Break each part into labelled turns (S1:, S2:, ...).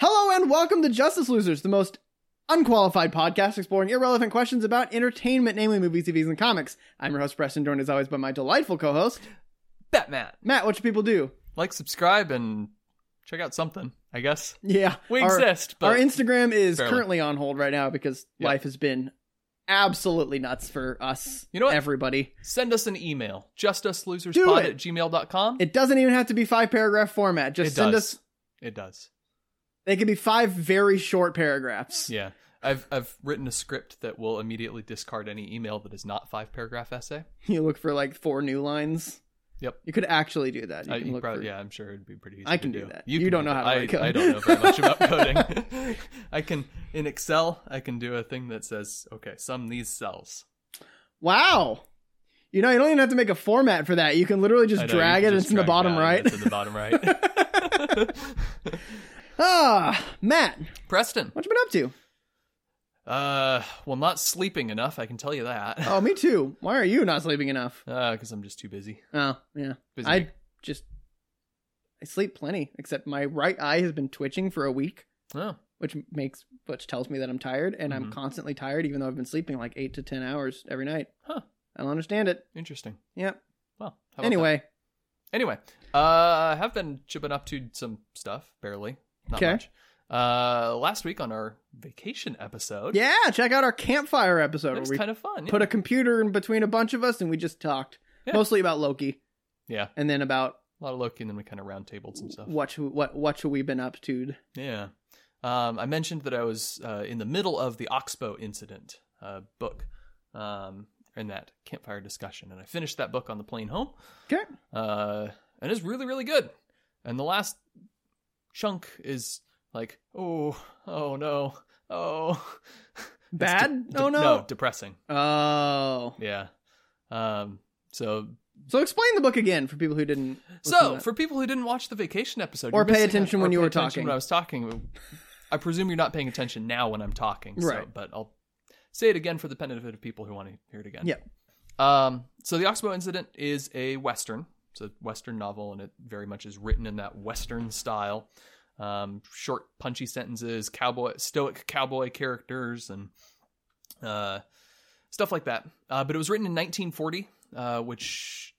S1: and welcome to Justice Losers, the most unqualified podcast exploring irrelevant questions about entertainment, namely movies, TVs, and comics. I'm your host, Preston, joined as always by my delightful co host,
S2: Batman.
S1: Matt. What should people do?
S2: Like, subscribe, and check out something, I guess.
S1: Yeah.
S2: We
S1: our,
S2: exist, but
S1: Our Instagram is
S2: Barely.
S1: currently on hold right now because
S2: Yeah.
S1: life has been absolutely nuts for us,
S2: You know what?
S1: everybody.
S2: send us an email.
S1: Do
S2: JusticeLosersPod
S1: it.
S2: at gmail.com.
S1: It doesn't even have to be five paragraph format. Just
S2: It
S1: send
S2: does.
S1: us,
S2: it does.
S1: they could be five very short paragraphs.
S2: Yeah. I've I've written a script that will immediately discard any email that is not five paragraph essay.
S1: You look for like four new lines.
S2: Yep.
S1: You could actually do that. You
S2: I,
S1: can
S2: you
S1: look
S2: probably-
S1: for-
S2: yeah, I'm sure it'd be pretty easy.
S1: I can
S2: to
S1: do
S2: do,
S1: that. You don't know how to
S2: I,
S1: write code.
S2: I don't know very much about coding. I can in Excel. I can do a thing that says, "Okay, sum these cells."
S1: Wow. You know, you don't even have to make a format for that. You can literally just
S2: I know, you
S1: drag
S2: can
S1: it.
S2: just
S1: It's in the
S2: drag
S1: bottom
S2: down,
S1: right.
S2: It's in the bottom right.
S1: ah, Matt,
S2: Preston,
S1: what you been up to?
S2: uh, well, not sleeping enough. I can tell you that.
S1: Oh, me too. Why are you not sleeping enough?
S2: because I'm just too busy.
S1: Oh, yeah.
S2: Busy.
S1: I just I sleep plenty, except my right eye has been twitching for a week,
S2: oh,
S1: which makes which tells me that I'm tired, and I'm
S2: Mhm.
S1: constantly tired, even though I've been sleeping like eight to ten hours every night.
S2: Huh.
S1: I don't understand it.
S2: interesting.
S1: Yep.
S2: Well, how about that?
S1: Anyway,
S2: Anyway, uh, I have been chipping up to some stuff, barely, not
S1: Okay.
S2: much. Uh, last week on our vacation episode,
S1: yeah, check out our campfire episode
S2: it
S1: where
S2: was
S1: we
S2: kind of fun.
S1: put a computer in between a bunch of us and we just talked
S2: Yeah.
S1: mostly about Loki
S2: yeah,
S1: and then about
S2: a lot of Loki, and then we kind of round tabled some stuff.
S1: what should- what what should we been up to.
S2: Yeah, um, I mentioned that I was uh, in the middle of the Oxbow incident uh, book, um, in that campfire discussion, and I finished that book on the plane home.
S1: Okay.
S2: uh, and it's really really good. And the last chunk is like, oh, oh no, oh. It's de-
S1: Bad?
S2: de-
S1: oh no.
S2: No, depressing.
S1: Oh.
S2: Yeah. Um. So
S1: So explain the book again for people who didn't listen to
S2: so
S1: that.
S2: for people who didn't watch the vacation episode,
S1: Or
S2: you're
S1: pay
S2: missing
S1: attention
S2: out-
S1: when
S2: or
S1: you
S2: pay
S1: were
S2: attention
S1: talking.
S2: When I was talking, I presume you're not paying attention now when I'm talking. So,
S1: Right.
S2: But I'll say it again for the benefit of people who want to hear it again.
S1: Yeah.
S2: Um. So the Oxbow Incident is a western. It's a western novel, and it very much is written in that western style. Um, short, punchy sentences, cowboy, stoic cowboy characters, and uh, stuff like that. Uh, but it was written in 1940, uh, which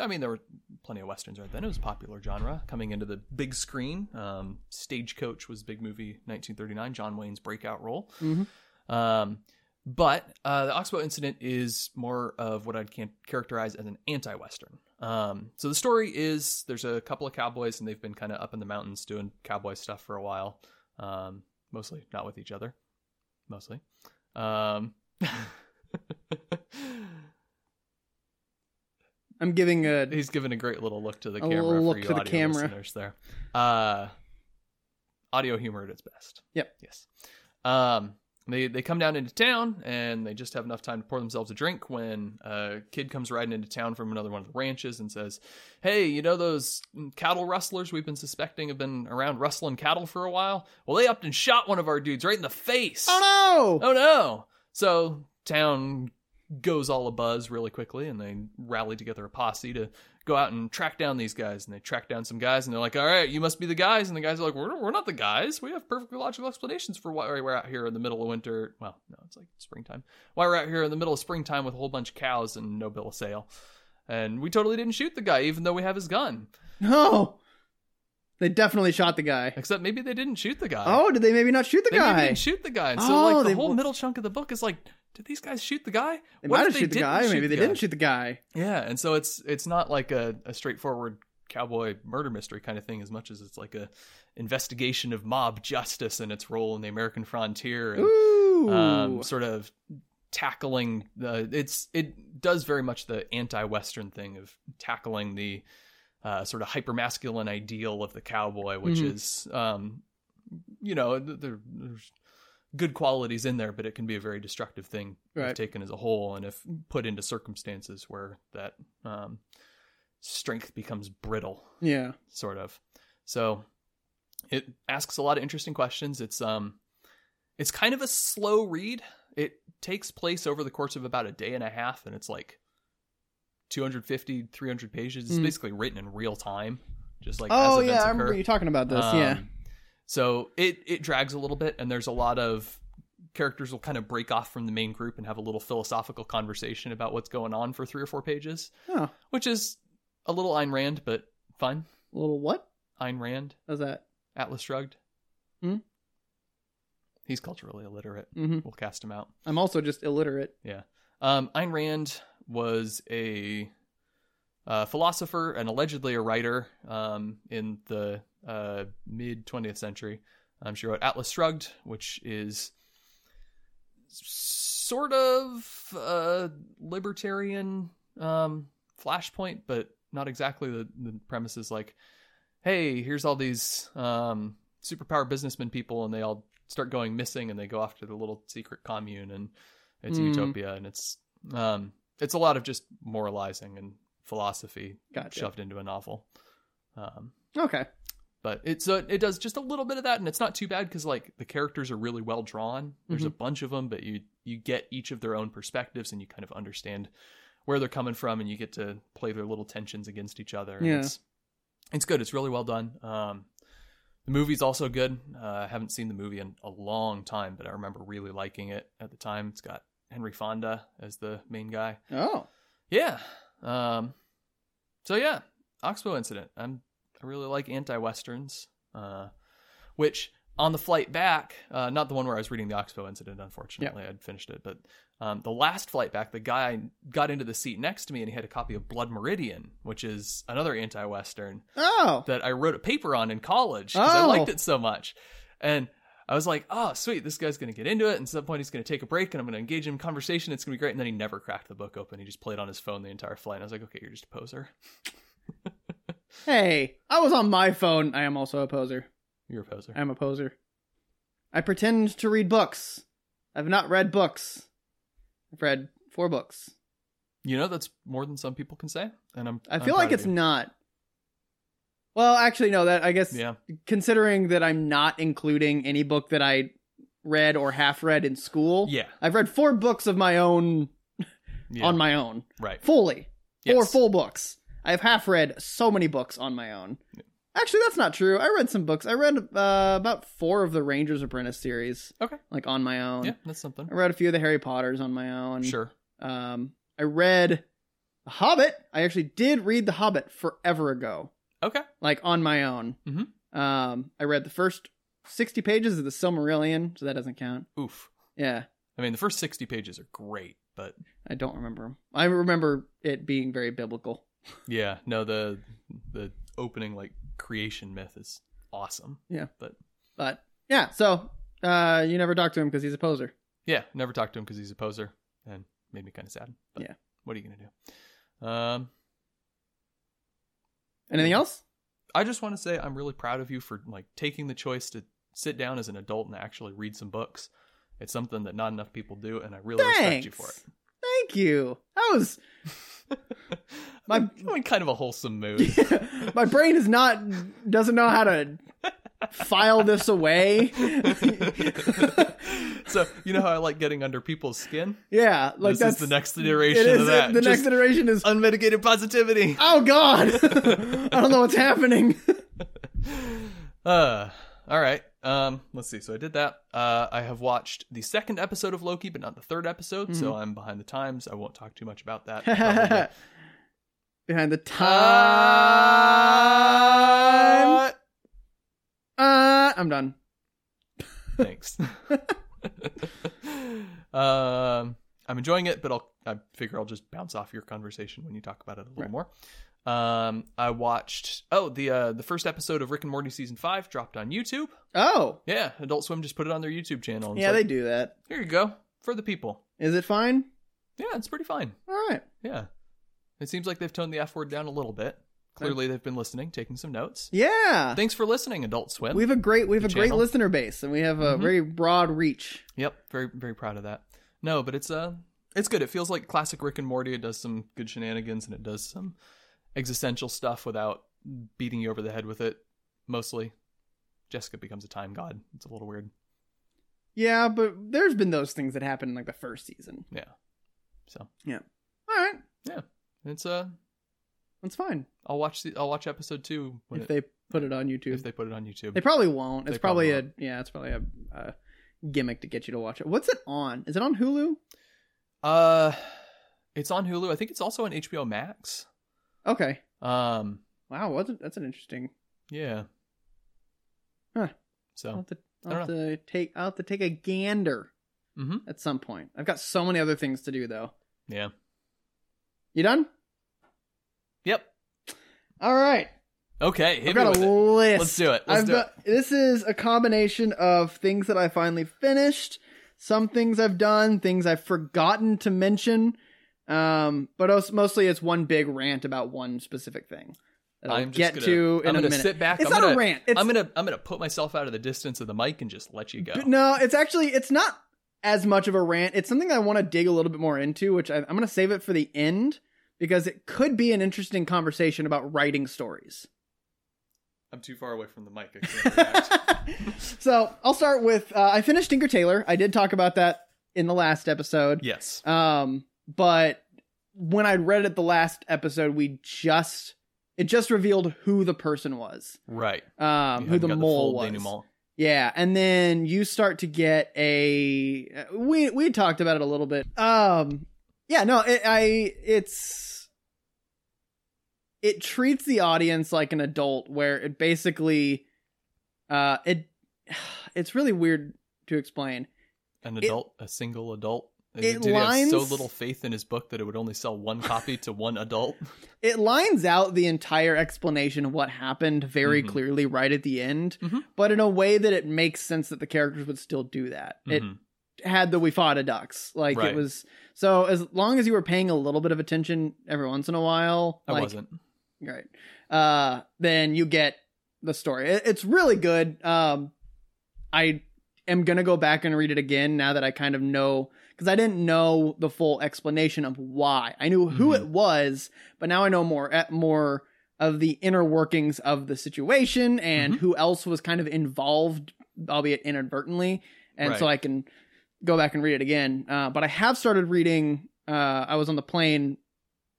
S2: I mean, there were plenty of westerns right then. It was a popular genre coming into the big screen. Um, Stagecoach was a big movie, 1939, John Wayne's breakout role.
S1: Mhm.
S2: Um, but uh, the Oxbow Incident is more of what I'd can- characterize as an anti-western. Um, so the story is there's a couple of cowboys and they've been kind of up in the mountains doing cowboy stuff for a while, um, mostly not with each other, mostly. Um,
S1: I'm giving a
S2: he's giving a great little look to the
S1: A
S2: camera
S1: little look
S2: for you
S1: to the
S2: audio
S1: camera.
S2: listeners there. Uh, audio humor at its best.
S1: Yep.
S2: Yes. Um, they they come down into town and they just have enough time to pour themselves a drink when a kid comes riding into town from another one of the ranches and says, "Hey, you know those cattle rustlers we've been suspecting have been around rustling cattle for a while? Well, they upped and shot one of our dudes right in the face.
S1: Oh no.
S2: Oh no! So town goes all abuzz really quickly, and they rally together a posse to go out and track down these guys. And they track down some guys, and they're like, "All right, you must be the guys." And the guys are like, "We're, we're not the guys. We have perfectly logical explanations for why we're out here in the middle of winter. Well, no, it's like springtime. Why we're out here in the middle of springtime with a whole bunch of cows and no bill of sale." And we totally didn't shoot the guy, even though we have his gun.
S1: No. They definitely shot the guy.
S2: Except maybe they didn't shoot the guy.
S1: Oh, did they maybe not shoot the
S2: they maybe
S1: guy?
S2: didn't shoot the guy. And so
S1: Oh,
S2: like the
S1: they-
S2: whole middle chunk of the book is like, did these guys shoot the guy?
S1: They
S2: What
S1: might
S2: if
S1: have shoot the
S2: didn't
S1: guy.
S2: shoot
S1: Maybe they
S2: the
S1: didn't
S2: guy?
S1: shoot the guy.
S2: Yeah, and so it's it's not like a, a straightforward cowboy murder mystery kind of thing as much as it's like a investigation of mob justice and its role in the American frontier and
S1: Ooh.
S2: um, sort of tackling the it's it does very much the anti-western thing of tackling the uh, sort of hyper-masculine ideal of the cowboy which
S1: Mhm.
S2: is um you know th- there, there's good qualities in there but it can be a very destructive thing if
S1: Right.
S2: taken as a whole and if put into circumstances where that um strength becomes brittle
S1: yeah.
S2: sort of. So it asks a lot of interesting questions. It's um it's kind of a slow read. It takes place over the course of about a day and a half and it's like 250 300 pages. It's
S1: Mm.
S2: basically written in real time just like
S1: oh
S2: as events
S1: yeah, I
S2: occur.
S1: remember you talking about this. yeah.
S2: Um, So it it drags a little bit, and there's a lot of characters will kind of break off from the main group and have a little philosophical conversation about what's going on for three or four pages,
S1: Huh.
S2: which is a little Ayn Rand, but fun.
S1: Little what?
S2: Ayn Rand,
S1: How's that?
S2: Atlas Shrugged.
S1: Hmm?
S2: He's culturally illiterate.
S1: hmm
S2: We'll cast him out.
S1: I'm also just illiterate.
S2: Um, Ayn Rand was a uh, philosopher and allegedly a writer um, in the uh, mid 20th century. Um, she wrote Atlas Shrugged, which is sort of a libertarian um, flashpoint, but not exactly the, the premise is like, hey, here's all these um, superpower businessmen people, and they all start going missing and they go off to the little secret commune and it's a
S1: Mm.
S2: utopia and it's um, it's a lot of just moralizing and philosophy
S1: Gotcha.
S2: shoved into a novel. Um,
S1: Okay.
S2: but it so it does just a little bit of that, and it's not too bad because like the characters are really well drawn. There's a bunch of them, but you you get each of their own perspectives, and you kind of understand where they're coming from, and you get to play their little tensions against each other. and
S1: Yeah.
S2: It's, it's good. It's really well done. Um, the movie's also good. Uh, I haven't seen the movie in a long time, but I remember really liking it at the time. It's got Henry Fonda as the main guy.
S1: Oh.
S2: Yeah. Um, so yeah, Oxbow incident. I'm I really like anti-westerns. Uh, which on the flight back, uh, not the one where I was reading the Oxbow incident. Unfortunately, I'd finished it, but um, the last flight back, the guy got into the seat next to me and he had a copy of Blood Meridian, which is another anti-western
S1: Oh.
S2: that I wrote a paper on in college because I
S1: Oh.
S2: liked it so much. And I was like, oh, sweet, this guy's going to get into it. And at some point, he's going to take a break and I'm going to engage him in conversation. It's going to be great. And then he never cracked the book open. He just played on his phone the entire flight. And I was like, okay, you're just a poser.
S1: Hey, I was on my phone. I am also a poser.
S2: You're a poser.
S1: I'm a poser. I pretend to read books. I've not read books. I've read four books.
S2: You know, that's more than some people can say. And I'm,
S1: I
S2: I'm
S1: feel
S2: proud
S1: like
S2: of
S1: it's
S2: you.
S1: not. Well, actually, no. That I guess
S2: Yeah.
S1: considering that I'm not including any book that I read or half read in school.
S2: Yeah.
S1: I've read four books of my own
S2: yeah.
S1: on my own
S2: right.
S1: fully. Four
S2: Yes.
S1: full books. I've half read so many books on my own. Actually, that's not true. I read some books. I read uh, about four of the Ranger's Apprentice series.
S2: Okay.
S1: Like on my own.
S2: Yeah, that's something.
S1: I read a few of the Harry Potters on my own.
S2: Sure.
S1: Um, I read The Hobbit. I actually did read The Hobbit forever ago,
S2: Okay.
S1: like on my own.
S2: Mhm.
S1: Um, I read the first 60 pages of The Silmarillion, so that doesn't count.
S2: Oof.
S1: Yeah,
S2: I mean, the first 60 pages are great, but
S1: I don't remember 'em. I remember it being very biblical.
S2: yeah, no, the the opening like creation myth is awesome.
S1: But yeah, so uh, you never talk to him because he's a poser.
S2: Yeah, never talked to him because he's a poser and made me kind of sad. But
S1: Yeah.
S2: What are you gonna do? Um,
S1: Anything else?
S2: I just want to say I'm really proud of you for like taking the choice to sit down as an adult and actually read some books. It's something that not enough people do, and I really respect you for
S1: Thanks. Thank you. That was
S2: it.
S1: My-
S2: I'm in kind of a wholesome mood.
S1: Yeah, my brain is not doesn't know how to file this away.
S2: so you know how I like getting under people's skin.
S1: yeah, like
S2: this
S1: that's
S2: is the next
S1: it
S2: iteration
S1: is-
S2: of that.
S1: The
S2: Just
S1: next iteration is
S2: unmitigated positivity.
S1: oh god, I don't know what's happening.
S2: uh all right um let's see so i did that uh i have watched the second episode of loki but not the third episode so
S1: Mm-hmm.
S2: i'm behind the times i won't talk too much about that probably.
S1: Behind the time,
S2: Uh, Ah!
S1: uh, I'm done.
S2: thanks um i'm enjoying it but i'll i figure i'll just bounce off your conversation when you talk about it a little
S1: Right.
S2: more um i watched oh the uh the first episode of rick and morty season five dropped on youtube
S1: Oh,
S2: yeah adult swim just put it on their youtube channel and
S1: yeah,
S2: it's
S1: they
S2: like,
S1: do that.
S2: here you go for the people
S1: Is it fine?
S2: Yeah, it's pretty fine.
S1: All right.
S2: Yeah. It seems like they've toned the F word down a little bit. Clearly, they've been listening, taking some notes.
S1: Yeah,
S2: Thanks for listening, Adult Swim.
S1: we have a great we have a
S2: The
S1: great
S2: channel.
S1: listener base, and we have a
S2: Mhm.
S1: very broad reach.
S2: Yep, very, very proud of that. No, but it's uh, it's good. It feels like classic Rick and Morty. It does some good shenanigans and it does some existential stuff without beating you over the head with it. Mostly, Jessica becomes a time god. It's a little weird.
S1: Yeah, but there's been those things that happened in like the first season.
S2: Yeah. So
S1: All right.
S2: it's uh,
S1: It's fine
S2: I'll watch the, I'll watch episode two when
S1: if
S2: it,
S1: they put it on YouTube.
S2: if they put it on YouTube.
S1: They probably won't.
S2: They
S1: It's probably,
S2: probably
S1: a yeah. It's probably a, a gimmick to get you to watch it. What's it on? Is it on Hulu?
S2: uh, it's on Hulu. I think it's also on HBO Max.
S1: Okay.
S2: Um,
S1: Wow. What's it, that's an interesting.
S2: yeah.
S1: Huh. I'll
S2: So
S1: have to,
S2: Oh. I
S1: I'll
S2: don't
S1: have to take. I'll have to take a gander
S2: Mhm.
S1: at some point. I've got so many other things to do though.
S2: yeah.
S1: You done?
S2: Yep.
S1: All right.
S2: Okay.
S1: I've
S2: Hit me
S1: got a
S2: with it.
S1: list.
S2: Let's do it. Let's
S1: I've
S2: do
S1: got, This is a combination of things that I finally finished, some things I've done, things I've forgotten to mention, um, but also, mostly it's one big rant about one specific thing that I'll
S2: I'm just
S1: get
S2: gonna-
S1: to
S2: I'm
S1: in a
S2: gonna
S1: minute.
S2: sit back.
S1: It's
S2: I'm
S1: not
S2: gonna,
S1: a rant. It's,
S2: I'm gonna I'm gonna put myself out of the distance of the mic and just let you go.
S1: But No, it's actually it's not as much of a rant. It's something I want to dig a little bit more into, which I, I'm going to save it for the end because it could be an interesting conversation about writing stories.
S2: I'm too far away from the mic. I can't react.
S1: so I'll start with uh, I finished Tinker Tailor. I did talk about that in the last episode.
S2: yes.
S1: Um, but when I read it the last episode, we just it just revealed who the person was,
S2: Right.
S1: um,
S2: You
S1: who
S2: haven't
S1: the
S2: got
S1: mole
S2: full
S1: was.
S2: denouement.
S1: Yeah, and then you start to get a uh, we we talked about it a little bit. Um yeah, no, it, I it's it treats the audience like an adult where it basically uh it it's really weird to explain.
S2: An
S1: It-
S2: adult, a single adult.
S1: It
S2: Did he have so
S1: lines-
S2: little faith in his book that it would only sell one copy to one adult?
S1: It lines out the entire explanation of what happened very
S2: Mhm.
S1: clearly right at the end,
S2: Mhm.
S1: but in a way that it makes sense that the characters would still do that. It
S2: Mhm.
S1: had the Wifada ducks. Like
S2: Right.
S1: it was so as long as you were paying a little bit of attention every once in a while,
S2: I
S1: like,
S2: wasn't.
S1: Right. Uh, then you get the story. It- it's really good. Um, I am gonna go back and read it again now that I kind of know because I didn't know the full explanation of why. I knew who
S2: Mhm.
S1: it was, but now I know more at more of the inner workings of the situation and who else was kind of involved, albeit inadvertently. And so
S2: Right.
S1: I can go back and read it again. Uh, but I have started reading. Uh, I was on the plane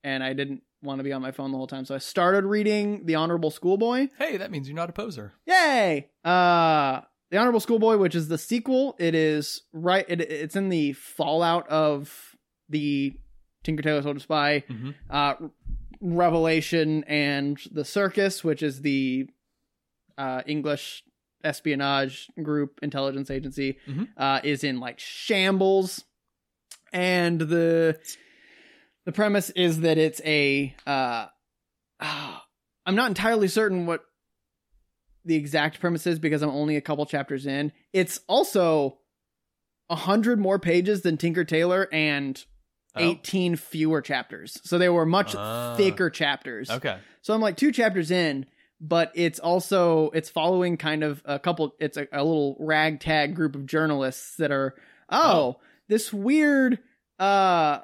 S1: and I didn't want to be on my phone the whole time. So I started reading The Honorable Schoolboy.
S2: Hey, that means you're not a poser.
S1: Yay! Uh The Honorable Schoolboy, which is the sequel, it is right it, it's in the fallout of the Tinker Tailor Soldier Spy
S2: Mhm.
S1: uh Revelation and the Circus, which is the uh English espionage group intelligence agency
S2: Mhm.
S1: uh is in like shambles and the the premise is that it's a uh ah, i'm not entirely certain what the exact premise is because i'm only a couple chapters in it's also a hundred more pages than tinker tailor and
S2: Oh,
S1: 18 fewer chapters so they were much
S2: Ah.
S1: thicker chapters
S2: Okay.
S1: so I'm like two chapters in, but it's also it's following kind of a couple. It's a, a little ragtag group of journalists that are oh, this weird uh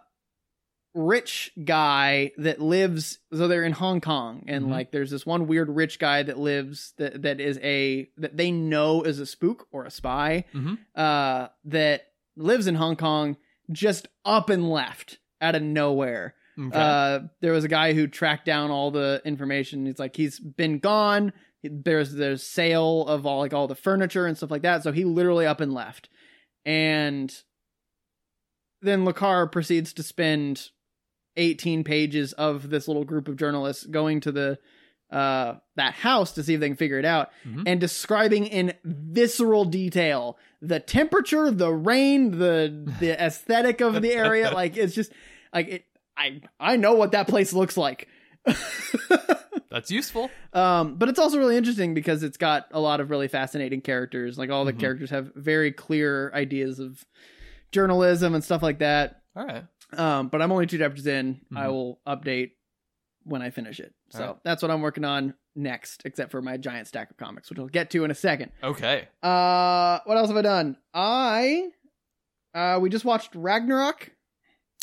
S1: rich guy that lives so they're in Hong Kong and
S2: Mhm.
S1: like there's this one weird rich guy that lives that that is a that they know is a spook or a spy
S2: Mhm.
S1: uh that lives in Hong Kong just up and left out of nowhere
S2: Okay.
S1: uh, there was a guy who tracked down all the information. He's like, he's been gone. There's the sale of all like all the furniture and stuff like that. So he literally up and left. And then Lacar proceeds to spend 18 pages of this little group of journalists going to the uh that house to see if they can figure it out
S2: Mhm.
S1: and describing in visceral detail the temperature the rain the the aesthetic of the area like it's just like it, I I know what that place looks like.
S2: That's useful.
S1: um, but it's also really interesting because it's got a lot of really fascinating characters. Like all the
S2: Mhm.
S1: characters have very clear ideas of journalism and stuff like that.
S2: All right.
S1: Um, but I'm only two chapters in. I
S2: Mhm.
S1: will update when I finish it. So
S2: Alright.
S1: that's what I'm working on next, except for my giant stack of comics, which I'll get to in a second.
S2: Okay.
S1: Uh, what else have I done? I uh, we just watched Ragnarok.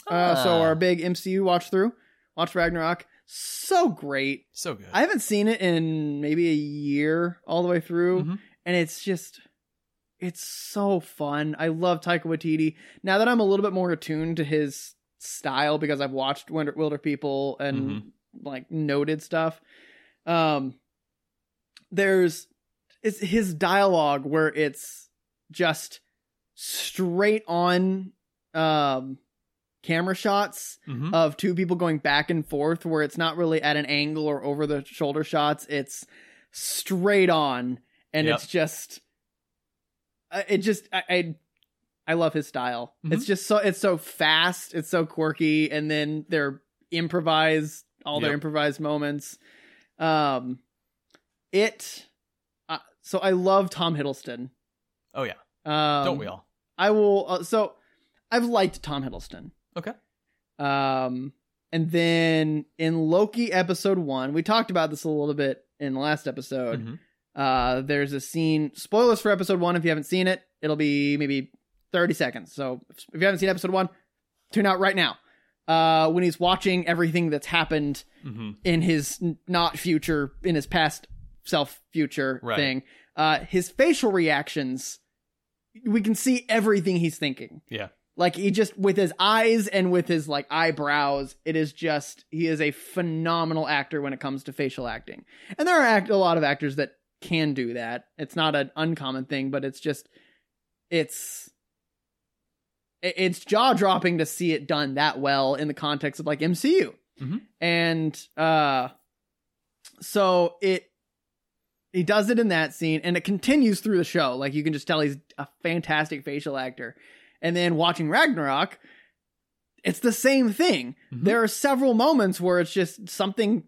S1: Uh, so
S2: Ah,
S1: our big MCU watch through, watch Ragnarok. So great.
S2: so good.
S1: I haven't seen it in maybe a year all the way through,
S2: Mhm.
S1: and it's just it's so fun. I love Taika Waititi. Now that I'm a little bit more attuned to his style because I've watched Winter Wilder People and like noted stuff. Um, there's it's his dialogue where it's just straight on um camera shots
S2: hmm
S1: of two people going back and forth where it's not really at an angle or over the shoulder shots it's straight on and
S2: Yep.
S1: it's just I- it just i i, I love his style
S2: Mhm.
S1: it's just so it's so fast it's so quirky and then they're improvised all their
S2: Yep.
S1: improvised moments um it uh, so i love tom hiddleston
S2: Oh yeah,
S1: um,
S2: don't we all?
S1: I will. Uh, so I've liked Tom Hiddleston.
S2: Okay.
S1: Um, and then in Loki episode one, we talked about this a little bit in the last episode.
S2: Mhm.
S1: Uh, there's a scene. Spoilers for episode one. If you haven't seen it, it'll be maybe 30 seconds. So if you haven't seen episode one, tune out right now. Uh, when he's watching everything that's happened
S2: Mhm.
S1: in his n- not future in his past self future
S2: Right.
S1: thing uh his facial reactions we can see everything he's thinking
S2: Yeah.
S1: like he just with his eyes and with his like eyebrows it is just he is a phenomenal actor when it comes to facial acting and there are act- a lot of actors that can do that it's not an uncommon thing but it's just it's it- it's jaw dropping to see it done that well in the context of like MCU.
S2: Mhm.
S1: And uh so it he does it in that scene and it continues through the show. Like you can just tell he's a fantastic facial actor. And then watching Ragnarok, it's the same thing.
S2: Mhm.
S1: There are several moments where it's just something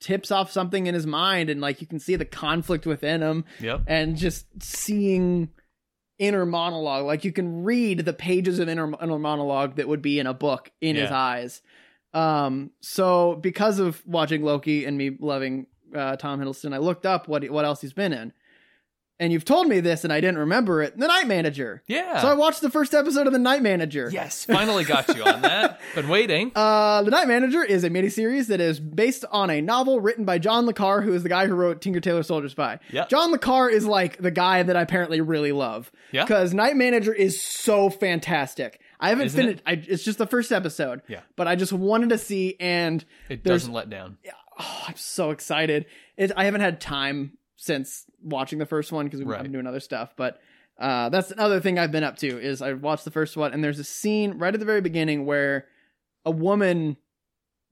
S1: tips off something in his mind and like you can see the conflict within him
S2: Yep.
S1: and just seeing inner monologue like you can read the pages of inner, inner monologue that would be in a book in his
S2: Yeah.
S1: eyes um so because of watching loki and me loving uh, tom hiddleston i looked up what what else he's been in and you've told me this and i didn't remember it the night manager
S2: Yeah.
S1: so i watched the first episode of the night manager
S2: yes, finally got you on that. Been waiting.
S1: uh, the Night Manager is a miniseries that is based on a novel written by John Le Carre, who is the guy who wrote Tinker Tailor Soldier Spy.
S2: Yeah.
S1: John Le Carre is like the guy that I apparently really love.
S2: Yeah.
S1: Because Night Manager is so fantastic. I haven't
S2: Isn't it?
S1: finished. I, it's just the first episode.
S2: Yeah.
S1: But I just wanted to see, and
S2: It
S1: there's-
S2: doesn't let down.
S1: oh, I'm so excited. It, I haven't had time since watching the first one because
S2: Right.
S1: I'm doing other stuff, but uh, that's another thing I've been up to is I watched the first one and there's a scene right at the very beginning where a woman,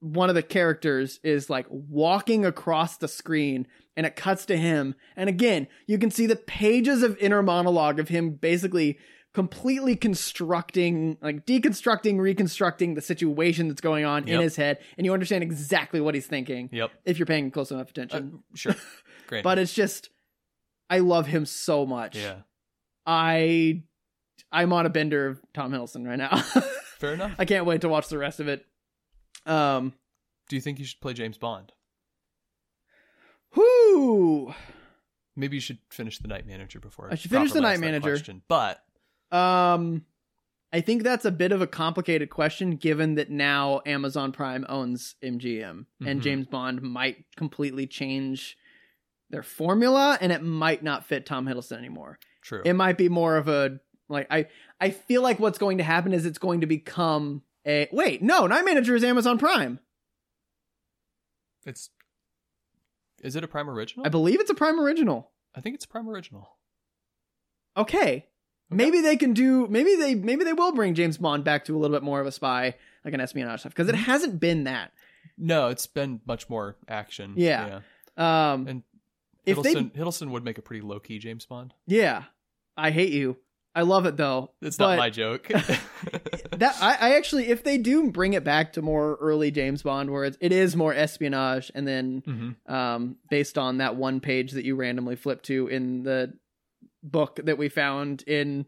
S1: one of the characters, is like walking across the screen and it cuts to him. And again, you can see the pages of inner monologue of him basically completely constructing, like deconstructing, reconstructing the situation that's going on
S2: Yep.
S1: in his head. And you understand exactly what he's thinking
S2: Yep.
S1: if you're paying close enough
S2: Uh,
S1: attention.
S2: sure. Great.
S1: but it's just, I love him so much.
S2: Uh, yeah.
S1: I, I'm on a bender of Tom Hiddleston right now.
S2: Fair enough.
S1: I can't wait to watch the rest of it. Um,
S2: Do you think you should play James Bond?
S1: whoo.
S2: Maybe you should finish the Night Manager before
S1: I should finish The
S2: compromise
S1: Night
S2: that
S1: Manager.
S2: Question. But
S1: Um, I think that's a bit of a complicated question, given that now Amazon Prime owns MGM, and
S2: Mhm.
S1: James Bond might completely change their formula, and it might not fit Tom Hiddleston anymore.
S2: true.
S1: It might be more of a like I I feel like what's going to happen is it's going to become a wait no Night Manager is Amazon Prime.
S2: it's is it a Prime original?
S1: I believe it's a Prime original.
S2: I think it's a Prime original.
S1: Okay. Maybe they can do. Maybe they. Maybe they will bring James Bond back to a little bit more of a spy, like an espionage stuff,
S2: Mm-hmm.
S1: because it hasn't been that.
S2: No, it's been much more action.
S1: Yeah. Um,
S2: And
S1: if they-
S2: Hiddleston, Hiddleston would make a pretty low key James Bond.
S1: Yeah, I hate you. I love it though.
S2: It's
S1: But-
S2: not my joke.
S1: That I, I actually, if they do bring it back to more early James Bond, where it's, it is more espionage, and then
S2: hmm
S1: um, based on that one page that you randomly flipped to in the book that we found in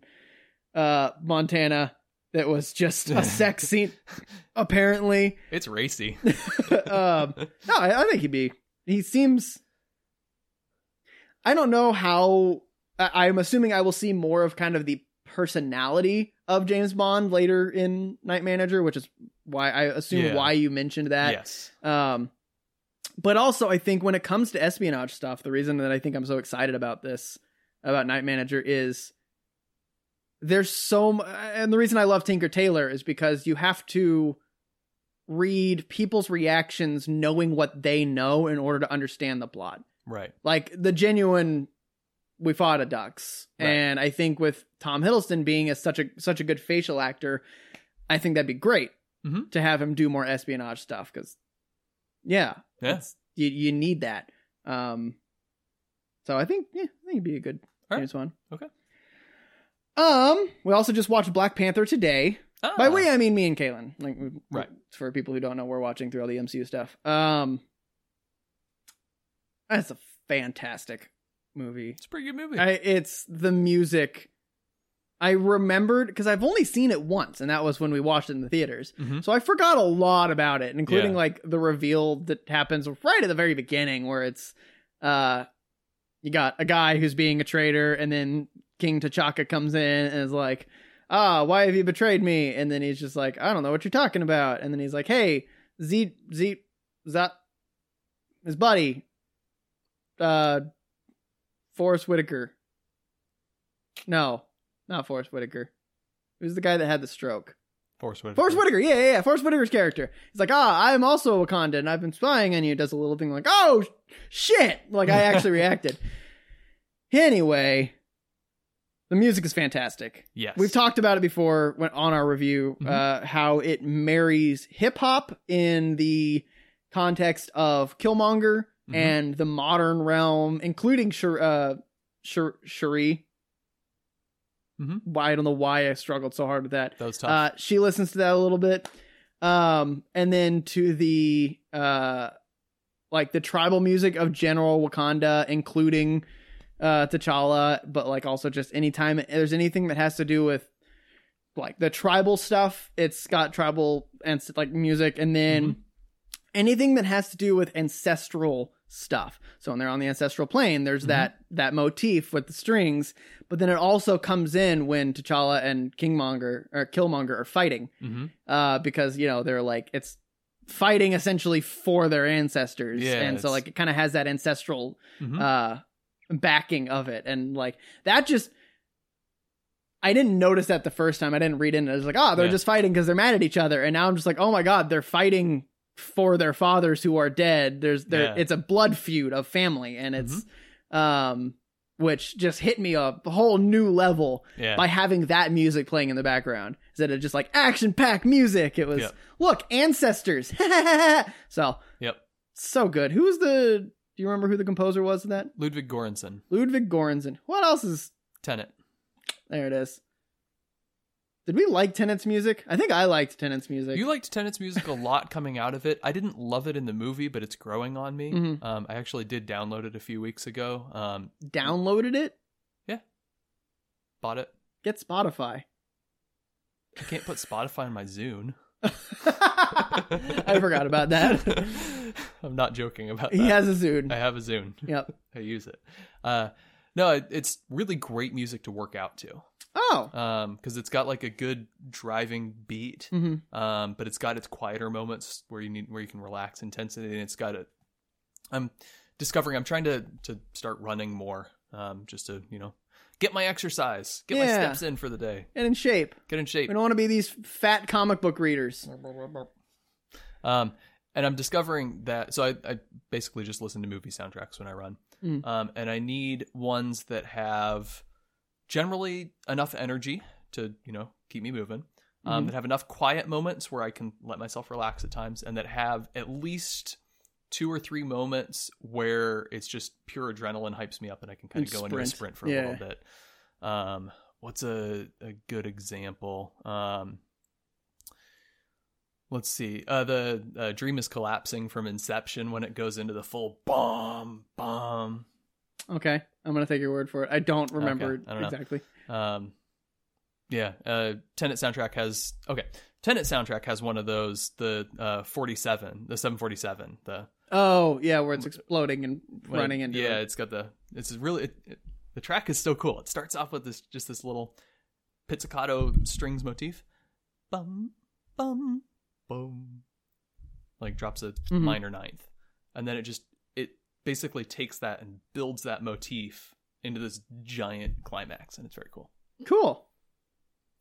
S1: uh, Montana, that was just a sex scene, apparently.
S2: It's racy.
S1: um, no, I, I think he'd be. He seems. I don't know how. I, I'm assuming I will see more of kind of the personality of James Bond later in Night Manager, which is why I assume
S2: Yeah.
S1: why you mentioned that.
S2: yes.
S1: Um, but also, I think when it comes to espionage stuff, the reason that I think I'm so excited about this, about Night Manager, is there's so mu And the reason I love Tinker Tailor is because you have to read people's reactions knowing what they know in order to understand the plot.
S2: Right.
S1: Like the genuine we fought a ducks.
S2: Right.
S1: And I think with Tom Hiddleston being as such a such a good facial actor, I think that'd be great
S2: Mhm.
S1: to have him do more espionage stuff cuz yeah,
S2: Yeah.
S1: you you need that. Um so I think yeah, I think it'd be a good
S2: All right.
S1: news one.
S2: Okay.
S1: Um, we also just watched Black Panther today.
S2: Ah,
S1: By we, I mean me and Caitlin. Like, we-
S2: Right.
S1: For people who don't know, we're watching through all the MCU stuff. Um, that's a fantastic movie.
S2: it's a pretty good movie.
S1: I, it's the music. I remembered because I've only seen it once, and that was when we watched it in the theaters.
S2: Mhm.
S1: So I forgot a lot about it, including
S2: Yeah.
S1: like the reveal that happens right at the very beginning, where it's uh, you got a guy who's being a traitor, and then King T'Chaka comes in and is like, "Ah, why have you betrayed me?" And then he's just like, "I don't know what you're talking about." And then he's like, "Hey, Z Z Zot, his buddy, uh, Forrest Whitaker. No, not Forrest Whitaker. Who's the guy that had the stroke?
S2: Force Whitaker.
S1: Forrest Whitaker, yeah, yeah, yeah. Forrest Whitaker's character. He's like, ah, I'm also Wakanda, and I've been spying on you. Does a little thing like, oh sh- shit, like I actually reacted. Anyway, the music is fantastic.
S2: Yes.
S1: We've talked about it before when, on our review, uh, how it marries hip hop in the context of Killmonger
S2: Mhm.
S1: and the modern realm, including Shar- uh, Shar- Shuri.
S2: Mhm.
S1: Why I don't know why I struggled so hard with that.
S2: That was tough.
S1: Uh, she listens to that a little bit, um, and then to the uh, like the tribal music of General Wakanda, including uh, T'Challa, but like also just anytime there's anything that has to do with like the tribal stuff, it's got tribal and like music, and then
S2: Mhm.
S1: anything that has to do with ancestral stuff. So when they're on the ancestral plane, there's
S2: Mhm.
S1: that that motif with the strings, but then it also comes in when T'Challa and Kingmonger or Killmonger are fighting,
S2: hmm
S1: uh, because you know they're like it's fighting essentially for their ancestors,
S2: Yeah,
S1: and so
S2: it's-
S1: like it kind of has that ancestral
S2: hmm
S1: uh backing of it and like that just I didn't notice that the first time. I didn't read in it. I was like, oh, they're
S2: Yeah.
S1: just fighting because they're mad at each other. And now I'm just like, oh my god, they're fighting for their fathers who are dead. There's there
S2: Yeah. Mm-hmm.
S1: it's a blood feud of family and it's um which just hit me a whole new level
S2: yeah.
S1: by having that music playing in the background. Instead of just like action packed music. It was
S2: Yep.
S1: look, ancestors. so
S2: Yep.
S1: so good. Who was the do you remember who the composer was of that?
S2: Ludwig Göransson,
S1: Ludwig Göransson. What else is
S2: Tenet.
S1: there? It is. Did we like Tenet's music? I think I liked Tenet's music.
S2: You liked Tenet's music a lot coming out of it. I didn't love it in the movie, but it's growing on me.
S1: Mhm.
S2: Um, I actually did download it a few weeks ago. Um,
S1: downloaded it?
S2: bought it.
S1: Get Spotify.
S2: I can't put Spotify on my Zune.
S1: I forgot about that.
S2: I'm not joking about that.
S1: He has a Zune.
S2: I have a Zune.
S1: Yep.
S2: I use it. Uh, no, it, it's really great music to work out to
S1: Oh.
S2: because Um, it's got like a good driving beat,
S1: hmm
S2: um, but it's got its quieter moments where you need where you can relax intensity, and it's got a. I'm discovering I'm trying to to start running more, um, just to you know get my exercise, get my
S1: Yeah.
S2: steps in for the day,
S1: And in shape.
S2: get in shape.
S1: We don't want to be these fat comic book readers.
S2: Um, and I'm discovering that. So I, I basically just listen to movie soundtracks when I run.
S1: Mm.
S2: Um, and I need ones that have generally enough energy to, you know, keep me moving. Um,
S1: Mhm.
S2: That have enough quiet moments where I can let myself relax at times, and that have at least two or three moments where it's just pure adrenaline hypes me up, and I can kind of
S1: And
S2: go into a
S1: sprint.
S2: sprint for a
S1: Yeah.
S2: little bit. Um, what's a, a good example? Um, let's see uh the uh, dream is collapsing from inception when it goes into the full bomb bomb
S1: Okay. I'm going to take your word for it. I don't remember
S2: I don't know.
S1: exactly.
S2: um yeah uh tenant soundtrack has okay tenant soundtrack has one of those the uh 47 the 747 the
S1: Oh, yeah, where it's exploding and
S2: when it-
S1: running into
S2: yeah
S1: it.
S2: it's got the it's really it, it, the track is so cool it starts off with this just this little pizzicato strings motif bum bum boom like drops a
S1: Mhm.
S2: minor ninth and then it just it basically takes that and builds that motif into this giant climax and it's very cool
S1: Cool.
S2: so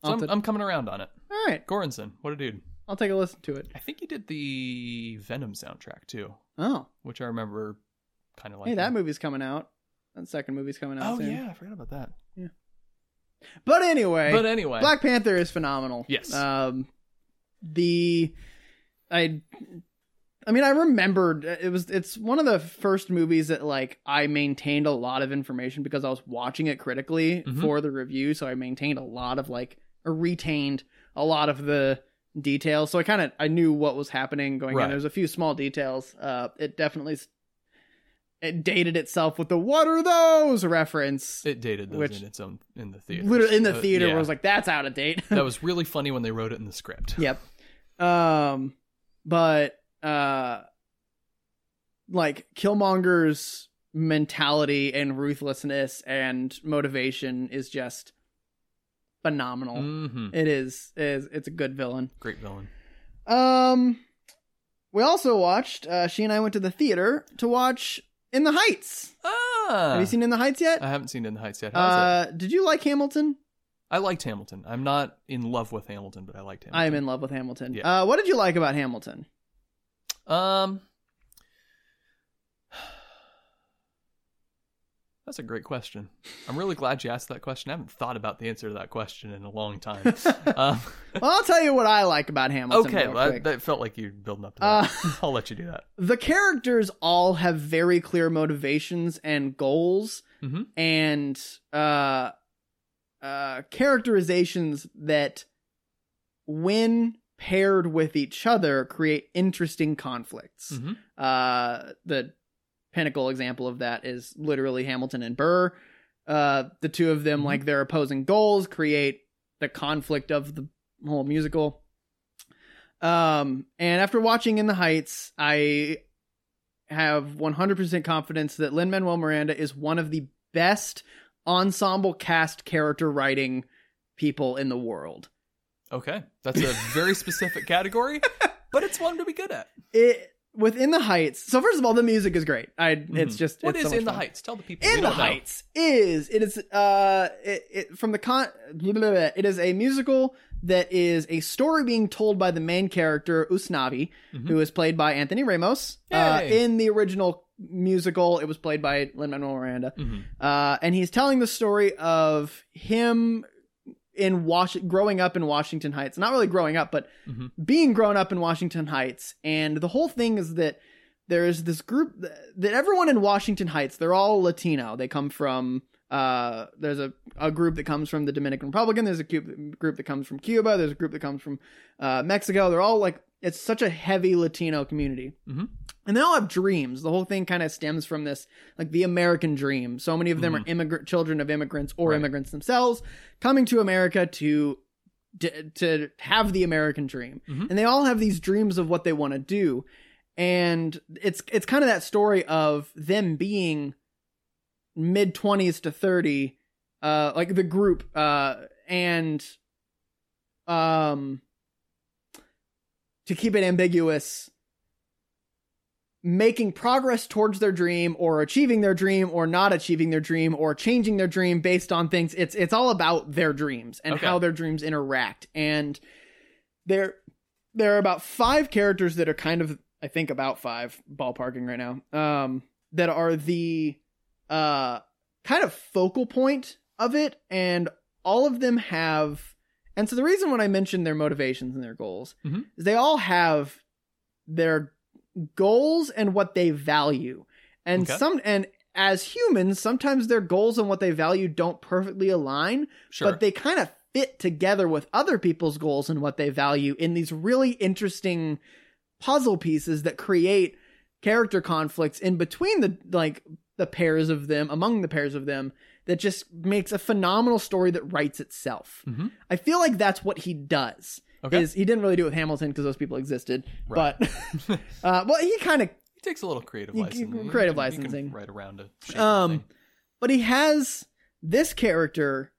S1: I'll
S2: I'm,
S1: have to-
S2: I'm coming around on it
S1: All right.
S2: Goranson, what a dude
S1: I'll take a listen to it.
S2: I think he did the Venom soundtrack too,
S1: Oh,
S2: which I remember kind of like.
S1: hey, that movie's coming out. That second movie's coming out
S2: Oh
S1: soon.
S2: yeah, I forgot about that.
S1: But anyway,
S2: But anyway,
S1: Black Panther is phenomenal.
S2: Yes.
S1: Um, the I, I mean, I remembered it was. It's one of the first movies that like I maintained a lot of information because I was watching it critically
S2: Mhm.
S1: for the review, so I maintained a lot of like or retained a lot of the details. So I kind of I knew what was happening going
S2: Right.
S1: in. There's a few small details. Uh, it definitely s- it dated itself with the "What are those?" reference.
S2: it dated those
S1: Which-
S2: in its own in the theater.
S1: Literally in the
S2: Uh,
S1: theater,
S2: yeah.
S1: where I was like, "That's out of date."
S2: that was really funny when they wrote it in the script.
S1: Yep. Um, but uh, like Killmonger's mentality and ruthlessness and motivation is just phenomenal.
S2: hmm
S1: It is it is it's a good villain.
S2: Great villain.
S1: Um, we also watched. Uh, she and I went to the theater to watch In the Heights.
S2: Ah,
S1: Have you seen In the Heights yet?
S2: I haven't seen In the Heights yet. How's it?
S1: Uh, did you like Hamilton?
S2: I liked Hamilton. I'm not in love with Hamilton, but I liked Hamilton.
S1: I am in love with Hamilton.
S2: Yeah.
S1: Uh, what did you like about Hamilton?
S2: Um, that's a great question. I'm really glad you asked that question. I haven't thought about the answer to that question in a long time. um,
S1: Well, I'll tell you what I like about Hamilton.
S2: okay,
S1: real
S2: well,
S1: quick.
S2: that, that felt like you building up to
S1: Uh,
S2: that. I'll let you do that.
S1: the characters all have very clear motivations and goals
S2: Mhm.
S1: and uh uh characterizations that when paired with each other create interesting conflicts
S2: Mhm.
S1: uh the pinnacle example of that is literally hamilton and burr uh the two of them
S2: Mhm.
S1: like their opposing goals create the conflict of the whole musical um and after watching in the heights i have 100% confidence that lin manuel miranda is one of the best ensemble cast character writing people in the world
S2: Okay, that's a very specific category, but it's one to be good at.
S1: it within the heights so first of all the music is great i it's
S2: Mhm.
S1: just
S2: What
S1: it's so
S2: is
S1: much
S2: In the
S1: fun.
S2: Heights? Tell the people. we
S1: In the
S2: don't know.
S1: Heights is it is uh it, it from the con blah, blah, blah. it is a musical that is a story being told by the main character Usnavi,
S2: Mhm.
S1: who is played by Anthony Ramos. Uh,
S2: Yay.
S1: in the original musical, it was played by Lin Manuel Miranda,
S2: Mhm.
S1: uh, and he's telling the story of him in Wash growing up in Washington Heights. Not really growing up, but
S2: Mhm.
S1: being grown up in Washington Heights. And the whole thing is that there is this group th- that everyone in Washington Heights, they're all Latino. They come from uh there's a, a group that comes from the Dominican Republic, there's a cu- group that comes from Cuba, there's a group that comes from uh Mexico. They're all like it's such a heavy Latino community.
S2: Mhm.
S1: And they all have dreams. The whole thing kind of stems from this like the American dream. So many of them are immigrant children of immigrants or
S2: Right.
S1: immigrants themselves coming to America to to, to have the American dream.
S2: Mhm.
S1: And they all have these dreams of what they want to do. And it's it's kind of that story of them being mid 20s to 30 uh like the group uh and um to keep it ambiguous making progress towards their dream or achieving their dream or not achieving their dream or changing their dream based on things it's it's all about their dreams and
S2: Okay.
S1: how their dreams interact and there there are about five characters that are kind of i think about five ballparking right now um that are the uh kind of focal point of it and all of them have and so the reason when i mentioned their motivations and their goals
S2: Mhm.
S1: is they all have their goals and what they value and
S2: Okay.
S1: some and as humans sometimes their goals and what they value don't perfectly align
S2: Sure.
S1: but they kind of fit together with other people's goals and what they value in these really interesting puzzle pieces that create character conflicts in between the like the pairs of them among the pairs of them that just makes a phenomenal story that writes itself
S2: Mhm.
S1: i feel like that's what he does
S2: Okay.
S1: is he didn't really do it with hamilton because those people existed
S2: Right.
S1: but uh well he kind of
S2: It takes a little creative
S1: You-
S2: licensing. You
S1: creative
S2: can- you can
S1: licensing.
S2: right around a shape
S1: Um,
S2: um,
S1: but he has this character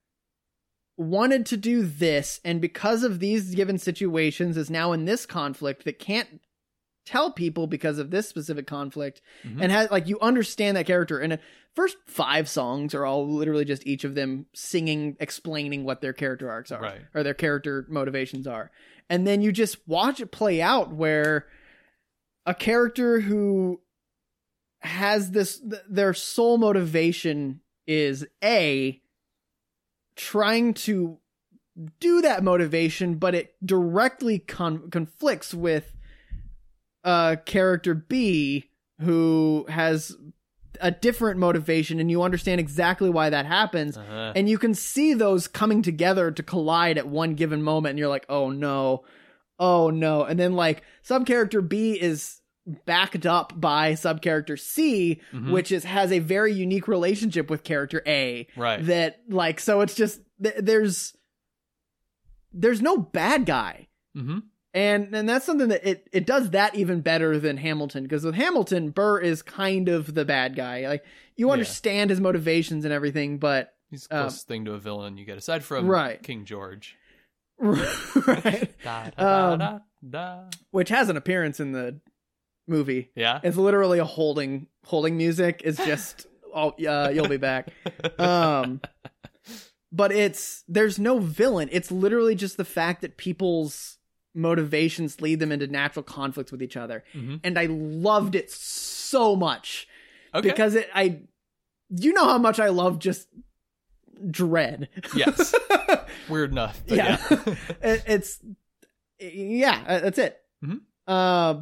S1: wanted to do this and because of these given situations is now in this conflict that can't tell people because of this specific conflict
S2: Mhm.
S1: and has like you understand that character and the first five songs are all literally just each of them singing explaining what their character arcs are
S2: Right.
S1: or their character motivations are and then you just watch it play out where a character who has this th- their sole motivation is a trying to do that motivation but it directly con- conflicts with uh character B who has a different motivation and you understand exactly why that happens
S2: Uh-huh.
S1: and you can see those coming together to collide at one given moment and you're like oh no oh no and then like sub character b is backed up by sub character c
S2: Mhm.
S1: which is has a very unique relationship with character a
S2: right.
S1: that like so it's just th- there's there's no bad guy
S2: mm-hmm.
S1: and and that's something that it it does that even better than Hamilton because with Hamilton Burr is kind of the bad guy like you
S2: Yeah.
S1: understand his motivations and everything but
S2: He's the
S1: um,
S2: closest thing to a villain you get aside from
S1: Right.
S2: King George.
S1: right
S2: Da, da,
S1: Um,
S2: da, da, da.
S1: which has an appearance in the movie
S2: Yeah.
S1: it's literally a holding holding music is just oh uh, you'll be back um but it's there's no villain it's literally just the fact that people's motivations lead them into natural conflicts with each other
S2: Mhm.
S1: and i loved it so much
S2: Okay.
S1: because it i you know how much i love just dread
S2: yes. Weird enough. but
S1: Yeah.
S2: yeah.
S1: It- it's yeah uh, that's it
S2: Mhm.
S1: uh,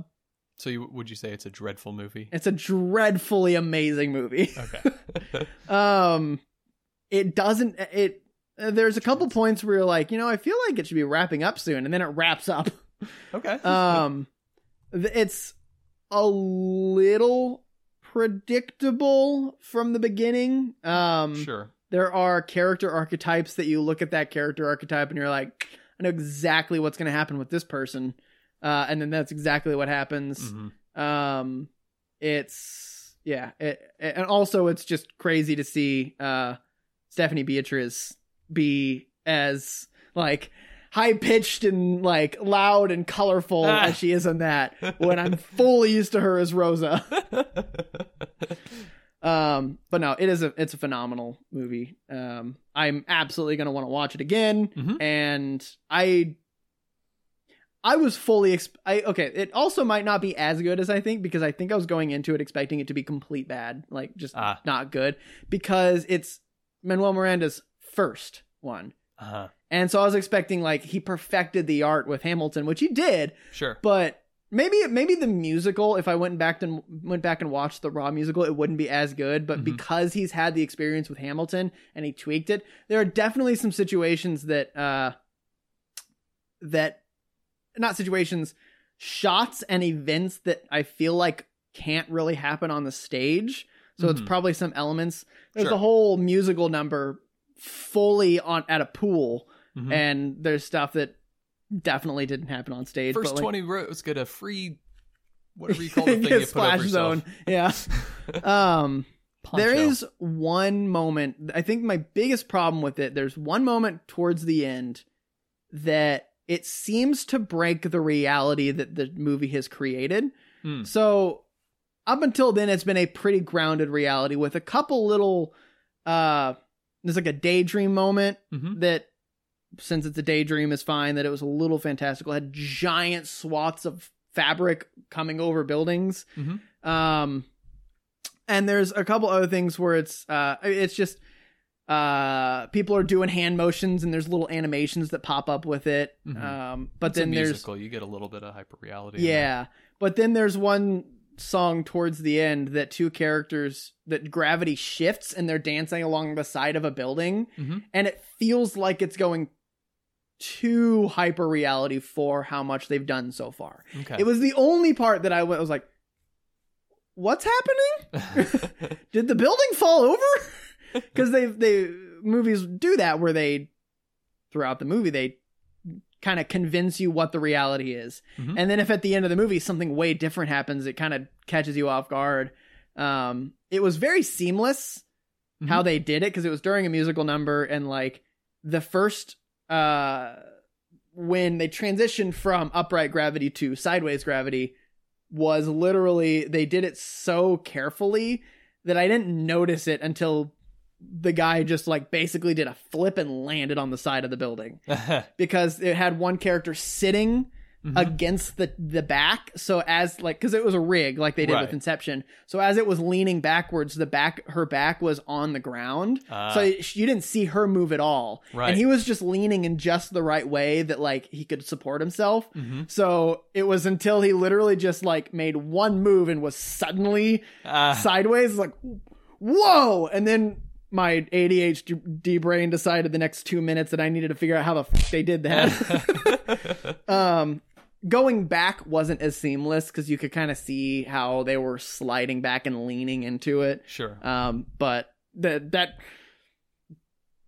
S2: so you, would you say it's a dreadful movie?
S1: it's a dreadfully amazing movie
S2: Okay.
S1: um it doesn't it uh, there's a couple points where you're like you know i feel like it should be wrapping up soon and then it wraps up
S2: okay.
S1: um th- it's a little predictable from the beginning um
S2: sure.
S1: there are character archetypes that you look at that character archetype and you're like i know exactly what's going to happen with this person uh and then that's exactly what happens
S2: Mhm.
S1: um it's yeah it, and also it's just crazy to see uh stephanie beatriz be as like high pitched and like loud and colorful
S2: Ah.
S1: as she is in that when i'm fully used to her as rosa um but no it is a it's a phenomenal movie um i'm absolutely gonna want to watch it again
S2: Mhm.
S1: and i i was fully exp- i okay it also might not be as good as i think because i think i was going into it expecting it to be complete bad like just
S2: Ah.
S1: not good because it's manuel miranda's first one
S2: Uh-huh.
S1: and so i was expecting like he perfected the art with hamilton which he did
S2: Sure.
S1: but maybe maybe the musical if i went back and went back and watched the raw musical it wouldn't be as good but
S2: Mhm.
S1: because he's had the experience with hamilton and he tweaked it there are definitely some situations that uh that not situations shots and events that i feel like can't really happen on the stage so it's
S2: Mhm.
S1: probably some elements there's
S2: Sure.
S1: a whole musical number fully on at a pool
S2: Mhm.
S1: and there's stuff that definitely didn't happen on stage
S2: First
S1: but like,
S2: 20 rows get a free, whatever you call the thing you
S1: Get
S2: put
S1: splash
S2: over
S1: zone.
S2: yourself.
S1: Yeah. Um, there
S2: Poncho.
S1: is one moment. I think my biggest problem with it. There's one moment towards the end that it seems to break the reality that the movie has created.
S2: Mm.
S1: So up until then, it's been a pretty grounded reality with a couple little. uh There's like a daydream moment
S2: Mhm.
S1: that since it's a daydream is fine that it was a little fantastical it had giant swaths of fabric coming over buildings
S2: Mhm.
S1: um and there's a couple other things where it's uh it's just uh people are doing hand motions and there's little animations that pop up with it
S2: Mhm.
S1: um but
S2: It's a
S1: then there's
S2: musical. you get a little bit of hyper reality.
S1: yeah. But then there's one song towards the end that two characters that gravity shifts and they're dancing along the side of a building
S2: Mhm.
S1: and it feels like it's going too hyper reality for how much they've done so far.
S2: Okay.
S1: It was the only part that I wa- I was like what's happening? Did the building fall over? Cuz they they movies do that where they throughout the movie they kind of convince you what the reality is.
S2: Mhm.
S1: And then if at the end of the movie something way different happens, it kind of catches you off guard. Um, it was very seamless how
S2: Mhm.
S1: they did it because it was during a musical number and like the first uh when they transitioned from upright gravity to sideways gravity was literally they did it so carefully that I didn't notice it until the guy just like basically did a flip and landed on the side of the building because it had one character sitting
S2: Mhm.
S1: against the the back so as like because it was a rig like they did
S2: Right.
S1: with inception so as it was leaning backwards the back her back was on the ground
S2: Ah.
S1: so it- you didn't see her move at all
S2: Right.
S1: and he was just leaning in just the right way that like he could support himself
S2: Mhm.
S1: so it was until he literally just like made one move and was suddenly
S2: Ah.
S1: sideways like whoa and then my adhd brain decided the next two minutes that i needed to figure out how the f- they did that um going back wasn't as seamless because you could kind of see how they were sliding back and leaning into it
S2: sure.
S1: um but that that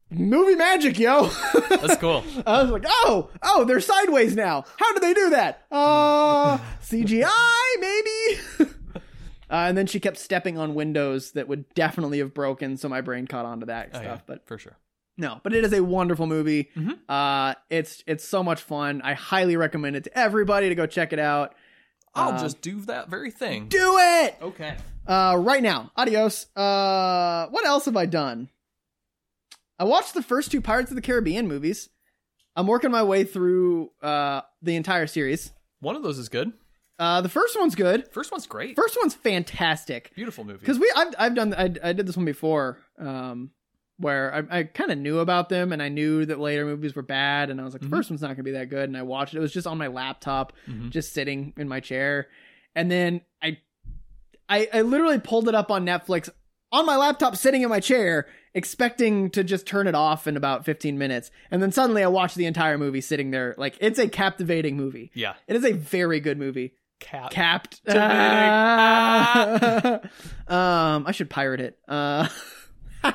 S1: movie magic yo
S2: That's cool.
S1: I was like, oh, oh, they're sideways now. How did they do that? Uh, CGI, maybe? uh, and then she kept stepping on windows that would definitely have broken, so my brain caught onto that
S2: Oh,
S1: stuff.
S2: yeah,
S1: But
S2: for sure.
S1: no, but it is a wonderful movie.
S2: Mhm.
S1: Uh, it's it's so much fun. I highly recommend it to everybody to go check it out.
S2: I'll
S1: Um,
S2: just do that very thing.
S1: Do it
S2: okay.
S1: uh, right now. Adios. Uh, what else have I done? I watched the first two Pirates of the Caribbean movies. I'm working my way through uh, the entire series.
S2: One of those is good.
S1: Uh, the first one's good.
S2: First one's great.
S1: First one's fantastic
S2: Beautiful movie.
S1: because we I've, I've done I, I did this one before um, where I, I kind of knew about them and I knew that later movies were bad and I was like the
S2: Mhm.
S1: first one's not gonna be that good and I watched it. It was just on my laptop
S2: Mhm.
S1: just sitting in my chair and then I, I i literally pulled it up on netflix on my laptop sitting in my chair expecting to just turn it off in about 15 minutes and then suddenly i watched the entire movie sitting there like it's a captivating movie
S2: Yeah.
S1: it is a very good movie
S2: Cat.
S1: capped
S2: Captivating.
S1: um i should pirate it uh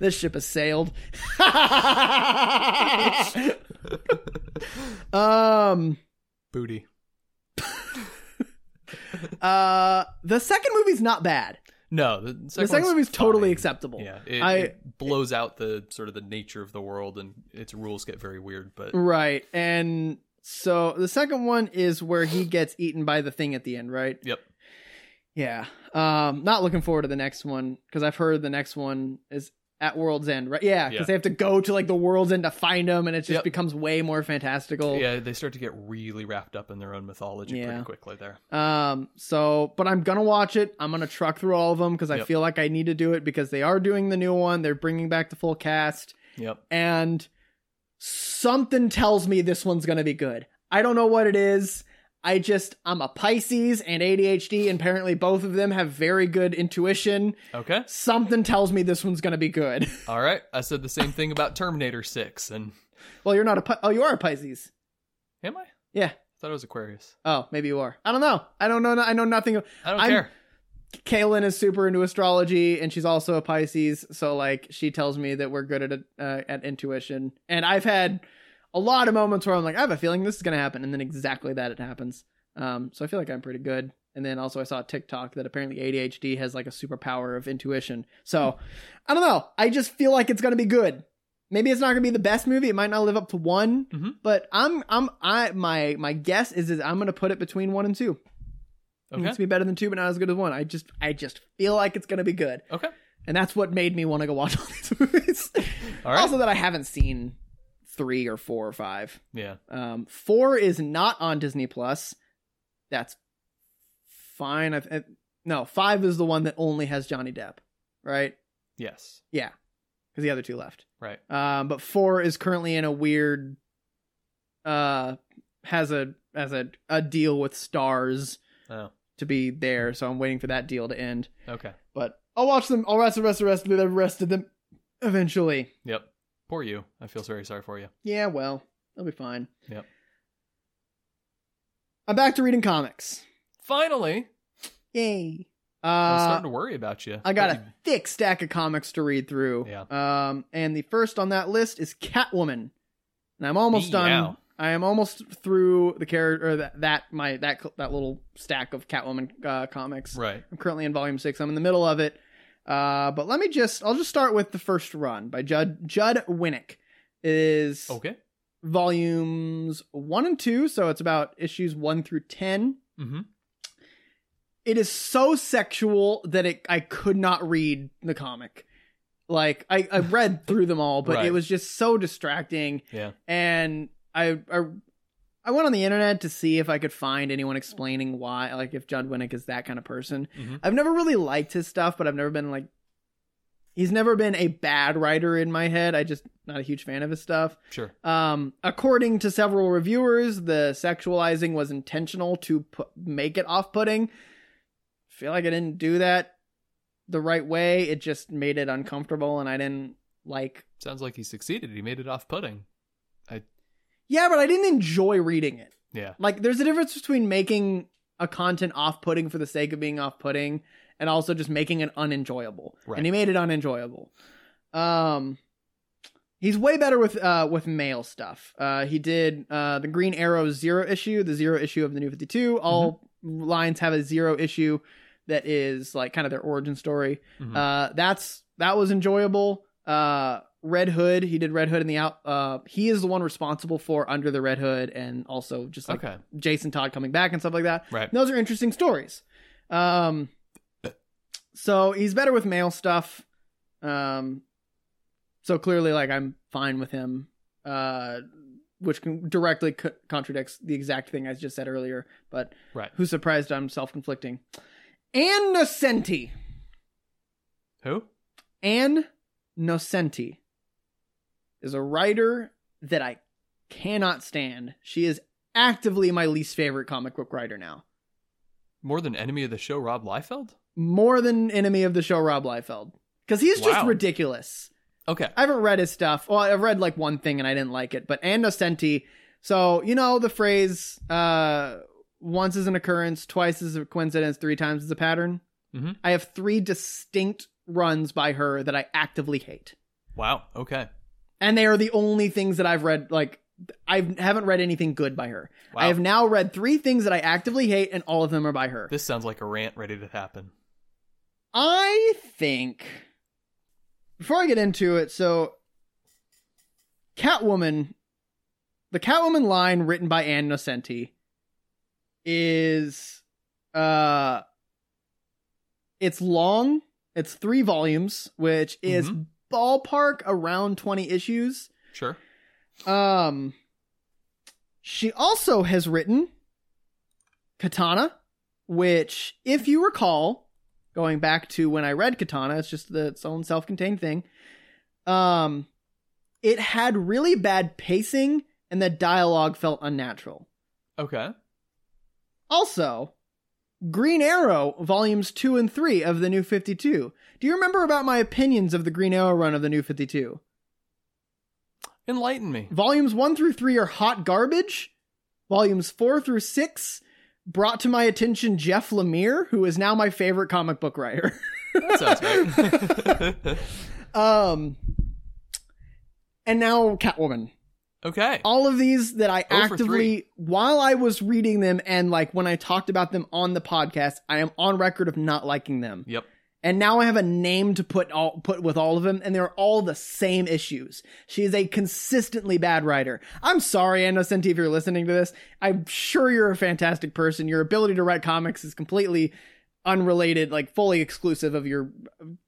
S1: this ship has sailed um
S2: Booty.
S1: Uh, the second movie's not bad.
S2: No, the second,
S1: the second
S2: one's
S1: movie's totally
S2: fine.
S1: acceptable.
S2: Yeah, it,
S1: I-
S2: it blows out the sort of the nature of the world and its rules get very weird. But
S1: Right. And so the second one is where he gets eaten by the thing at the end, right?
S2: Yep.
S1: Yeah. Um, not looking forward to the next one because I've heard the next one is at World's End, right? Yeah, because
S2: Yeah.
S1: they have to go to like the World's End to find him, and it just
S2: Yep.
S1: becomes way more fantastical.
S2: yeah, they start to get really wrapped up in their own mythology
S1: Yeah.
S2: pretty quickly there.
S1: Um, so, but I'm gonna watch it. I'm gonna truck through all of them because I
S2: Yep.
S1: feel like I need to do it because they are doing the new one. They're bringing back the full cast.
S2: Yep.
S1: and something tells me this one's going to be good. I don't know what it is. I just I'm a Pisces and ADHD and apparently both of them have very good intuition.
S2: Okay.
S1: Something tells me this one's going to be good.
S2: All right. I said the same thing about Terminator Six, and
S1: well, you're not a Pi- Oh, you are a Pisces.
S2: am I?
S1: Yeah.
S2: I thought it was Aquarius.
S1: Oh, maybe you are. I don't know. I don't know. I know nothing.
S2: I don't
S1: I'm-
S2: care.
S1: Kaylin is super into astrology and she's also a Pisces, so like she tells me that we're good at uh, at intuition. And I've had a lot of moments where I'm like, I have a feeling this is gonna happen, and then exactly that it happens. Um, so I feel like I'm pretty good. And then also I saw a TikTok that apparently ADHD has like a superpower of intuition. So I don't know. I just feel like it's gonna be good. Maybe it's not gonna be the best movie. It might not live up to one,
S2: Mhm.
S1: but I'm I'm I my my guess is is I'm gonna put it between one and two. It's
S2: Okay.
S1: It's be better than two, but not as good as one. I just I just feel like it's gonna be good,
S2: Okay.
S1: and that's what made me want to go watch all these movies.
S2: All right.
S1: Also, that I haven't seen three or four or five.
S2: yeah.
S1: Um, four is not on Disney Plus. That's fine. I've, I, no, five is the one that only has Johnny Depp, right?
S2: Yes.
S1: Because the other two left.
S2: Right.
S1: Um, but four is currently in a weird, uh, has a has a a deal with stars
S2: Oh.
S1: to be there, so I'm waiting for that deal to end.
S2: Okay.
S1: But I'll watch them. I'll watch the rest, the rest, the rest of them eventually.
S2: Yep. Poor you. I feel very sorry for you.
S1: Yeah, well, they'll be fine.
S2: Yep.
S1: I'm back to reading comics.
S2: Finally,
S1: Yay!
S2: I'm
S1: Uh,
S2: starting to worry about you.
S1: I got
S2: But
S1: a thick stack of comics to read through.
S2: Yeah.
S1: Um, and the first on that list is Catwoman, and I'm almost done.
S2: Meow.
S1: I am almost through the character or that, that my that cl- that little stack of Catwoman uh, comics.
S2: you- Right.
S1: I'm currently in volume six. I'm in the middle of it. Uh, but let me just I'll just start with the first run by Judd Judd Winnick is
S2: Okay.
S1: volumes one and two. So it's about issues one through 10.
S2: Mm-hmm.
S1: It is so sexual that it, I could not read the comic. Like I, I read through them all, but
S2: Right.
S1: it was just so distracting.
S2: Yeah.
S1: And I, I, I went on the internet to see if I could find anyone explaining why, like if Judd Winnick is that kind of person.
S2: Mhm.
S1: I've never really liked his stuff, but I've never been like, he's never been a bad writer in my head. I just not a huge fan of his stuff.
S2: Sure.
S1: Um, according to several reviewers, the sexualizing was intentional to pu- make it off-putting. Feel like I didn't do that the right way. It just made it uncomfortable, and I didn't like.
S2: Sounds like he succeeded. He made it off putting.
S1: Yeah, but I didn't enjoy reading it.
S2: Yeah.
S1: Like, there's a difference between making a content off-putting for the sake of being off-putting, and also just making it unenjoyable.
S2: Right.
S1: And he made it unenjoyable. Um, he's way better with uh with male stuff. Uh, he did uh the Green Arrow zero issue, the zero issue of the New Fifty Two. All
S2: Mm-hmm.
S1: lines have a zero issue that is like kind of their origin story.
S2: Mhm.
S1: Uh, that's that was enjoyable. Uh, Red Hood, he did Red Hood in the out. Uh, he is the one responsible for Under the Red Hood, and also just like
S2: okay.
S1: Jason Todd coming back and stuff like that.
S2: Right.
S1: Those are interesting stories. Um, so he's better with male stuff. Um, so clearly, like I'm fine with him, uh, which con- directly co- contradicts the exact thing I just said earlier. But
S2: Right.
S1: who's surprised I'm self-conflicting? Ann Nocenti.
S2: Who?
S1: Ann Nocenti is a writer that I cannot stand. She is actively my least favorite comic book writer now.
S2: More than enemy of the show, Rob Liefeld?
S1: More than enemy of the show, Rob Liefeld. Because he's just
S2: Wow.
S1: ridiculous.
S2: Okay.
S1: I haven't read his stuff. Well, I've read like one thing and I didn't like it, but Ann Nocenti. So, you know the phrase, uh, once is an occurrence, twice is a coincidence, three times is a pattern?
S2: Mhm.
S1: I have three distinct runs by her that I actively hate.
S2: Wow. Okay.
S1: and they are the only things that I've read. Like I haven't read anything good by her.
S2: Wow.
S1: I have now read three things that I actively hate, and all of them are by her.
S2: This sounds like a rant ready to happen.
S1: I think before I get into it, so Catwoman, the Catwoman line written by Ann Nocenti is uh it's long, it's 3 volumes, which is
S2: Mhm.
S1: ballpark around 20 issues.
S2: Sure.
S1: Um, she also has written Katana, which, if you recall, going back to when I read Katana, it's just the, its own self-contained thing. Um, it had really bad pacing, and the dialogue felt unnatural.
S2: Okay.
S1: Also, Green Arrow volumes two and three of the New Fifty Two. Do you remember about my opinions of the Green Arrow run of the New Fifty Two?
S2: Enlighten me.
S1: Volumes one through three are hot garbage. Volumes four through six brought to my attention Jeff Lemire, who is now my favorite comic book writer.
S2: That sounds right.
S1: um, and now Catwoman.
S2: okay.
S1: All of these that I
S2: Oh, for
S1: actively, while I was reading them and like when I talked about them on the podcast, I am on record of not liking them.
S2: Yep.
S1: And now I have a name to put all put with all of them, and they're all the same issues. She is a consistently bad writer. I'm sorry, Innocenti, if you're listening to this. I'm sure you're a fantastic person. Your ability to write comics is completely unrelated, like fully exclusive of your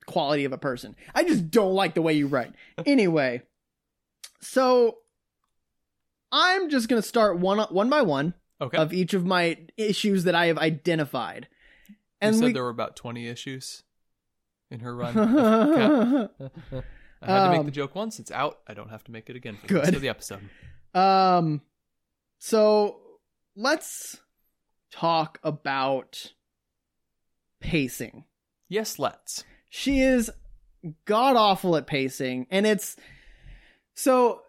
S1: quality of a person. I just don't like the way you write. anyway, so I'm just gonna start one one by one
S2: Okay.
S1: of each of my issues that I have identified.
S2: you said
S1: we-
S2: there were about 20 issues in her run. Okay. I had to make
S1: Um,
S2: the joke once. It's out. I don't have to make it again for the
S1: good.
S2: rest of the episode.
S1: Um, so let's talk about pacing.
S2: Yes, let's.
S1: She is god awful at pacing, and it's so.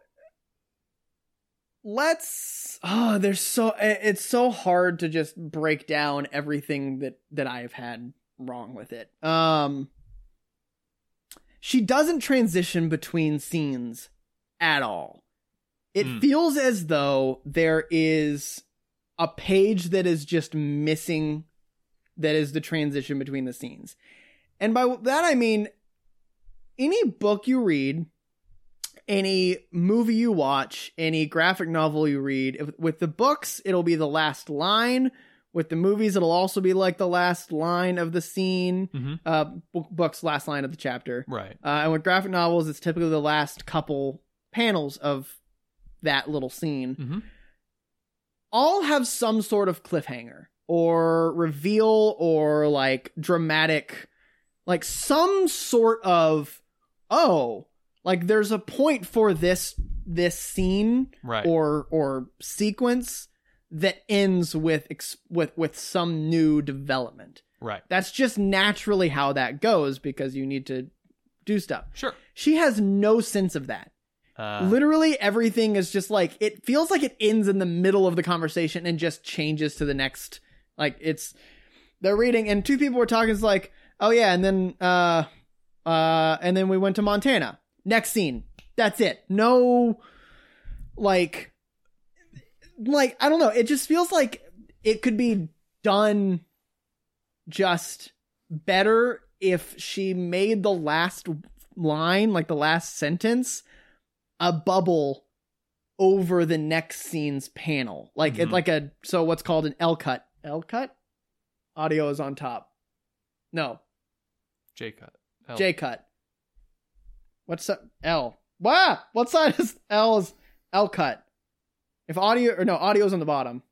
S1: Let's. Oh, there's so it- it's so hard to just break down everything that that I have had wrong with it. Um, she doesn't transition between scenes at all. It
S2: Mm.
S1: feels as though there is a page that is just missing that is the transition between the scenes. And by that I mean any book you read any movie you watch, any graphic novel you read. If- With the books, it'll be the last line. With the movies, it'll also be like the last line of the scene.
S2: Mhm.
S1: Uh, book- books, last line of the chapter.
S2: Right.
S1: Uh, and with graphic novels, it's typically the last couple panels of that little scene.
S2: Mhm.
S1: All have some sort of cliffhanger or reveal or like dramatic, like some sort of oh, like there's a point for this this scene
S2: Right.
S1: or or sequence that ends with ex- with with some new development.
S2: right.
S1: That's just naturally how that goes because you need to do stuff.
S2: Sure.
S1: She has no sense of that.
S2: Uh,
S1: Literally everything is just like it feels like it ends in the middle of the conversation and just changes to the next like it's they're reading and two people were talking it's like, "Oh yeah, and then uh uh and then we went to Montana. Next scene. That's it. No like like I don't know, it just feels like it could be done just better if she made the last line, like the last sentence, a bubble over the next scene's panel. Like it
S2: Mhm.
S1: like a so what's called an L cut. L cut? Audio is on top. No,
S2: J cut. L.
S1: J cut. What's up? L. Wow. What side is L is L cut? If audio or no, audio's on the bottom.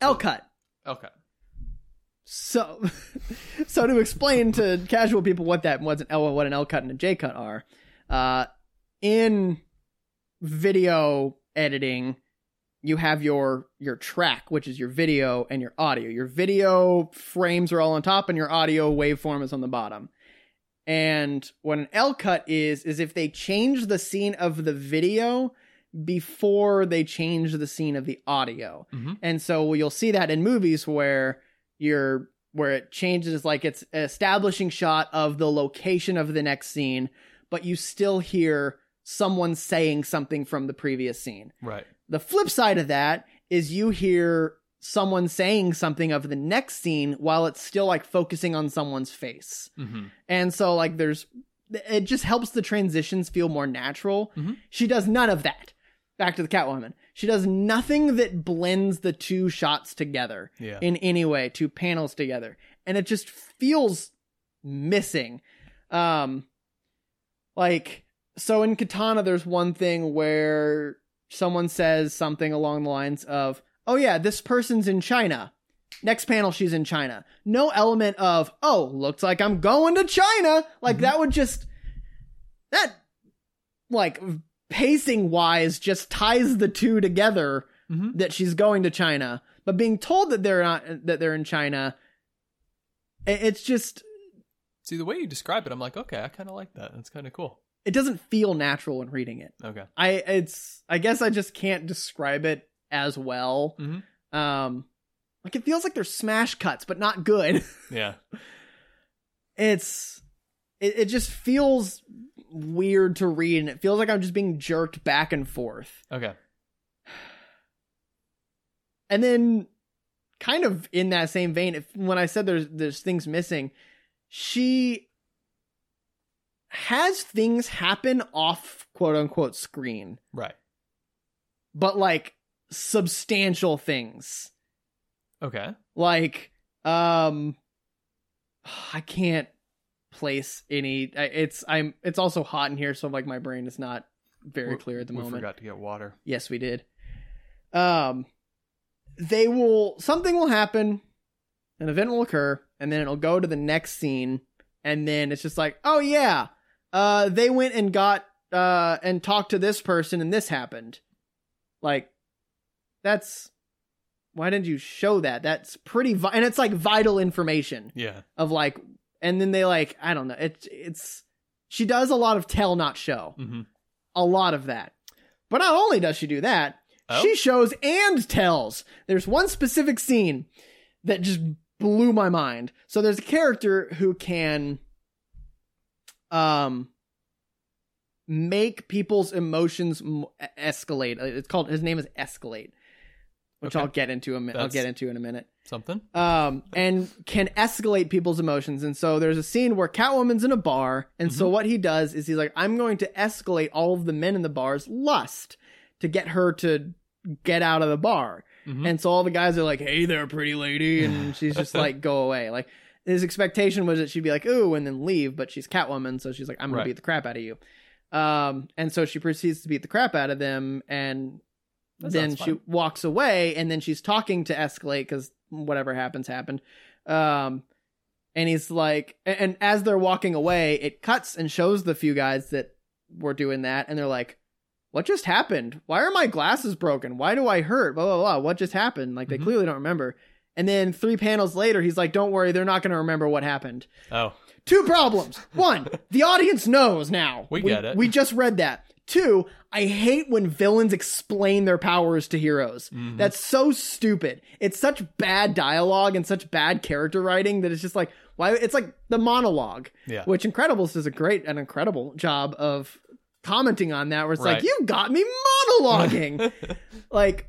S1: L cut.
S2: L cut.
S1: So, so to explain to casual people what that was an L, what an L cut and a J cut are, uh, in video editing, you have your your track, which is your video and your audio. Your video frames are all on top, and your audio waveform is on the bottom. And what an L cut is is if they change the scene of the video before they change the scene of the audio.
S2: Mhm.
S1: And so you'll see that in movies where you're where it changes like it's an establishing shot of the location of the next scene, but you still hear someone saying something from the previous scene.
S2: Right.
S1: The flip side of that is you hear someone saying something of the next scene while it's still like focusing on someone's face.
S2: Mm-hmm.
S1: And so like there's it just helps the transitions feel more natural.
S2: Mhm.
S1: She does none of that. Back to the Catwoman. She does nothing that blends the two shots together
S2: Yeah.
S1: in any way, two panels together. And it just feels missing. Um like so in Katana there's one thing where someone says something along the lines of, "Oh yeah, this person's in China." Next panel, she's in China. No element of, oh, looks like I'm going to China. Like
S2: Mhm.
S1: that would just, that, like, pacing wise, just ties the two together
S2: Mhm.
S1: that she's going to China. But being told that they're not, that they're in China, i- it's just,
S2: See the way you describe it, I'm like, okay, I kind of like that. That's kind of cool.
S1: it doesn't feel natural when reading it.
S2: Okay.
S1: I, it's, I guess I just can't describe it as well.
S2: Mhm.
S1: Um, like it feels like they're smash cuts, but not good.
S2: Yeah.
S1: it's it, it just feels weird to read and it feels like i'm just being jerked back and forth
S2: Okay.
S1: and then kind of in that same vein if, when i said there's there's things missing she has things happen off quote unquote screen
S2: Right.
S1: but like substantial things
S2: Okay.
S1: like um i can't place any I- it's i'm it's also hot in here so like my brain is not very
S2: We-
S1: clear at the
S2: we
S1: moment
S2: forgot to get water.
S1: yes we did um they will something will happen an event will occur and then it'll go to the next scene and then it's just like oh yeah uh they went and got uh and talked to this person and this happened like that's why didn't you show that that's pretty vi- and it's like vital information
S2: Yeah.
S1: of like and then they like i don't know it's it's she does a lot of tell not show
S2: Mm-hmm.
S1: a lot of that but not only does she do that
S2: Oh.
S1: she shows and tells. There's one specific scene that just blew my mind. So there's a character who can um e-, make people's emotions m- escalate. It's called his name is Escalate. which
S2: Okay.
S1: I'll get into a mi- I'll
S2: That's-
S1: get into in a minute.
S2: Something.
S1: um, and can escalate people's emotions. And so there's a scene where Catwoman's in a bar, and so what he does is he's like, "I'm going to escalate all of the men in the bar's lust to get her to get out of the bar."
S2: Mhm.
S1: And so all the guys are like, "Hey there, pretty lady," and she's just like, "Go away." Like his expectation was that she'd be like, "Ooh," and then leave, but she's Catwoman, so she's like, "I'm gonna
S2: Right.
S1: beat the crap out of you." Um, and so she proceeds to beat the crap out of them, and
S2: That
S1: then
S2: sounds
S1: she
S2: fun.
S1: walks away and then she's talking to escalate because whatever happens happened um and he's like a- and as they're walking away it cuts and shows the few guys that were doing that and they're like what just happened why are my glasses broken why do i hurt blah blah blah what just happened like they
S2: Mhm.
S1: clearly don't remember and then three panels later he's like don't worry they're not going to remember what happened
S2: Oh,
S1: Two problems. One, the audience knows now.
S2: We get it.
S1: We just read that. Two, I hate when villains explain their powers to heroes.
S2: Mhm.
S1: That's so stupid. It's such bad dialogue and such bad character writing that it's just like why it's like the monologue,
S2: yeah.
S1: which Incredibles does a great an incredible job of commenting on that where it's like
S2: Right.
S1: you got me monologuing. like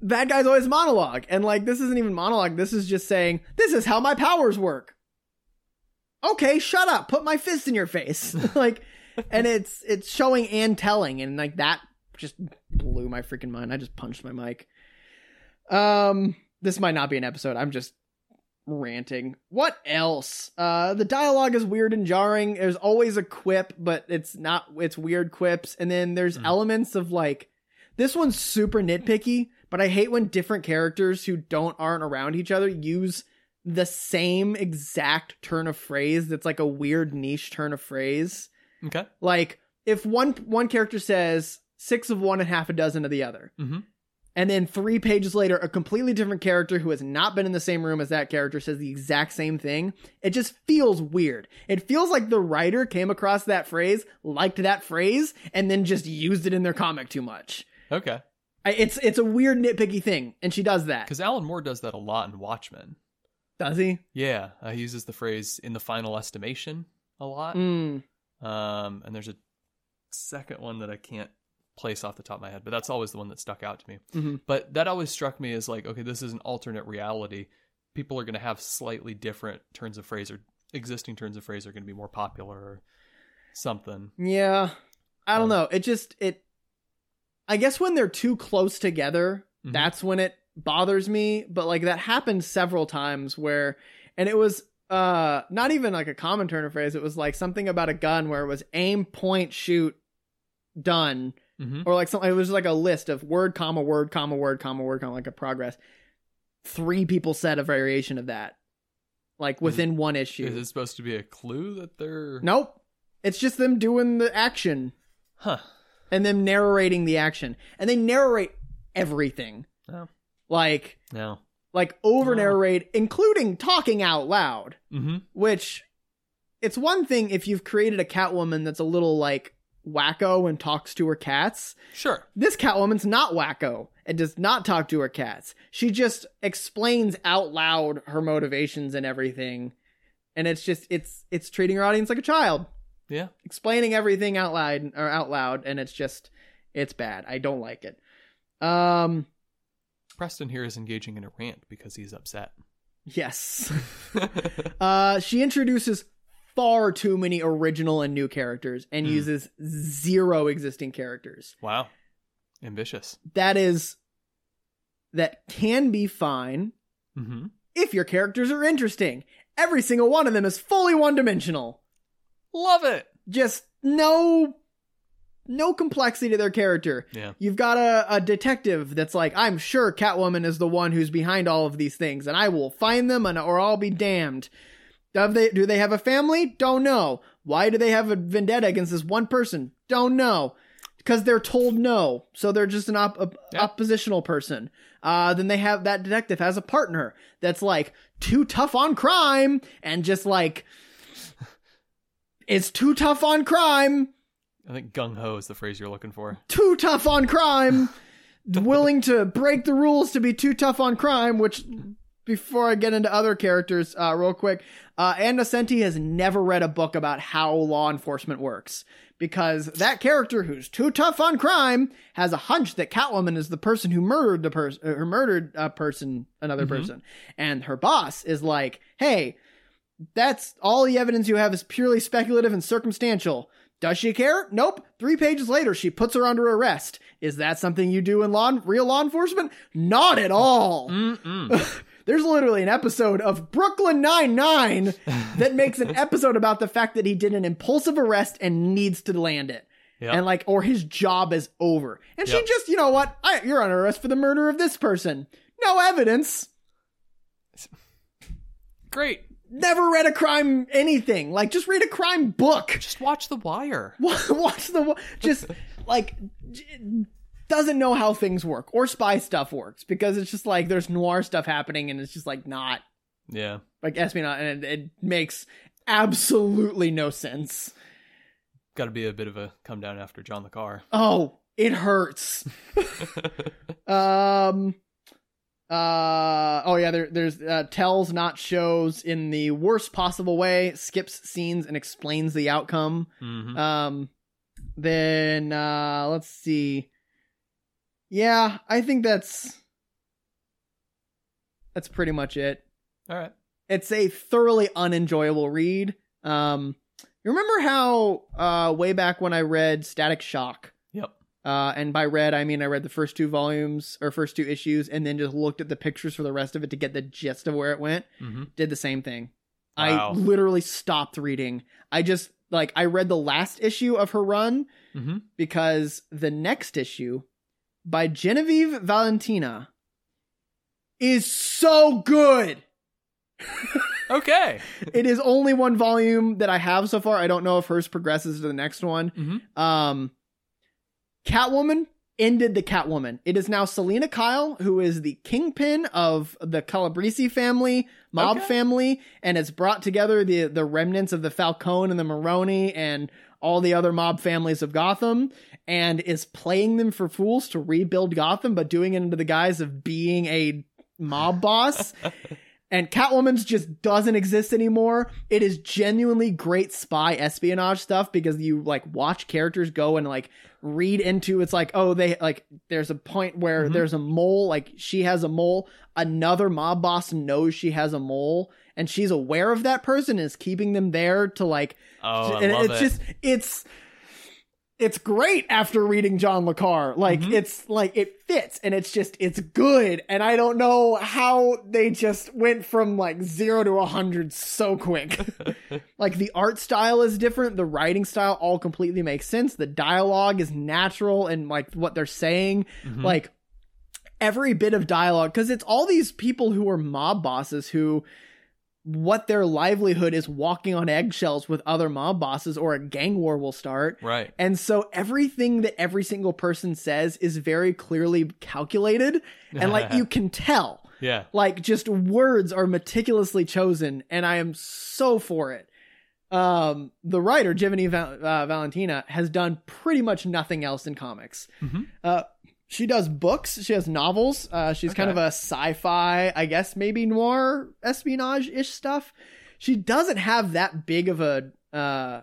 S1: bad guys always monologue and like this isn't even monologue this is just saying this is how my powers work okay shut up put my fist in your face like and it's it's showing and telling and like that just blew my freaking mind i just punched my mic um this might not be an episode i'm just ranting what else uh the dialogue is weird and jarring there's always a quip but it's not it's weird quips and then there's
S2: Mhm.
S1: elements of like this one's super nitpicky, but I hate when different characters who don't aren't around each other use the same exact turn of phrase that's like a weird niche turn of phrase.
S2: okay.
S1: Like if one one character says six of one and half a dozen of the other.
S2: Mhm.
S1: And then three pages later, a completely different character who has not been in the same room as that character says the exact same thing. It just feels weird. It feels like the writer came across that phrase, liked that phrase, and then just used it in their comic too much.
S2: Okay.
S1: I, it's it's a weird nitpicky thing, and she does that.
S2: Because Alan Moore does that a lot in Watchmen.
S1: Does he?
S2: Yeah, uh, he uses the phrase "in the final estimation" a lot.
S1: Mm.
S2: Um, and there's a second one that I can't place off the top of my head, but that's always the one that stuck out to me.
S1: Mhm.
S2: But that always struck me as like, okay, this is an alternate reality. People are going to have slightly different turns of phrase, or existing turns of phrase are going to be more popular, or something.
S1: Yeah, I don't
S2: Um,
S1: know. It just it. I guess when they're too close together,
S2: Mhm.
S1: that's when it bothers me. But like that happened several times where, and it was uh not even like a common turn of phrase. It was like something about a gun where it was aim, point, shoot, done.
S2: Mm-hmm.
S1: or like something it was like a list of word comma word comma word comma word comma like a progress three people said a variation of that like within one issue
S2: Is it supposed to be a clue that they're
S1: nope it's just them doing the action
S2: Huh.
S1: and them narrating the action and they narrate everything
S2: Oh.
S1: like
S2: No.
S1: like over narrate including talking out loud
S2: Mm-hmm.
S1: which it's one thing if you've created a catwoman that's a little like wacko and talks to her cats
S2: Sure.
S1: This Catwoman's not wacko and does not talk to her cats. She just explains out loud her motivations and everything. And it's just it's it's treating her audience like a child,
S2: Yeah.
S1: explaining everything out loud or out loud and it's just it's bad. I don't like it. Um
S2: Preston here is engaging in a rant because he's upset.
S1: yes. Uh she introduces far too many original and new characters and
S2: Hmm.
S1: uses zero existing characters.
S2: wow. Ambitious.
S1: That is that can be fine.
S2: Mm-hmm.
S1: if your characters are interesting. Every single one of them is fully one dimensional.
S2: Love it.
S1: Just no no complexity to their character.
S2: Yeah.
S1: You've got a, a detective that's like, I'm sure Catwoman is the one who's behind all of these things, and I will find them and or I'll be damned. Do they do they have a family? Don't know. Why do they have a vendetta against this one person? Don't know. Because they're told no, so they're just an op- op-
S2: Yeah.
S1: oppositional person. Uh, then they have that detective has a partner that's like too tough on crime and just like is too tough on crime
S2: I think gung ho is the phrase you're looking for.
S1: too tough on crime, willing to break the rules to be too tough on crime, which before I get into other characters, uh, real quick, uh, Ann Nocenti has never read a book about how law enforcement works because that character who's too tough on crime has a hunch that Catwoman is the person who murdered the person, who murdered a person, another
S2: Mhm.
S1: person, and her boss is like, "Hey, that's all the evidence you have is purely speculative and circumstantial." Does she care? Nope. Three pages later, she puts her under arrest. Is that something you do in law, real law enforcement? Not at all.
S2: Mm. Mm-mm.
S1: There's literally an episode of Brooklyn Nine Nine that makes an episode about the fact that he did an impulsive arrest and needs to land it,
S2: Yep.
S1: and like, or his job is over. And
S2: Yep.
S1: she just, you know what? I, you're under arrest for the murder of this person. No evidence.
S2: Great.
S1: Never read a crime anything. Like, just read a crime book.
S2: Just watch The Wire.
S1: Watch the wa- just like j- doesn't know how things work or spy stuff works because it's just like there's noir stuff happening and it's just like not
S2: Yeah.
S1: like espionage and it, it makes absolutely no sense
S2: Got to be a bit of a come down after John the Car.
S1: oh it hurts um uh oh yeah there, there's uh, tells not shows in the worst possible way skips scenes and explains the outcome
S2: hmm
S1: um then uh let's see yeah i think that's that's pretty much it
S2: All right.
S1: it's a thoroughly unenjoyable read. Um, you remember how uh, way back when I read Static Shock?
S2: Yep.
S1: Uh, and by read, I mean I read the first two volumes or first two issues, and then just looked at the pictures for the rest of it to get the gist of where it went.
S2: hmm
S1: Did the same thing.
S2: Wow.
S1: I literally stopped reading. I just like I read the last issue of her run
S2: hmm
S1: Mm-hmm. because the next issue by Genevieve Valentina is so good.
S2: Okay.
S1: it is only one volume that I have so far. I don't know if hers progresses to the next one.
S2: Mhm.
S1: Um, Catwoman ended the Catwoman. It is now Selena Kyle, who is the kingpin of the Calabrese family, mob
S2: Okay.
S1: family, and has brought together the the remnants of the Falcone and the Maroni and all the other mob families of Gotham, and is playing them for fools to rebuild Gotham, but doing it under the guise of being a mob boss. and Catwoman's just doesn't exist anymore. It is genuinely great spy espionage stuff because you like watch characters go and like read into it's like oh they like there's a point where
S2: Mhm.
S1: there's a mole like she has a mole another mob boss knows she has a mole and she's aware of that person and is keeping them there to like
S2: Oh, I
S1: and
S2: love
S1: it's
S2: it.
S1: just it's it's great after reading John Le Carre. Like
S2: Mhm.
S1: it's like it fits and it's just it's good. And I don't know how they just went from like zero to a hundred so quick. like the art style is different, the writing style all completely makes sense. The dialogue is natural and like what they're saying
S2: Mhm.
S1: like every bit of dialogue because it's all these people who are mob bosses who what their livelihood is walking on eggshells with other mob bosses or a gang war will start
S2: right.
S1: and so everything that every single person says is very clearly calculated and like you can tell
S2: yeah.
S1: like just words are meticulously chosen and i am so for it um the writer Jiminy Val- uh, valentina has done pretty much nothing else in comics
S2: Mhm.
S1: uh she does books she has novels uh she's kind of
S2: Okay.
S1: a sci-fi i guess maybe noir espionage-ish stuff she doesn't have that big of a uh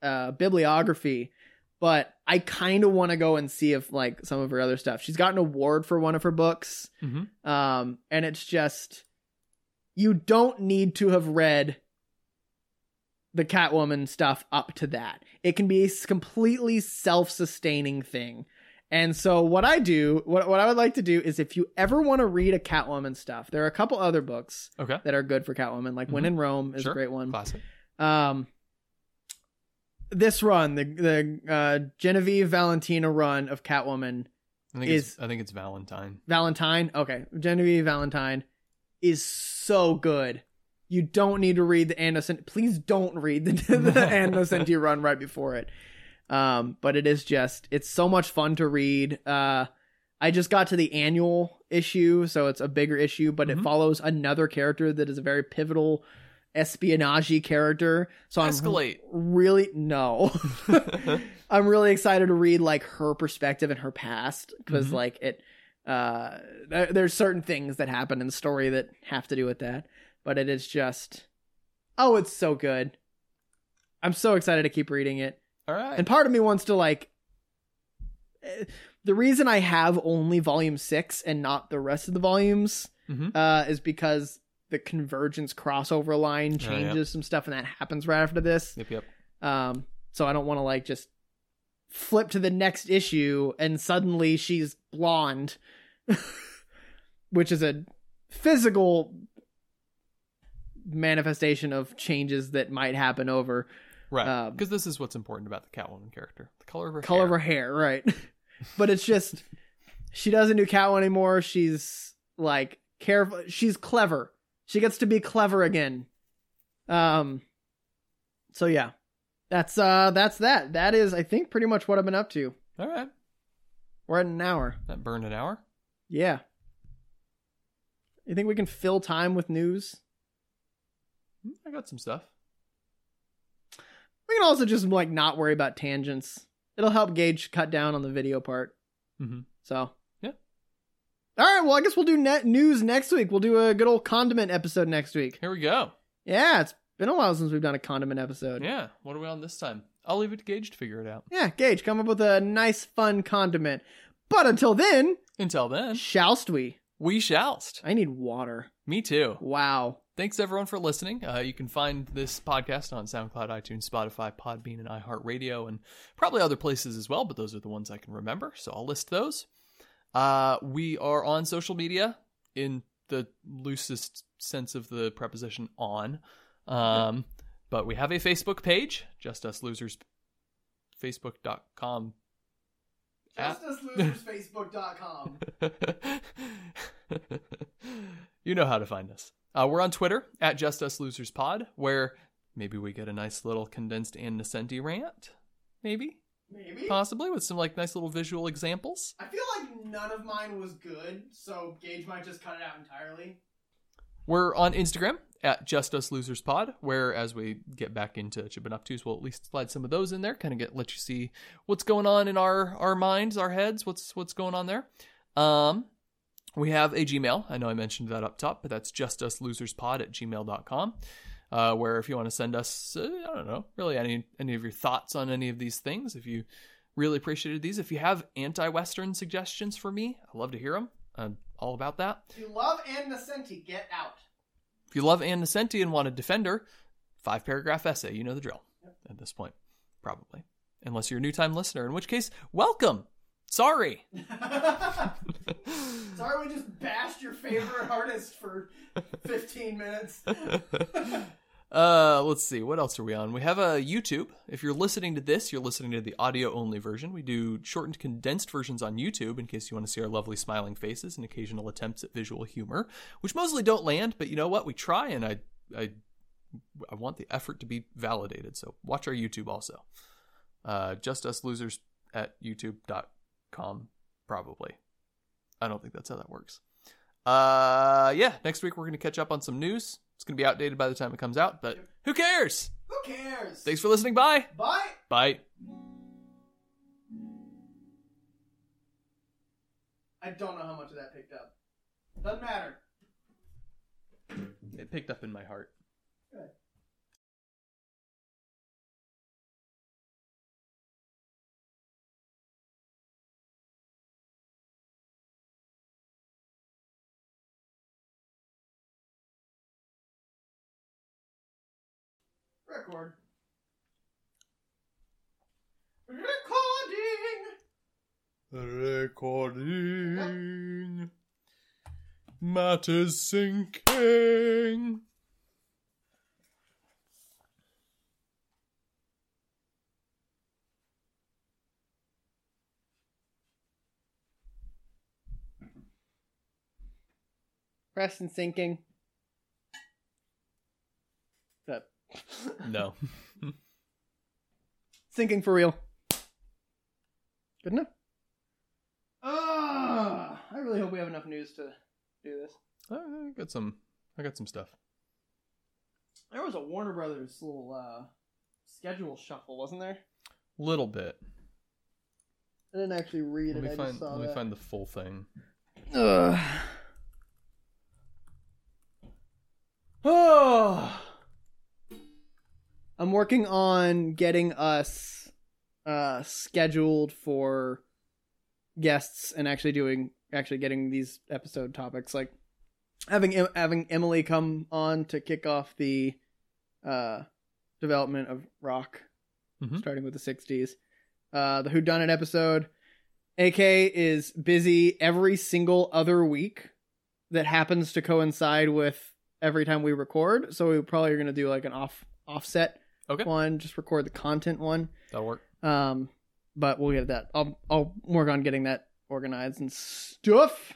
S1: uh bibliography but i kind of want to go and see if like some of her other stuff she's got an award for one of her books
S2: Mhm.
S1: um and it's just you don't need to have read the catwoman stuff up to that it can be a s- completely self-sustaining thing and so what i do what, what i would like to do is if you ever want to read a catwoman stuff there are a couple other books
S2: Okay.
S1: that are good for catwoman like when
S2: Mhm.
S1: in rome is
S2: Sure.
S1: a great one
S2: Classic.
S1: um, this run, the the uh, Genevieve Valentina run of Catwoman,
S2: I think
S1: Is-
S2: it's, I think it's Valentine.
S1: Valentine. Okay, Genevieve Valentine is so good. You don't need to read the Anderson. Please don't read the, the Anderson run right before it. Um, but it is just it's so much fun to read. Uh, I just got to the annual issue, so it's a bigger issue, but
S2: Mhm.
S1: it follows another character that is a very pivotal espionage character. So I'm
S2: Escalate.
S1: really no i'm really excited to read like her perspective and her past because
S2: Mhm.
S1: like it uh there- there's certain things that happen in the story that have to do with that but it is just oh it's so good i'm so excited to keep reading it
S2: All right.
S1: And part of me wants to like eh, the reason I have only volume 6 and not the rest of the volumes
S2: Mhm.
S1: uh is because the convergence crossover line
S2: yeah.
S1: changes some stuff and that happens right after this.
S2: yep, yep.
S1: Um so I don't want to like just flip to the next issue and suddenly she's blonde which is a physical manifestation of changes that might happen over
S2: Right.
S1: Um,
S2: Because this is what's important about the Catwoman character the color of her
S1: color
S2: hair.
S1: of her hair, right? but it's just she doesn't do cow anymore. She's like careful. She's clever. She gets to be clever again. Um. So yeah, that's uh, that's that. That is, I think, pretty much what I've been up to.
S2: All right.
S1: We're at an hour.
S2: That burned an hour.
S1: Yeah. You think we can fill time with news?
S2: Hmm, I got some stuff.
S1: We can also just like not worry about tangents. It'll help Gage cut down on the video part.
S2: Mhm.
S1: So
S2: Yeah.
S1: All right. Well, I guess we'll do net news next week. We'll do a good old condiment episode next week.
S2: Here we go.
S1: Yeah, it's been a while since we've done a condiment episode.
S2: Yeah. What are we on this time? I'll leave it to Gage to figure it out.
S1: Yeah, Gage, come up with a nice, fun condiment. But until then,
S2: Until then,
S1: shallst we?
S2: we shallst.
S1: I need water.
S2: Me too.
S1: Wow.
S2: Thanks everyone for listening. Uh, you can find this podcast on SoundCloud, iTunes, Spotify, Podbean, and iHeartRadio, and probably other places as well. But those are the ones I can remember, so I'll list those. Uh, we are on social media in the loosest sense of the preposition on, um, but we have a Facebook page, Just Us Losers, Facebook.com. At-
S1: JusticeLosersFacebook.com.
S2: you know how to find us. Uh, we're on Twitter at Just Us Losers Pod, where maybe we get a nice little condensed and Nascenti rant, maybe,
S1: Maybe.
S2: possibly, with some like nice little visual examples.
S1: I feel like none of mine was good, so Gage might just cut it out entirely.
S2: We're on Instagram at Just Us Losers Pod, where as we get back into what you've been up to, we'll at least slide some of those in there, kind of get let you see what's going on in our our minds, our heads, what's what's going on there. Um, we have a Gmail. I know I mentioned that up top, but that's Just Us Losers Pod at gmail.com. Uh, where if you want to send us, uh, I don't know, really any any of your thoughts on any of these things, if you really appreciated these, if you have anti-Western suggestions for me, I love to hear them. I'm all about that.
S1: If you love Anne Nesenti, get out.
S2: If you love Anne Nesenti and want a defender, five paragraph essay, you know the drill at this point, probably. Unless you're a new time listener, in which case, welcome. Sorry.
S1: Sorry, we just bashed your favorite artist for 15 minutes.
S2: uh, let's see. What else are we on? We have a YouTube. If you're listening to this, you're listening to the audio only version. We do shortened, condensed versions on YouTube in case you want to see our lovely smiling faces and occasional attempts at visual humor, which mostly don't land. But you know what? We try, and I, I, I want the effort to be validated. So watch our YouTube also. Uh, just us losers at youtube.com probably. I don't think that's how that works. Uh, yeah. Next week we're gonna catch up on some news. It's gonna be outdated by the time it comes out, but who cares?
S1: Who cares?
S2: Thanks for listening. Bye.
S1: Bye.
S2: Bye.
S1: I don't know how much of that picked up. Doesn't matter.
S2: It picked up in my heart.
S1: Record. Recording.
S2: Recording. Matters sinking.
S1: Press and sinking. That.
S2: No.
S1: Sinking for real. Good enough. Ah, I really hope we have enough news to do this.
S2: I got some. I got some stuff.
S1: There was a Warner Brothers little uh, schedule shuffle, wasn't there?
S2: Little bit.
S1: I didn't actually read it.
S2: Let me
S1: I
S2: find.
S1: just saw
S2: Let me
S1: that.
S2: find the full thing.
S1: Ugh. Oh. I'm working on getting us uh, scheduled for guests and actually doing actually getting these episode topics like having Em- having Emily come on to kick off the uh, development of rock,
S2: Mhm.
S1: starting with the '60s. Uh, the Who Done It episode. AK is busy every single other week that happens to coincide with every time we record. So we probably are going to do like an off offset
S2: Okay.
S1: one, just record the content one.
S2: That'll work.
S1: Um, but we'll get that. I'll I'll work on getting that organized and stuff.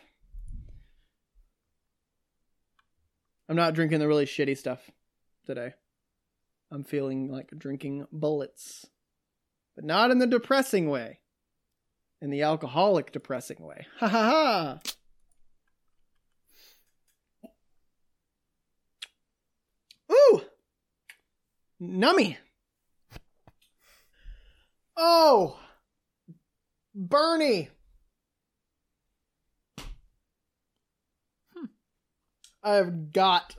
S1: I'm not drinking the really shitty stuff today. I'm feeling like drinking bullets, but not in the depressing way, in the alcoholic depressing way. Ha ha ha. Ooh, nummy. Oh, Bernie. I've got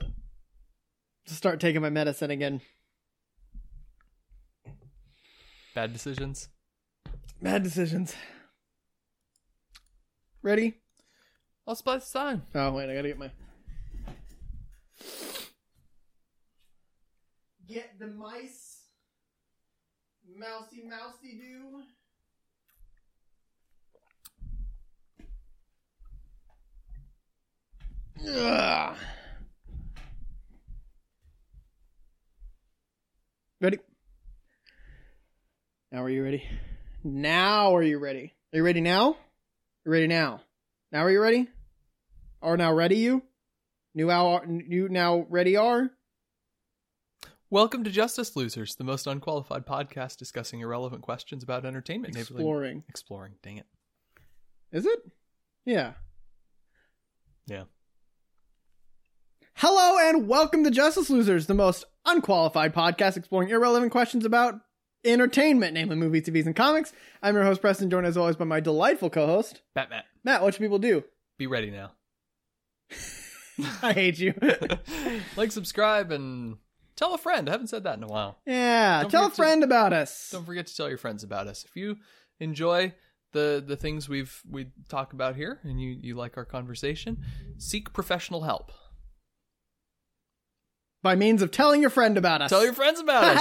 S1: to start taking my medicine again.
S2: Bad decisions.
S1: Bad decisions. Ready?
S2: Let's play this time.
S1: Oh wait, I gotta get my. Get the mice, mousy mousy do. Ugh. Ready? Now are you ready? Now are you ready? Are you ready now? You ready now? Now are you ready? are now ready you new hour new now ready are
S2: Welcome to Justice Losers, the most unqualified podcast discussing irrelevant questions about entertainment. and everything-
S1: exploring
S2: Exploring. Dang it.
S1: is it yeah
S2: Yeah.
S1: hello and welcome to justice losers the most unqualified podcast exploring irrelevant questions about entertainment namely movies tvs and comics i'm your host preston joined as always by my delightful co-host
S2: Batman,
S1: matt what should people do
S2: be ready now.
S1: i hate you
S2: like, subscribe, and tell a friend. I haven't said that in a while.
S1: yeah
S2: Don't
S1: tell a
S2: forget to-
S1: friend about us
S2: Don't forget to tell your friends about us. If you enjoy the the things we've we talk about here and you, you like our conversation, seek professional help.
S1: by means of telling your friend about us
S2: Tell your friends about us.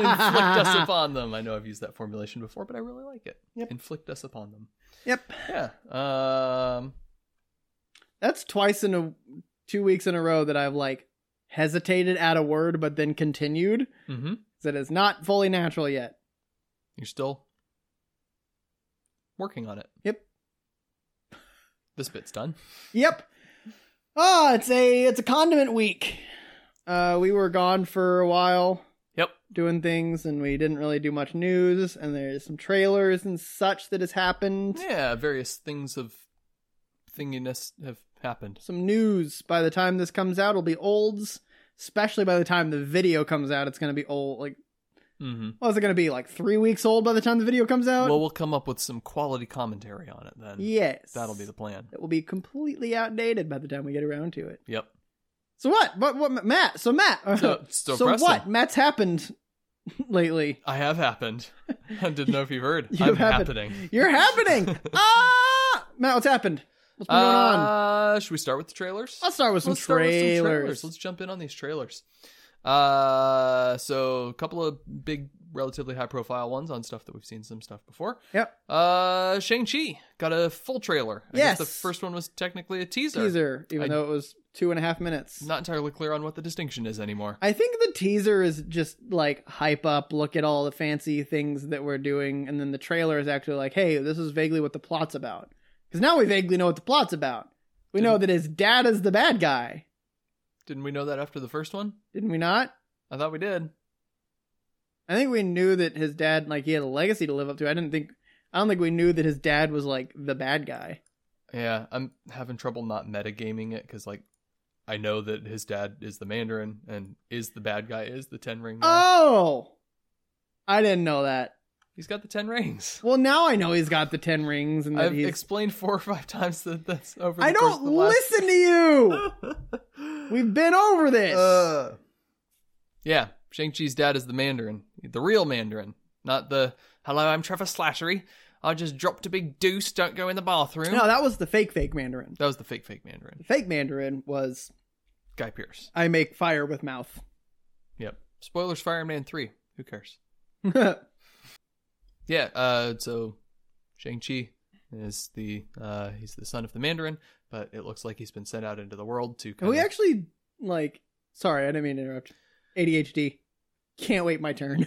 S2: Inflict us
S1: us
S2: upon them. I know I've used that formulation before, but I really like it.
S1: Yep.
S2: Inflict us upon them.
S1: yep
S2: Yeah. Um
S1: That's twice in a two weeks in a row that I've like hesitated at a word but then continued.
S2: mhm.
S1: That is not fully natural yet.
S2: You're still working on it.
S1: Yep.
S2: This bit's done.
S1: Yep. Oh, it's a it's a condiment week. Uh we were gone for a while
S2: Yep.
S1: doing things and we didn't really do much news and there's some trailers and such that has happened.
S2: Yeah, various things of thinginess have happened.
S1: Some news. By the time this comes out it'll be olds. Especially by the time the video comes out, it's gonna be old like
S2: Mm-hmm.
S1: what is it gonna be? Like three weeks old by the time the video comes out?
S2: Well, we'll come up with some quality commentary on it then.
S1: Oh. yes.
S2: That'll be the plan.
S1: It will be completely outdated by the time we get around to it.
S2: Yep.
S1: So what? What? What? Matt? So Matt? uh,
S2: So, so, Preston,
S1: what? Matt's happened lately.
S2: I have happened. I didn't know if you've heard.
S1: You
S2: I'm
S1: have happened.
S2: happening.
S1: You're happening. ah, Matt, what's happened? What's been going on?
S2: Uh, should we start with the trailers?
S1: Let's start with some
S2: Let's start with
S1: trailers.
S2: some trailers. Let's jump in on these trailers. Uh, so a couple of big, relatively high-profile ones on stuff that we've seen some stuff before.
S1: Yep.
S2: Uh, Shang Chi got a full trailer. I guess the
S1: Yes.
S2: first one was technically a teaser.
S1: Teaser, even
S2: I-
S1: though it was two and a half minutes.
S2: Not entirely clear on what the distinction is anymore.
S1: I think the teaser is just like hype up, look at all the fancy things that we're doing, and then the trailer is actually like, hey, this is vaguely what the plot's about. Because now we vaguely know what the plot's about. We know that his dad is the bad guy.
S2: Didn't we know that after the first one?
S1: Didn't we not?
S2: I thought we did.
S1: I think we knew that his dad, like, he had a legacy to live up to. I didn't think, I don't think we knew that his dad was, like, the bad guy.
S2: Yeah, I'm having trouble not metagaming it because, like, I know that his dad is the Mandarin and is the bad guy, is the Ten Ring. man.
S1: Oh! I didn't know that.
S2: he's got the Ten Rings.
S1: Well, now I know he's got the 10 rings and that
S2: I've
S1: he's.
S2: explained four or five times that that's over. The
S1: I
S2: course of
S1: don't
S2: the
S1: listen to you!
S2: last...
S1: We've been over this!
S2: Uh, yeah, Shang Chi's dad is the Mandarin, the real Mandarin, Not the hello, I'm Trevor Slattery. I just dropped a big deuce. Don't go in the bathroom.
S1: No, that was the fake fake Mandarin.
S2: That was the fake fake Mandarin.
S1: The fake Mandarin was
S2: Guy Pierce.
S1: I make fire with mouth.
S2: Yep. Spoilers for Iron Man 3. Who cares? Yeah, uh so Shang-Chi is the uh he's the son of the Mandarin, but it looks like he's been sent out into the world to
S1: Can
S2: kind
S1: we
S2: of-
S1: actually like? Sorry, I didn't mean to interrupt. ADHD. Can't wait my turn.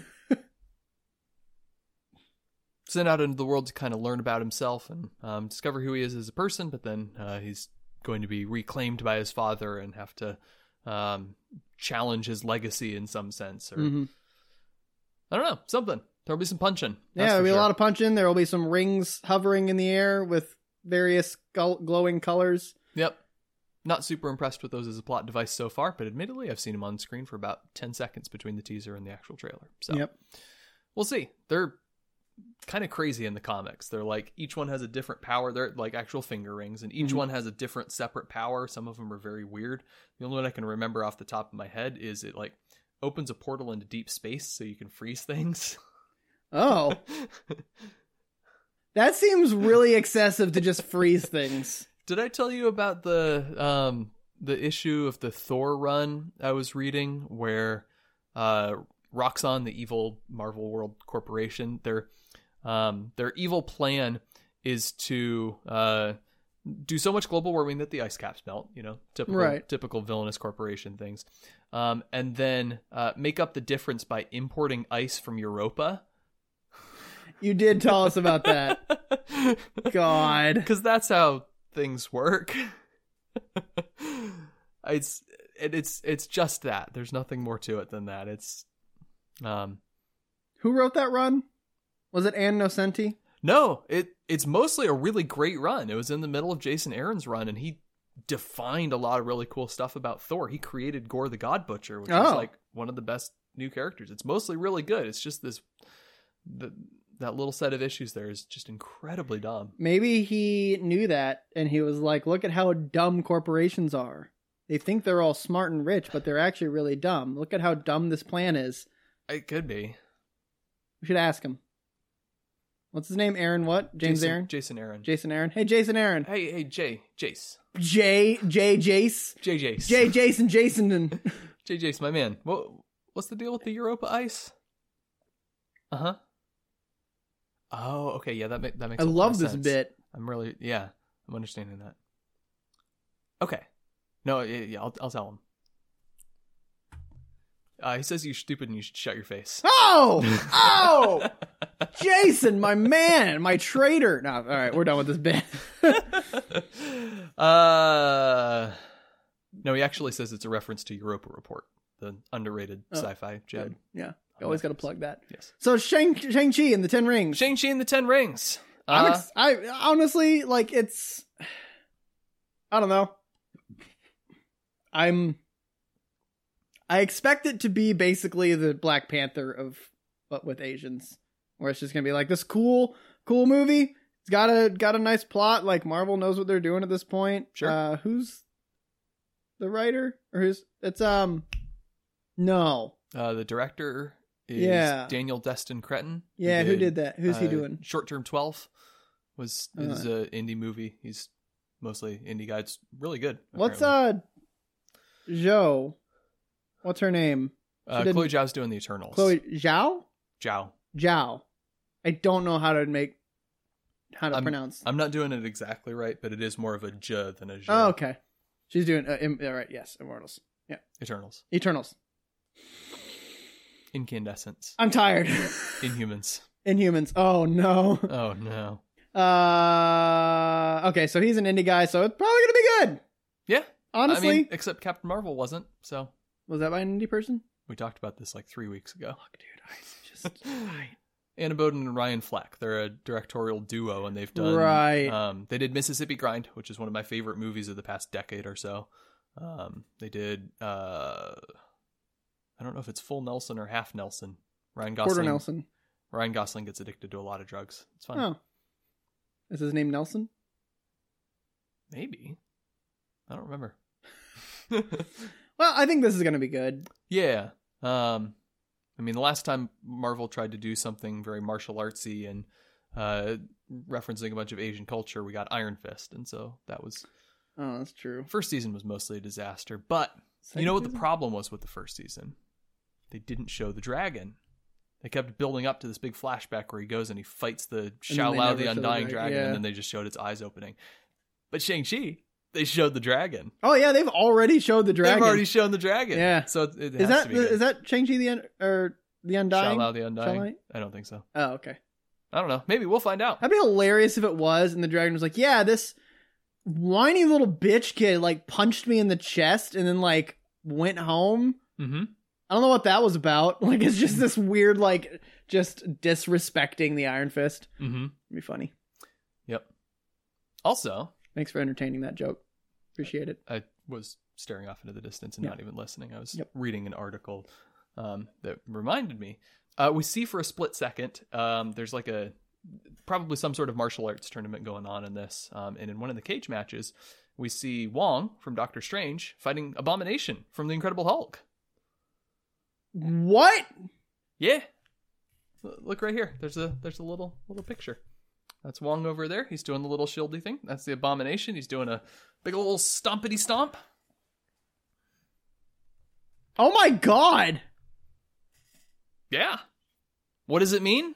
S2: sent out into the world to kind of learn about himself and um, discover who he is as a person, but then uh, he's going to be reclaimed by his father and have to um, challenge his legacy in some sense or
S1: Mhm.
S2: I don't know, something. There'll be some punching.
S1: Yeah, there'll be a lot of punching. There will be some rings hovering in the air with various gl- glowing colors.
S2: Yep. Not super impressed with those as a plot device so far, but admittedly, I've seen him on screen for about 10 seconds between the teaser and the actual trailer. So
S1: Yep.
S2: we'll see. They're kind of crazy in the comics. They're like each one has a different power. They're like actual finger rings, and each
S1: Mhm.
S2: one has a different separate power. Some of them are very weird. The only one I can remember off the top of my head is it like opens a portal into deep space so you can freeze things.
S1: Oh, that seems really excessive to just freeze things.
S2: Did I tell you about the um the issue of the Thor run I was reading where uh Roxxon, the evil Marvel World Corporation, their um their evil plan is to uh do so much global warming that the ice caps melt, you know, typical
S1: Right.
S2: typical villainous corporation things. Um and then uh make up the difference by importing ice from Europa.
S1: You did tell us about that. God.
S2: Because that's how things work. it's it, it's it's just that. There's nothing more to it than that. It's um
S1: Who wrote that run? Was it Ann Nocenti?
S2: no, it it's mostly a really great run. It was in the middle of Jason Aaron's run and he defined a lot of really cool stuff about Thor. He created Gore the God Butcher, which is
S1: Oh.
S2: like one of the best new characters. It's mostly really good. It's just this the, that little set of issues there is just incredibly dumb.
S1: Maybe he knew that and he was like, look at how dumb corporations are. They think they're all smart and rich, but they're actually really dumb. Look at how dumb this plan is.
S2: It could be.
S1: We should ask him. What's his name? Aaron what? James
S2: Jason,
S1: Aaron?
S2: Jason Aaron.
S1: Jason Aaron. Hey, Jason Aaron.
S2: Hey, hey, Jay, Jace,
S1: J, J, Jace.
S2: Jay, Jace,
S1: J, Jason, Jason. And
S2: Jay, Jace, my man. What, what's the deal with the Europa ice? Uh huh. Oh, okay, yeah, that ma- that makes.
S1: I
S2: a lot
S1: love
S2: of
S1: this
S2: sense.
S1: bit.
S2: I'm really, yeah, I'm understanding that. Okay, no, yeah, yeah I'll I'll tell him. Uh, he says you're stupid and you should shut your face.
S1: Oh! Oh! Jason, my man, my traitor. No, all right, we're done with this bit.
S2: uh, no, he actually says it's a reference to Europa Report, the underrated
S1: Oh,
S2: sci-fi
S1: Good.
S2: jib.
S1: Yeah, always got to plug that.
S2: Yes.
S1: So Shang Shang Chi and the Ten Rings.
S2: Shang Chi and the Ten Rings.
S1: I'm
S2: Uh,
S1: ex- I honestly like it's. I don't know. I'm. I expect it to be basically the Black Panther of but with Asians, where it's just gonna be like this cool, cool movie. It's got a got a nice plot. Like Marvel knows what they're doing at this point.
S2: Sure.
S1: Uh, who's the writer or who's it's um. No.
S2: uh, the director is
S1: Yeah.
S2: Daniel Destin Cretton.
S1: Yeah, who did that? Who's he
S2: uh,
S1: doing?
S2: Short Term Twelve was is a indie movie. He's mostly indie guy. It's really good.
S1: What's
S2: apparently.
S1: uh Zhou? What's her name?
S2: Uh,
S1: she
S2: Chloe Zhao's doing the Eternals.
S1: Chloe Zhao?
S2: Zhao.
S1: Zhao. I don't know how to make how to pronounce.
S2: I'm not doing it exactly right, but it is more of a J than a Zha.
S1: oh, okay. She's doing uh, Im- all right, yes, Immortals. Yeah.
S2: Eternals.
S1: Eternals.
S2: Incandescence.
S1: I'm tired.
S2: Inhumans.
S1: Inhumans. Oh no.
S2: Oh no.
S1: Uh okay, so he's an indie guy, so it's probably going to be good.
S2: Yeah.
S1: Honestly,
S2: I mean, except Captain Marvel wasn't. So
S1: was that by an indie person?
S2: we talked about this like three weeks ago.
S1: Fuck, dude. I just
S2: Anna Bowden and Ryan Fleck. They're a directorial duo, and they've done
S1: Right.
S2: Um, they did Mississippi Grind, which is one of my favorite movies of the past decade or so. Um, they did. Uh, I don't know if it's Full Nelson or Half Nelson. Ryan Gosling.
S1: Porter Nelson.
S2: Ryan Gosling gets addicted to a lot of drugs. It's fine.
S1: Oh. Is his name Nelson?
S2: Maybe. I don't remember.
S1: Well, I think this is going to be good.
S2: yeah. Um, I mean, the last time Marvel tried to do something very martial artsy and uh, referencing a bunch of Asian culture, we got Iron Fist, and so that was
S1: Oh, that's true.
S2: first season was mostly a disaster. But
S1: Second
S2: you know what
S1: season?
S2: the problem was with the first season? They didn't show the dragon. They kept building up to this big flashback where he goes and he fights the
S1: they
S2: Xiao Lao, the
S1: never show the
S2: undying
S1: dra-
S2: dragon,
S1: yeah.
S2: and then they just showed its eyes opening. But Shang Chi, they showed the dragon.
S1: Oh yeah, they've already showed the dragon.
S2: They've already shown the dragon.
S1: Yeah.
S2: So it, it
S1: is
S2: has
S1: that
S2: to be
S1: the,
S2: good.
S1: is that Chang-Chi the un- or the
S2: Xiao
S1: Undying?
S2: Lao, the undying?
S1: Lao?
S2: I don't think so.
S1: Oh okay.
S2: I don't know. Maybe we'll find out.
S1: That'd be hilarious if it was, and the dragon was like, "Yeah, this whiny little bitch kid like punched me in the chest, and then like went home."
S2: Mm-hmm.
S1: I don't know what that was about. Like, it's just this weird, like, just disrespecting the Iron Fist.
S2: Mm-hmm.
S1: It'd be funny.
S2: Yep. Also,
S1: Thanks for entertaining that joke. Appreciate it.
S2: I was staring off into the distance and
S1: Yeah.
S2: not even listening. I was
S1: Yep.
S2: reading an article um, that reminded me. Uh, we see for a split second, um, there's like a probably some sort of martial arts tournament going on in this. Um, and in one of the cage matches, we see Wong from Doctor Strange fighting Abomination from the Incredible Hulk.
S1: What?
S2: Yeah. L- Look right here. There's a there's a little little picture. That's Wong over there. He's doing the little shieldy thing. That's the abomination. He's doing a big old stompity stomp.
S1: Oh my god!
S2: Yeah. What does it mean?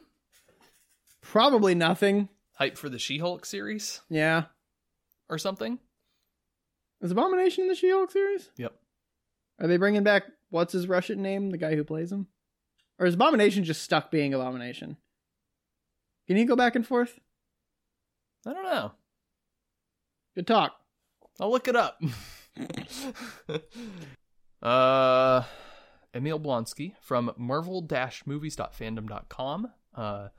S1: Probably nothing.
S2: Hype for the She-Hulk series
S1: Yeah.
S2: or something?
S1: Is Abomination in the She-Hulk series?
S2: Yep.
S1: Are they bringing back what's his Russian name? The guy who plays him, or is Abomination just stuck being Abomination? Can he go back and forth?
S2: I don't know.
S1: Good talk.
S2: I'll look it up. uh, Emil Blonsky from marvel-movies.fandom.com. Uh,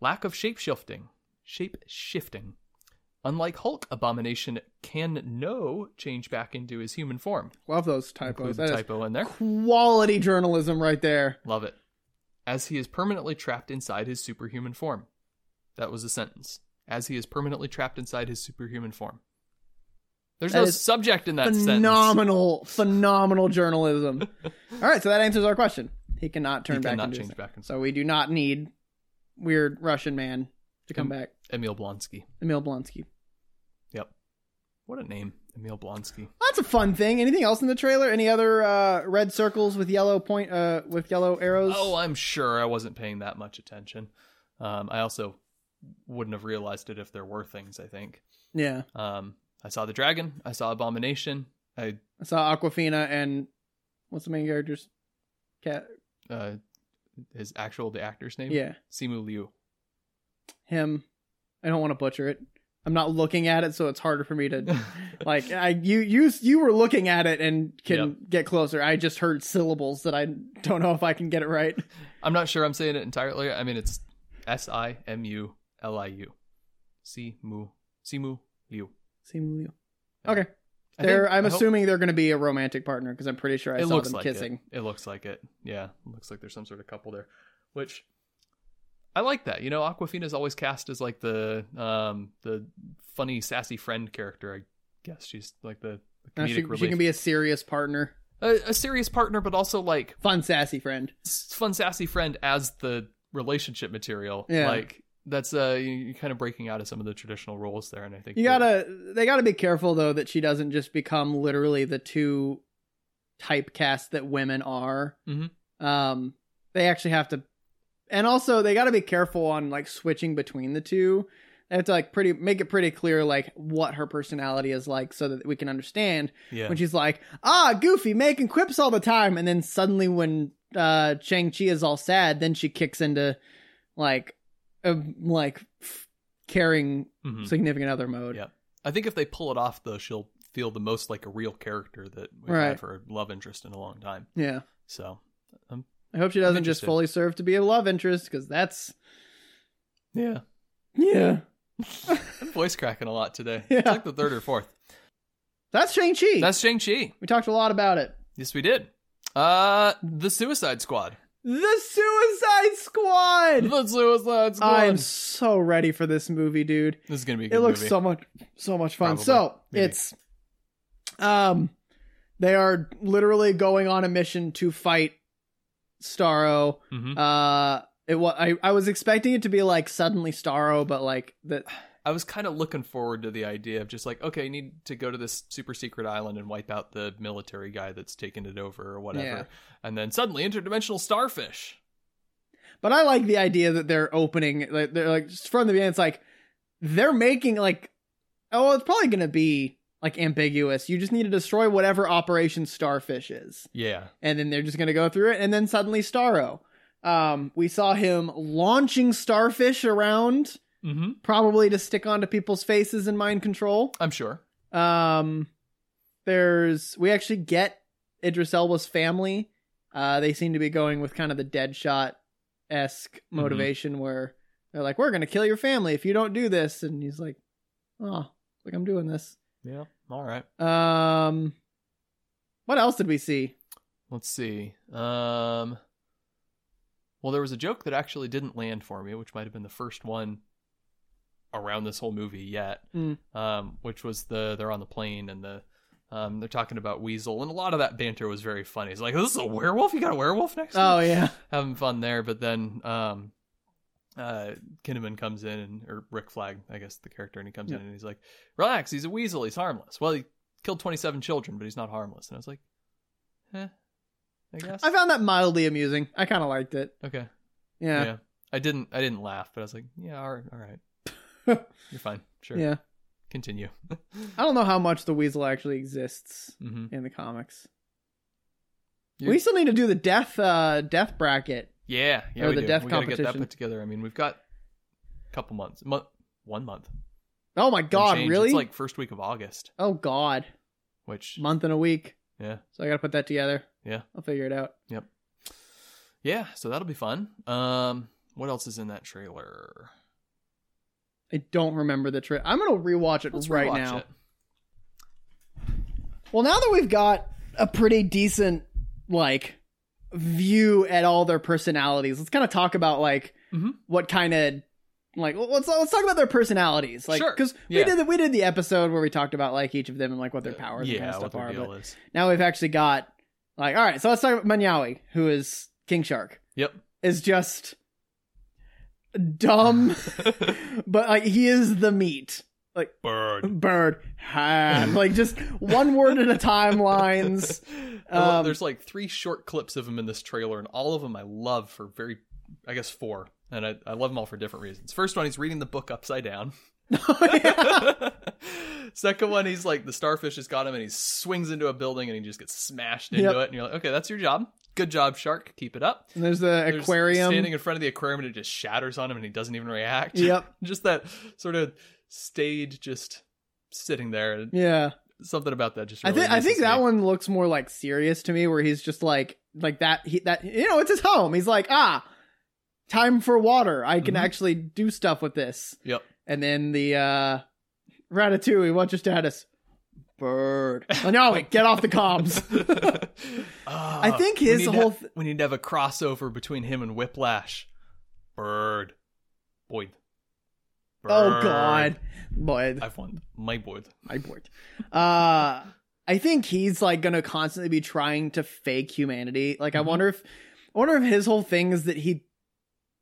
S2: lack of shapeshifting. Shape-shifting. Unlike Hulk, Abomination can no change back into his human form.
S1: Love those typos.
S2: Include the
S1: That is
S2: typo in there.
S1: quality journalism right there.
S2: Love it. As he is permanently trapped inside his superhuman form. That was a sentence. As he is permanently trapped inside his superhuman form. There's
S1: That
S2: no
S1: is
S2: subject in that sentence.
S1: phenomenal, phenomenal journalism. All right, so that answers our question. He cannot turn
S2: He
S1: back
S2: cannot
S1: into his
S2: change
S1: thing.
S2: back and
S1: So we do not need weird Russian man to come
S2: Em-
S1: back.
S2: Emil Blonsky.
S1: Emil Blonsky.
S2: Yep. What a name, Emil Blonsky.
S1: That's a fun thing. Anything else in the trailer? Any other uh, red circles with yellow point uh, with yellow arrows?
S2: Oh, I'm sure I wasn't paying that much attention. Um, I also wouldn't have realized it if there were things. I think.
S1: yeah.
S2: Um, I saw the dragon. I saw Abomination. I
S1: I saw Aquafina and what's the main character's cat?
S2: uh, his actual the actor's name.
S1: Yeah,
S2: Simu Liu.
S1: him. I don't want to butcher it. I'm not looking at it, so it's harder for me to like I you you you were looking at it and can get closer. I just heard syllables that I don't know if I can get it right.
S2: I'm not sure I'm saying it entirely. I mean, it's S I M U L I U. Simu Simu Liu.
S1: Simu Liu.
S2: Yeah.
S1: Okay,
S2: I
S1: they're
S2: think-
S1: I'm
S2: I hope-
S1: assuming they're going to be a romantic partner because I'm pretty sure I
S2: it
S1: saw
S2: looks
S1: them
S2: like
S1: kissing.
S2: It. it looks like it. Yeah, it looks like there's some sort of couple there, which I like that. You know, Aquafina's always cast as like the um the funny sassy friend character. I guess she's like the, the
S1: Now
S2: comedic
S1: Uh, she,
S2: relief,
S1: she can be a serious partner,
S2: a, a serious partner, but also like
S1: fun sassy friend.
S2: s- fun sassy friend as the relationship material.
S1: Yeah.
S2: Like that's uh you- you're kind of breaking out of some of the traditional roles there, and I think
S1: You
S2: that-
S1: gotta they gotta be careful though that she doesn't just become literally the two typecast that women are.
S2: Mhm.
S1: Um, they actually have to, and also they gotta be careful on like switching between the two. They have to like pretty make it pretty clear like what her personality is like so that we can understand
S2: yeah.
S1: when she's like ah goofy making quips all the time and then suddenly when uh Chang Chi is all sad then she kicks into like a, like f- caring
S2: Mhm.
S1: significant other mode.
S2: Yeah. I think if they pull it off though, she'll feel the most like a real character that we've
S1: Right.
S2: had for a love interest in a long time.
S1: Yeah.
S2: So
S1: I hope she doesn't just
S2: interested.
S1: fully serve to be a love interest because that's
S2: Yeah.
S1: yeah.
S2: I'm voice cracking a lot today.
S1: Yeah.
S2: It's like the third or fourth.
S1: That's Shang Chi.
S2: That's Shang-Chi.
S1: we talked a lot about it.
S2: Yes, we did. Uh, The Suicide Squad.
S1: The Suicide Squad.
S2: The Suicide Squad.
S1: I am so ready for this movie, dude.
S2: This is going to be a good
S1: It looks
S2: movie.
S1: so much so much fun.
S2: Probably.
S1: So
S2: Maybe.
S1: it's um they are literally going on a mission to fight Starro.
S2: Mhm.
S1: Uh, it was I, I was expecting it to be like suddenly Starro, but like that
S2: I was kind of looking forward to the idea of just like, okay, you need to go to this super secret island and wipe out the military guy that's taken it over or whatever.
S1: Yeah.
S2: And then suddenly interdimensional starfish.
S1: But I like the idea that they're opening, like they're like just from the beginning. It's like they're making like, oh, it's probably gonna be like ambiguous. You just need to destroy whatever Operation Starfish is,
S2: Yeah.
S1: and then they're just gonna go through it, and then suddenly Starro. Um, we saw him launching starfish around,
S2: Mm-hmm.
S1: probably to stick onto people's faces and mind control.
S2: I'm sure.
S1: Um, there's we actually get Idris Elba's family. Uh, they seem to be going with kind of the Deadshot esque
S2: Mm-hmm.
S1: motivation where they're like, "We're gonna kill your family if you don't do this," and he's like, "Oh, like I'm doing this."
S2: Yeah. All right.
S1: Um, what else did we see?
S2: Let's see. Um, well, there was a joke that actually didn't land for me, which might have been the first one around this whole movie yet.
S1: Mm.
S2: Um, which was the they're on the plane and the um, they're talking about Weasel, and a lot of that banter was very funny. It's like, "Oh, this is a werewolf. You got a werewolf next? to you?"
S1: Oh yeah,
S2: having fun there. But then um, uh, Kinnaman comes in, and, or Rick Flag, I guess the character, and he comes
S1: Yeah.
S2: in and he's like, "Relax, he's a weasel. He's harmless. Well, he killed twenty-seven children, but he's not harmless." And I was like, "Eh, I guess."
S1: I found that mildly amusing. I kind of liked it.
S2: okay, yeah.
S1: Yeah, yeah.
S2: I didn't. I didn't laugh, but I was like, "Yeah, all right, all right. You're fine. Sure, continue."
S1: I don't know how much the weasel actually exists
S2: hmm
S1: in the comics.
S2: You-
S1: We still need to do the death uh death bracket.
S2: Yeah, yeah.
S1: Or
S2: we
S1: the
S2: do.
S1: deaf
S2: we gotta get that
S1: competition.
S2: put together. I mean, we've got a couple months, mo- one month. and
S1: Oh my god,
S2: change.
S1: really?
S2: It's like first week of August,
S1: oh god,
S2: which
S1: month and a week.
S2: yeah.
S1: So I got to put that together.
S2: Yeah.
S1: I'll figure it out.
S2: Yeah, so that'll be fun. Um, what else is in that trailer?
S1: I don't remember the trip. I'm gonna rewatch it
S2: Let's
S1: right
S2: rewatch
S1: now.
S2: it.
S1: Well, now that we've got a pretty decent like view at all their personalities, let's kind of talk about like
S2: Mhm.
S1: what kind of like well, let's let's talk about their personalities, like
S2: Sure.
S1: because we
S2: Yeah.
S1: did the, we did the episode where we talked about like each of them and like what their powers
S2: yeah,
S1: and kind of
S2: what
S1: stuff
S2: their
S1: are.
S2: deal
S1: But
S2: is.
S1: now we've actually got like all right, so let's talk about Manyawi, who is King Shark.
S2: Yep.
S1: is just dumb, but like he is the meat. Like
S2: Bird.
S1: bird, ham. like just one word at a time lines. Um,
S2: There's like three short clips of him in this trailer, and all of them I love for very, I guess four, and I, I love them all for different reasons. First one, he's reading the book upside down. Second one, he's like the starfish has got him, and he swings into a building, and he just gets smashed into
S1: Yep.
S2: it. And you're like, okay, that's your job. Good job, shark. Keep it up.
S1: And there's the
S2: There's
S1: aquarium.
S2: standing in front of the aquarium and it just shatters on him and he doesn't even react
S1: Yep.
S2: just that sort of stage just sitting there
S1: Yeah,
S2: something about that just
S1: I
S2: really
S1: think I think
S2: misses
S1: that
S2: me.
S1: one looks more like serious to me, where he's just like like that. He that you know it's his home. He's like ah, time for water. I can
S2: Mhm.
S1: actually do stuff with this.
S2: Yep.
S1: And then the uh Ratatouille, what's your status? Bird. Oh, no, wait, get off the comms.
S2: Ah,
S1: I think
S2: we
S1: his
S2: need to-
S1: whole th-
S2: we need to have a crossover between him and whiplash bird boyd
S1: Oh
S2: Bird.
S1: god. Boyd.
S2: i've won my boyd
S1: My board. Uh I think he's like gonna constantly be trying to fake humanity. Like I
S2: Mhm.
S1: wonder if I wonder if his whole thing is that he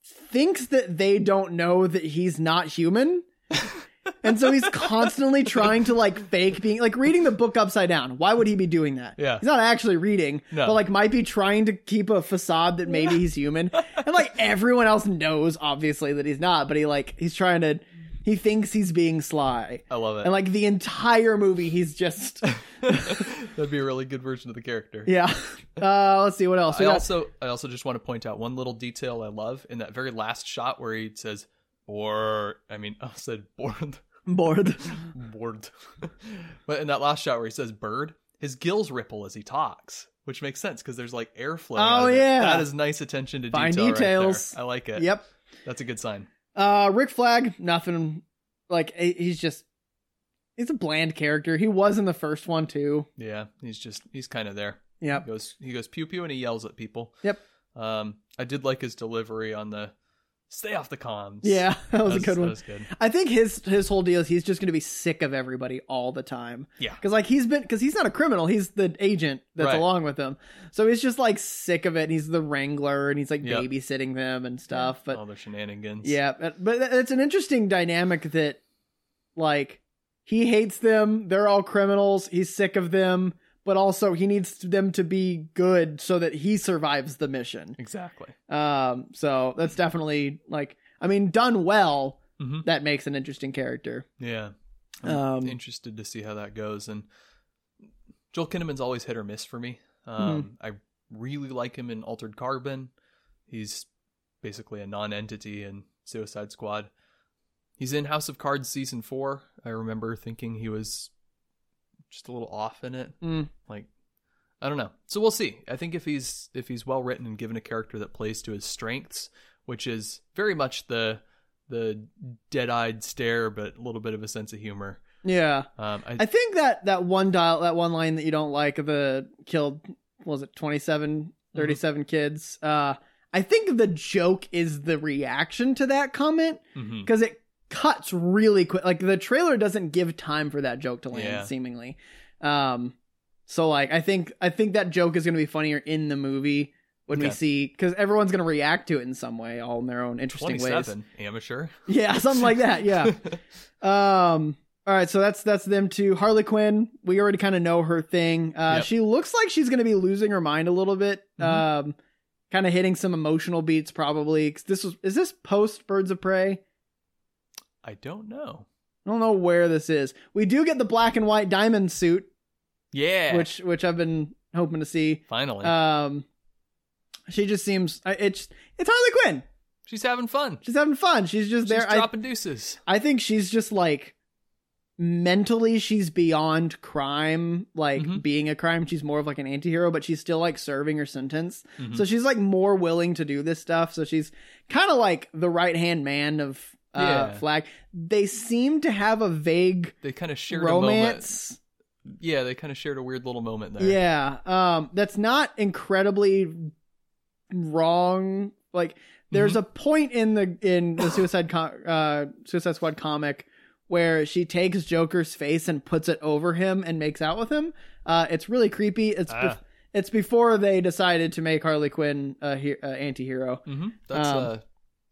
S1: thinks that they don't know that he's not human. and so he's constantly trying to like fake being like reading the book upside down. Why would he be doing that?
S2: yeah
S1: He's not actually reading,
S2: No.
S1: but like might be trying to keep a facade that maybe he's human. And like everyone else knows obviously that he's not, but he like he's trying to he thinks he's being sly.
S2: i love
S1: And
S2: it
S1: like the entire movie he's just
S2: that'd be a really good version of the character
S1: Yeah. Uh let's see what else. We
S2: I
S1: got-
S2: also I also just want to point out one little detail I love in that very last shot where he says "bored." I mean, I said "bored,"
S1: I'm bored.
S2: "bored," but in that last shot where he says "bird," his gills ripple as he talks, which makes sense because there's like airflow. out
S1: Oh,
S2: of it.
S1: yeah.
S2: that is nice attention to
S1: Fine
S2: detail. right there.
S1: details.
S2: I like it.
S1: Yep.
S2: that's a good sign.
S1: Uh Rick Flag, nothing like he- he's just he's a bland character. He was in the first one too.
S2: Yeah, he's just he's kind of there. He
S1: Yep.
S2: goes he goes pew pew and he yells at people.
S1: Yep.
S2: Um, I did like his delivery on the stay off the comms.
S1: Yeah, that was a good
S2: that
S1: one.
S2: was good.
S1: I think his his whole deal is he's just going to be sick of everybody all the time.
S2: Yeah.
S1: because like he's been because he's not a criminal. He's the agent that's
S2: Right.
S1: along with him. So he's just like sick of it. And he's the wrangler and he's like
S2: Yep.
S1: babysitting them and stuff. But
S2: all the shenanigans.
S1: yeah, but- but it's an interesting dynamic that like he hates them. They're all criminals. He's sick of them. But also, he needs them to be good so that he survives the mission.
S2: exactly.
S1: Um, so that's definitely like, I mean, done well,
S2: Mhm.
S1: that makes an interesting character.
S2: Yeah, I'm
S1: Um,
S2: interested to see how that goes. And Joel Kinnaman's always hit or miss for me. Um,
S1: Hmm.
S2: I really like him in Altered Carbon. He's basically a non-entity in Suicide Squad. He's in House of Cards season four. I remember thinking he was just a little off in it.
S1: Mm.
S2: Like, I don't know. So we'll see. I think if he's if he's well written and given a character that plays to his strengths, which is very much the the dead-eyed stare, but a little bit of a sense of humor.
S1: Yeah,
S2: Um, I,
S1: I think that that one dial, that one line that you don't like, the killed what was it 27, 37 kids. Uh, I think the joke is the reaction to that comment
S2: Mhm.
S1: because it cuts really quick. Like the trailer doesn't give time for that joke to land,
S2: Yeah.
S1: seemingly. Um, so like I think I think that joke is gonna be funnier in the movie when we
S2: Okay.
S1: see because everyone's gonna react to it in some way, all in their own interesting ways.
S2: Twenty-seven amateur.
S1: Yeah, something like that. Yeah. um. All right, so that's that's them two. Harley Quinn, we already kind of know her thing. Uh,
S2: Yep.
S1: She looks like she's going to be losing her mind a little bit.
S2: Mhm.
S1: Um, kind of hitting some emotional beats probably. 'Cause This was is this post Birds of Prey?
S2: I don't know.
S1: I don't know where this is. We do get the black and white diamond suit,
S2: Yeah.
S1: which which I've been hoping to see.
S2: finally,
S1: Um, she just seems I- it's it's Harley Quinn.
S2: she's having fun.
S1: She's having fun. She's just
S2: She's
S1: there. I
S2: dropping deuces.
S1: I think she's just like mentally she's beyond crime, like
S2: Mhm.
S1: being a crime. She's more of like an antihero, but she's still like serving her sentence.
S2: Mhm.
S1: So she's like more willing to do this stuff. So she's kind of like the right hand man of uh,
S2: Yeah.
S1: Flag. They seem to have a vague
S2: They kind of shared
S1: romance.
S2: a moment. Yeah, they kind of shared a weird little moment there.
S1: Yeah. Um that's not incredibly wrong. Like there's
S2: Mm-hmm.
S1: a point in the in the Suicide Co- uh Suicide Squad comic where she takes Joker's face and puts it over him and makes out with him. Uh it's really creepy. It's bef-
S2: Ah.
S1: it's before they decided to make Harley Quinn a he- uh, anti-hero.
S2: hmm That's
S1: Um,
S2: uh,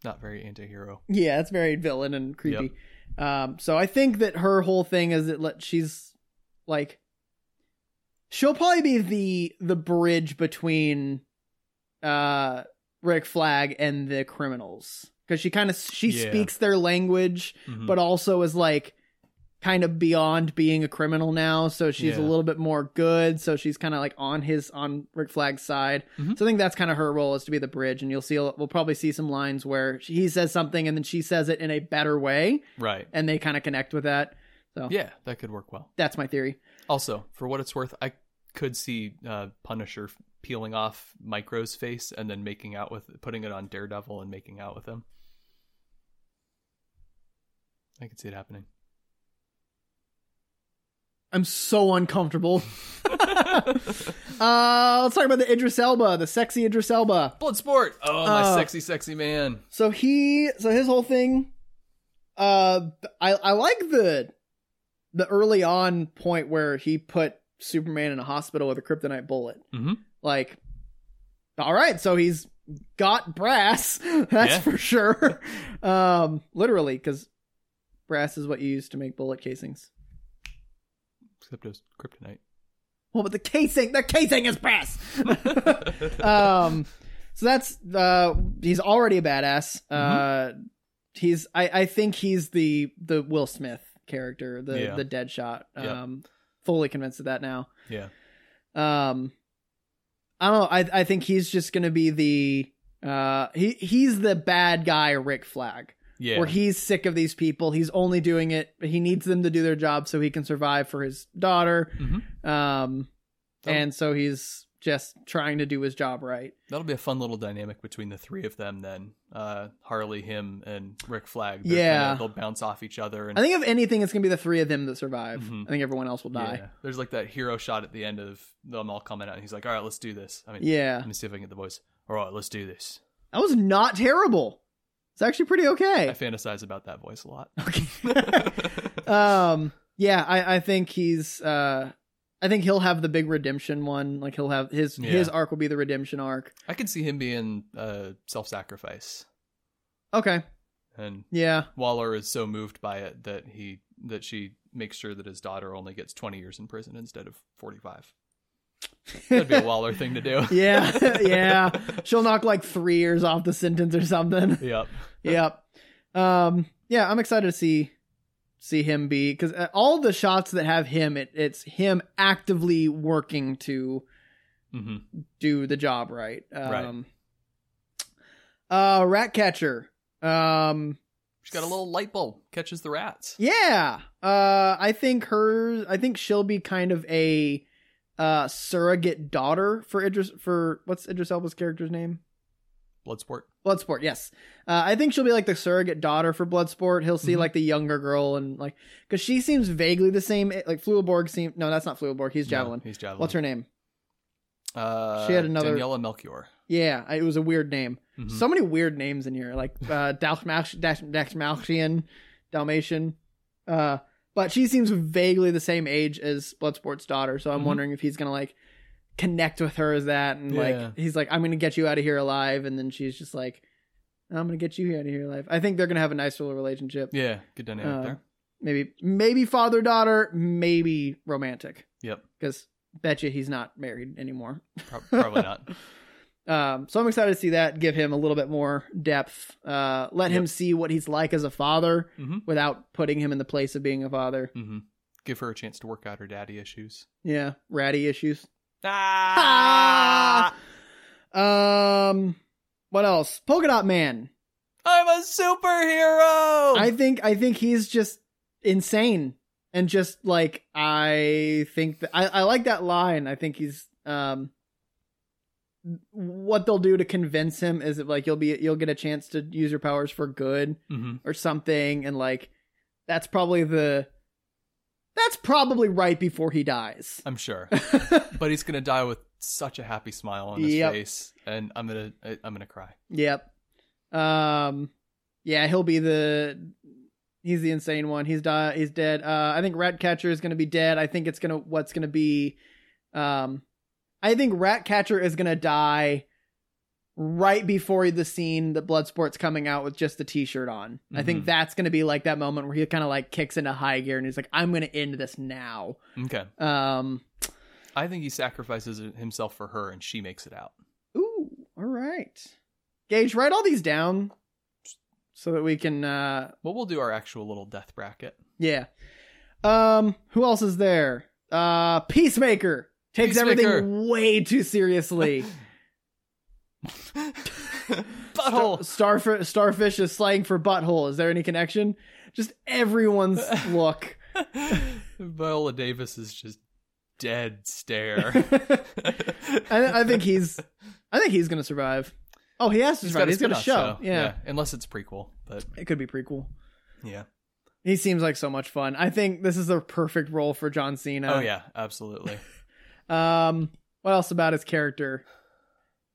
S2: not very anti-hero.
S1: Yeah, it's very villain and creepy. Um, so I think that her whole thing is that let, she's like, she'll probably be the the bridge between, uh, Rick Flag and the criminals because she kind of she
S2: Yeah.
S1: speaks their language,
S2: Mhm.
S1: but also is like kind of beyond being a criminal now so she's a
S2: Yeah.
S1: little bit more good so she's kind of like on his on Rick Flag's side
S2: Mhm.
S1: so I think that's kind of her role is to be the bridge and you'll see we'll probably see some lines where she- he says something and then she says it in a better way
S2: right.
S1: and they kind of connect with that
S2: Yeah, that could work well.
S1: that's my theory
S2: Also, for what it's worth, I could see uh, Punisher peeling off Micro's face and then making out with, putting it on Daredevil and making out with him. I could see it happening.
S1: I'm so uncomfortable uh let's talk about the Idris Elba the sexy Idris Elba
S2: Bloodsport. Oh, my
S1: Uh,
S2: sexy, sexy man.
S1: So he, so his whole thing, uh, I I like the the early on point where he put Superman in a hospital with a kryptonite bullet.
S2: Mhm.
S1: Like, all right, so he's got brass. That's
S2: Yeah.
S1: for sure. um, literally, because brass is what you use to make bullet casings.
S2: Except it was kryptonite.
S1: Well, but the casing, the casing is brass. um so that's uh he's already a badass uh
S2: Mm-hmm.
S1: he's i i think he's the the will smith character the
S2: Yeah.
S1: the dead shot um
S2: Yeah.
S1: fully convinced of that now
S2: yeah.
S1: um i don't know i i think he's just gonna be the uh he he's the bad guy rick flag
S2: Yeah.
S1: where he's sick of these people he's only doing it he needs them to do their job so he can survive for his daughter
S2: Mhm.
S1: um
S2: That'll-
S1: and so he's just trying to do his job right
S2: That'll be a fun little dynamic between the three of them then. Uh, Harley, him, and Rick Flag. They're
S1: Yeah.
S2: kinda- they'll bounce off each other. And,
S1: I think if anything, it's gonna be the three of them that survive.
S2: Mhm.
S1: I think everyone else will die.
S2: Yeah. There's like that hero shot at the end of them all coming out, and he's like, all right, let's do this. I mean,
S1: Yeah,
S2: let me see if I can get the voice. All right, let's do this.
S1: that was not terrible. It's actually pretty okay.
S2: I fantasize about that voice a lot.
S1: um yeah i i think he's uh i think he'll have the big redemption one like he'll have his
S2: Yeah.
S1: his arc will be the redemption arc
S2: I could see him being uh, self-sacrifice,
S1: okay
S2: and
S1: yeah
S2: Waller is so moved by it that he that she makes sure that his daughter only gets 20 years in prison instead of 45. That'd be a Waller thing to do.
S1: yeah yeah she'll knock like three years off the sentence or something
S2: yep.
S1: yep um yeah i'm excited to see see him be because all the shots that have him it, it's him actively working to
S2: hmm
S1: do the job right
S2: Right.
S1: um uh rat catcher um
S2: She's got a little light bulb catches the rats.
S1: Yeah. Uh I think her I think she'll be kind of a uh surrogate daughter for Idris for what's Idris Elba's character's name?
S2: Bloodsport.
S1: Bloodsport, yes. Uh, I think she'll be like the surrogate daughter for Bloodsport. He'll see
S2: Mhm.
S1: like the younger girl and like because she seems vaguely the same. eh, Like Fluelborg seemed no, that's not Fluelborg. He's
S2: No,
S1: Javelin.
S2: he's javelin.
S1: What's her name?
S2: Uh,
S1: She had another-
S2: Daniela Melchior.
S1: Yeah, I- it was a weird name.
S2: Mhm.
S1: So many weird names in here, like uh, Dalmatian, Dalmatian, Dalmatian. Uh, but she seems vaguely the same age as Bloodsport's daughter, so I'm
S2: Mhm.
S1: wondering if he's gonna like connect with her as that, and
S2: Yeah.
S1: like he's like, "I'm gonna get you out of here alive," and then she's just like, "I'm gonna get you out of here alive." I think they're gonna have a nice little relationship.
S2: yeah, good dynamic
S1: Uh,
S2: there.
S1: Maybe, maybe father daughter, maybe romantic.
S2: Yep.
S1: Because bet you he's not married anymore.
S2: Pro- probably not.
S1: Um, so I'm excited to see that. Give him a little bit more depth. Uh, let him
S2: Yep.
S1: see what he's like as a father
S2: hmm
S1: without putting him in the place of being a father.
S2: hmm Give her a chance to work out her daddy issues.
S1: Yeah, ratty issues.
S2: Ah!
S1: Um, what else? Polka Dot Man.
S2: I'm a superhero.
S1: I think I think he's just insane and just like I think that I, I like that line. I think he's um what they'll do to convince him is that like you'll be you'll get a chance to use your powers for good
S2: Mhm.
S1: or something and like that's probably the that's probably right before he dies
S2: I'm sure. but he's gonna die with such a happy smile on his
S1: Yep.
S2: face, and I'm gonna I- I'm gonna cry.
S1: yep um yeah he'll be the he's the insane one he's di- he's dead uh i think ratcatcher is gonna be dead i think it's gonna what's gonna be um i think ratcatcher is gonna die right before the scene that bloodsport's coming out with just the t-shirt on i
S2: Mhm.
S1: think that's gonna be like that moment where he kind of like kicks into high gear and he's like i'm gonna end this now
S2: Okay,
S1: Um.
S2: I think he sacrifices himself for her, and she makes it out.
S1: Ooh. All right. Gage, write all these down so that we can. Uh.
S2: Well, we'll do our actual little death bracket.
S1: Yeah. Um. Who else is there? Uh. Peacemaker takes everything
S2: Peacemaker.
S1: way too seriously.
S2: Butthole.
S1: Star, starf- starfish is slang for butthole. Is there any connection? Just everyone's look.
S2: Viola Davis is just dead
S1: I,
S2: stare.
S1: I think he's. I think he's gonna survive. Oh, he has to survive.
S2: a
S1: He's gonna
S2: spin-off
S1: show. yeah.
S2: unless it's a prequel, but
S1: It could be prequel.
S2: yeah.
S1: He seems like so much fun. I think this is the perfect role for John Cena.
S2: Oh yeah, absolutely.
S1: yeah. Um, what else about his character?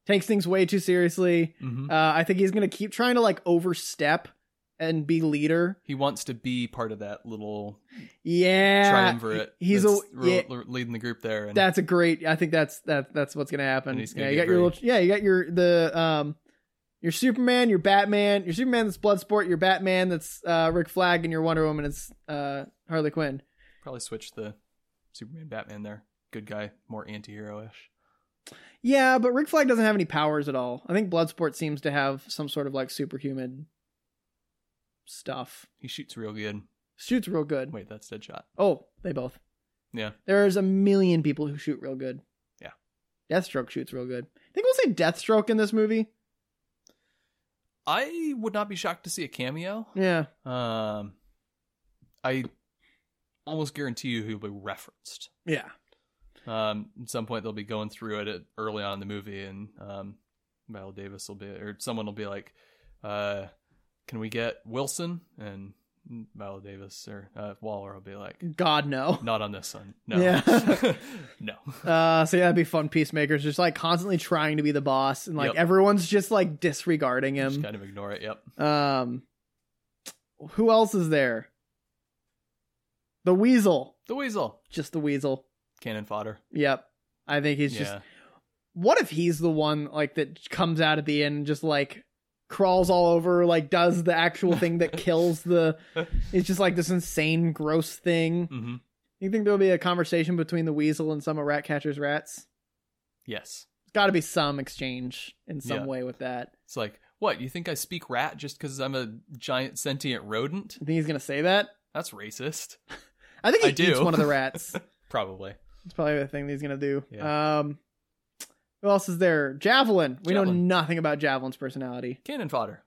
S1: Takes things way too seriously.
S2: hmm
S1: Uh, I think he's gonna keep trying to like overstep and be leader.
S2: He wants to be part of that little
S1: Yeah,
S2: triumvirate.
S1: He's
S2: that's
S1: a yeah,
S2: re- leading the group there, and
S1: that's a great. I think that's that that's what's gonna happen.
S2: And he's gonna
S1: yeah, you
S2: get
S1: got your
S2: very-
S1: little, yeah, you got your the um your Superman, your Batman, your Superman that's Bloodsport, your Batman that's uh, Rick Flag, and your Wonder Woman is uh, Harley Quinn.
S2: probably switch the Superman Batman there. Good guy, more anti-hero ish.
S1: Yeah, but Rick Flag doesn't have any powers at all. I think Bloodsport seems to have some sort of like superhuman stuff.
S2: He shoots real good.
S1: Shoots real good.
S2: Wait, that's Deadshot.
S1: Oh, they both.
S2: Yeah.
S1: There's a million people who shoot real good.
S2: Yeah.
S1: Deathstroke shoots real good. I think we'll say Deathstroke in this movie.
S2: I would not be shocked to see a cameo.
S1: Yeah.
S2: Um, I almost guarantee you he'll be referenced.
S1: Yeah.
S2: Um, at some point they'll be going through it at, early on in the movie, and um, Viola Davis will be, or someone will be like, uh, "Can we get Wilson?" And Viola Davis or uh, Waller will be like,
S1: God no.
S2: not on this son. No.
S1: Yeah.
S2: no.
S1: Uh, so yeah, that'd be fun. Peacemakers just like constantly trying to be the boss, and like
S2: Yep.
S1: everyone's just like disregarding
S2: Just
S1: him.
S2: kind of ignore it. Yep.
S1: Um, who else is there? The weasel,
S2: The weasel.
S1: just the weasel.
S2: Cannon fodder.
S1: Yep, I think he's
S2: yeah.
S1: just. What if he's the one like that comes out at the end, and just like crawls all over, like does the actual thing that kills the. It's just like this insane, gross thing.
S2: hmm
S1: You think there'll be a conversation between the weasel and some of Ratcatcher's rats?
S2: Yes.
S1: It's got to be some exchange in some
S2: Yeah.
S1: way with that.
S2: It's like, what? You think I speak rat just because I'm a giant sentient rodent?
S1: You think he's gonna say that?
S2: That's racist.
S1: I think
S2: I
S1: he
S2: do.
S1: eats one of the rats.
S2: Probably.
S1: It's probably the thing that he's gonna do. Um, who else is there? Javelin. We know
S2: Javelin.
S1: nothing about Javelin's personality.
S2: Cannon fodder.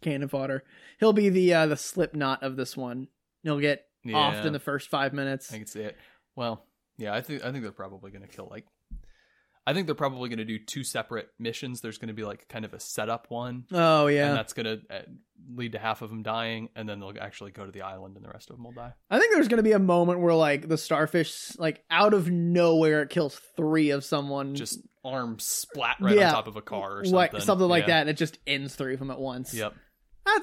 S1: Cannon fodder. He'll be the uh, the slipknot of this one. He'll get
S2: Yeah.
S1: offed in the first five minutes.
S2: I can see it. Well, yeah, I think I think they're probably going to kill like I think they're probably going to do two separate missions. There's going to be like kind of a setup one,
S1: Oh
S2: and
S1: yeah,
S2: that's going to lead to half of them dying, and then they'll actually go to the island, and the rest of them will die.
S1: I think there's gonna be a moment where like the starfish, like out of nowhere, it kills three of someone,
S2: Just arm splat right
S1: Yeah.
S2: on top of a car or something,
S1: like something like
S2: Yeah.
S1: that, and it just ends three of them at once.
S2: Yep.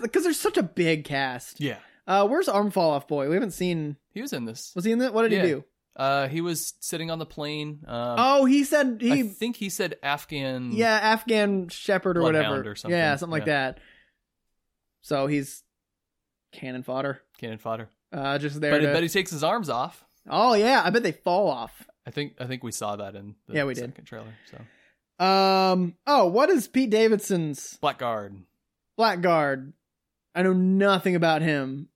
S1: because there's such a big cast.
S2: Yeah.
S1: Uh, where's Arm Fall Off Boy? We haven't seen.
S2: He was in this.
S1: Was he in that? What did
S2: Yeah.
S1: he do?
S2: Uh, he was sitting on the plane. Um,
S1: oh, he said he.
S2: I think he said Afghan.
S1: yeah, Afghan Shepherd or
S2: Bloodhound
S1: whatever.
S2: or something.
S1: Yeah, something like that. So he's cannon fodder.
S2: cannon fodder.
S1: Uh, just there.
S2: But I
S1: to-
S2: bet he takes his arms off.
S1: oh yeah, I bet they fall off.
S2: I think I think we saw that in the
S1: Yeah, we did.
S2: second trailer. So
S1: Um. Oh, what is Pete Davidson's
S2: Blackguard.
S1: Blackguard? I know nothing about him.